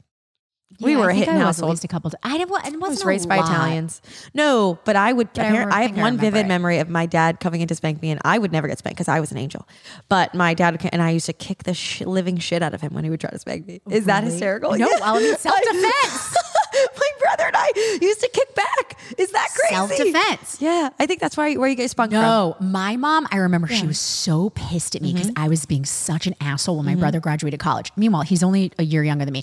Speaker 2: we
Speaker 1: Yeah, I
Speaker 2: were a
Speaker 1: think I
Speaker 2: hitting
Speaker 1: was at
Speaker 2: household.
Speaker 1: least a couple. T- I didn't. I wasn't
Speaker 2: I was
Speaker 1: a
Speaker 2: raised by
Speaker 1: lot.
Speaker 2: Italians. No, but I would.
Speaker 1: I
Speaker 2: appar-
Speaker 1: remember-
Speaker 2: I,
Speaker 1: I
Speaker 2: have
Speaker 1: think I
Speaker 2: one
Speaker 1: remember
Speaker 2: vivid
Speaker 1: it.
Speaker 2: memory of my dad coming in to spank me, and I would never get spanked because I was an angel. But my dad would- and I used to kick the sh- living shit out of him when he would try to spank me. Is that
Speaker 1: Really?
Speaker 2: hysterical?
Speaker 1: No,
Speaker 2: Yeah.
Speaker 1: well, I mean, self-defense.
Speaker 2: my brother and I used to kick back. Is that crazy?
Speaker 1: Self-defense.
Speaker 2: Yeah, I think that's why where you get spunk from. Mm-hmm.
Speaker 1: No, my mom, I remember she was so pissed at me because I was being such an asshole when my brother graduated college. Meanwhile, he's only a year younger than me.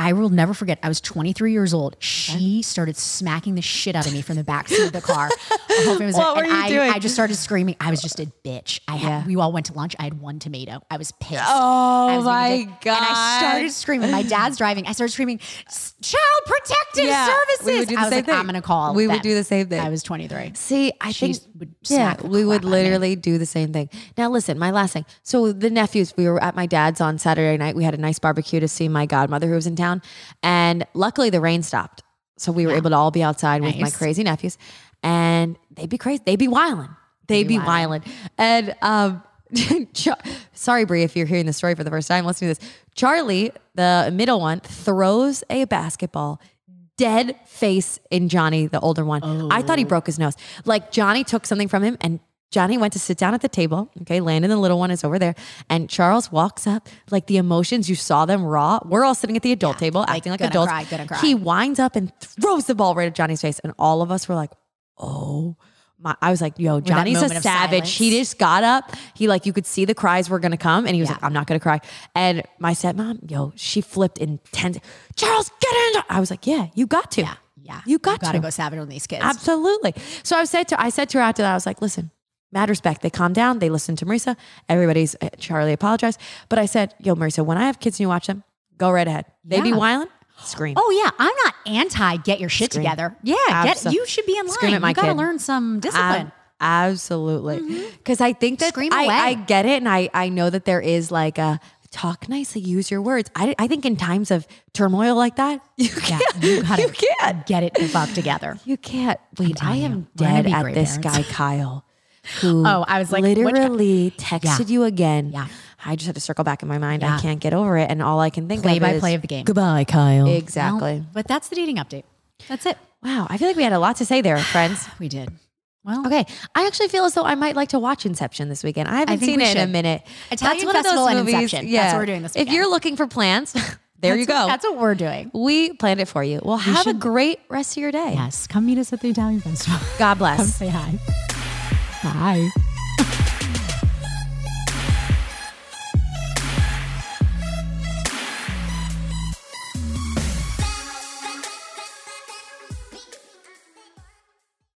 Speaker 1: I will never forget. I was 23 years old. She started smacking the shit out of me from the backseat of the car. I hope it was
Speaker 2: What
Speaker 1: and
Speaker 2: were you
Speaker 1: I,
Speaker 2: doing?
Speaker 1: I just started screaming. I was just a bitch. I had, we all went to lunch. I had one tomato. I was pissed.
Speaker 2: Oh
Speaker 1: I was gonna
Speaker 2: my
Speaker 1: get- And I started
Speaker 2: God.
Speaker 1: screaming. My dad's driving. I started screaming, "S- "Child Protective
Speaker 2: Yeah,
Speaker 1: Services!"
Speaker 2: we would do the
Speaker 1: I was
Speaker 2: same
Speaker 1: like,
Speaker 2: thing.
Speaker 1: "I'm gonna call."
Speaker 2: We would
Speaker 1: them."
Speaker 2: do the same thing.
Speaker 1: I was 23.
Speaker 2: See, I
Speaker 1: She
Speaker 2: think
Speaker 1: would
Speaker 2: yeah,
Speaker 1: smack the
Speaker 2: we
Speaker 1: crap
Speaker 2: would
Speaker 1: out of me.
Speaker 2: literally do the same thing. Now, listen, my last thing. So the nephews, we were at my dad's on Saturday night. We had a nice barbecue to see my godmother who was in town, and luckily the rain stopped, so we were able to all be outside with my
Speaker 1: Nice.
Speaker 2: crazy nephews, and they'd be crazy. They'd be wildin'. They'd be wildin'. And um, Char- sorry, Brie, if you're hearing the story for the first time, listen to this. Charlie, the middle one, throws a basketball. Dead face in Johnny, the older one. I thought he
Speaker 1: Oh.
Speaker 2: broke his nose. Like Johnny took something from him and Johnny went to sit down at the table. Okay, Landon, the little one, is over there. And Charles walks up, like the emotions, you saw them raw. We're all sitting at the adult table, acting like
Speaker 1: gonna
Speaker 2: adults.
Speaker 1: cry, gonna cry.
Speaker 2: He winds up and throws the ball right at Johnny's face. And all of us were like, oh my. I was like, yo,
Speaker 1: that
Speaker 2: Johnny's a
Speaker 1: moment of
Speaker 2: savage.
Speaker 1: silence.
Speaker 2: He just got up. He, like, you could see the cries were gonna come. And he was
Speaker 1: Yeah.
Speaker 2: like, I'm not gonna cry. And my stepmom, yo, she flipped intense. Charles, get in. I was like, yeah, you got to.
Speaker 1: Yeah,
Speaker 2: You got
Speaker 1: gotta
Speaker 2: to.
Speaker 1: go savage on these kids.
Speaker 2: Absolutely. So I said to I said to her after that, I was like, listen, mad respect. They calm down. They listen to Marisa. Everybody's uh, Charlie apologized. But I said, yo, Marisa, when I have kids and you watch them, go right ahead. They be
Speaker 1: Yeah.
Speaker 2: wild. Scream.
Speaker 1: Oh yeah, I'm not anti get your shit together. Yeah, get,
Speaker 2: Absol-
Speaker 1: you should be in line.
Speaker 2: Scream at my
Speaker 1: you gotta
Speaker 2: kid.
Speaker 1: learn some discipline. Mm-hmm.
Speaker 2: Ab- absolutely. Because I think that
Speaker 1: Scream
Speaker 2: I,
Speaker 1: away.
Speaker 2: I get it. And I, I know that there is like a talk nicely, use your words. I, I think in times of turmoil like that, you
Speaker 1: yeah,
Speaker 2: can't.
Speaker 1: you gotta
Speaker 2: you can't.
Speaker 1: get it the fuck together.
Speaker 2: You can't. Wait, I
Speaker 1: telling
Speaker 2: am
Speaker 1: you, we're gonna
Speaker 2: dead
Speaker 1: be
Speaker 2: at
Speaker 1: great
Speaker 2: this
Speaker 1: parents.
Speaker 2: guy, Kyle. Who
Speaker 1: Oh, I was like, which guy?
Speaker 2: literally texted
Speaker 1: Yeah.
Speaker 2: you again.
Speaker 1: Yeah.
Speaker 2: I just had to circle back in my mind. I
Speaker 1: Yeah.
Speaker 2: can't get over it. And all I can think
Speaker 1: Play
Speaker 2: of
Speaker 1: by
Speaker 2: is,
Speaker 1: play of the game.
Speaker 2: Goodbye, Kyle.
Speaker 1: Well,
Speaker 2: Exactly.
Speaker 1: but that's the dating update. That's it.
Speaker 2: Wow. I feel like we had a lot to say there, friends.
Speaker 1: We did. Well,
Speaker 2: Okay. I actually feel as though I might like to watch Inception this weekend. I haven't
Speaker 1: think
Speaker 2: seen
Speaker 1: we
Speaker 2: it in a
Speaker 1: should.
Speaker 2: minute.
Speaker 1: Italian Festival and Inception. That's what we're doing this
Speaker 2: If
Speaker 1: weekend.
Speaker 2: you're looking for plans, there you
Speaker 1: that's what-
Speaker 2: go.
Speaker 1: that's what we're doing.
Speaker 2: we planned it for you. Well, have a
Speaker 1: should-
Speaker 2: great rest of your day.
Speaker 1: Yes, come meet us at the Italian Festival.
Speaker 2: God bless.
Speaker 1: Come say hi. Bye.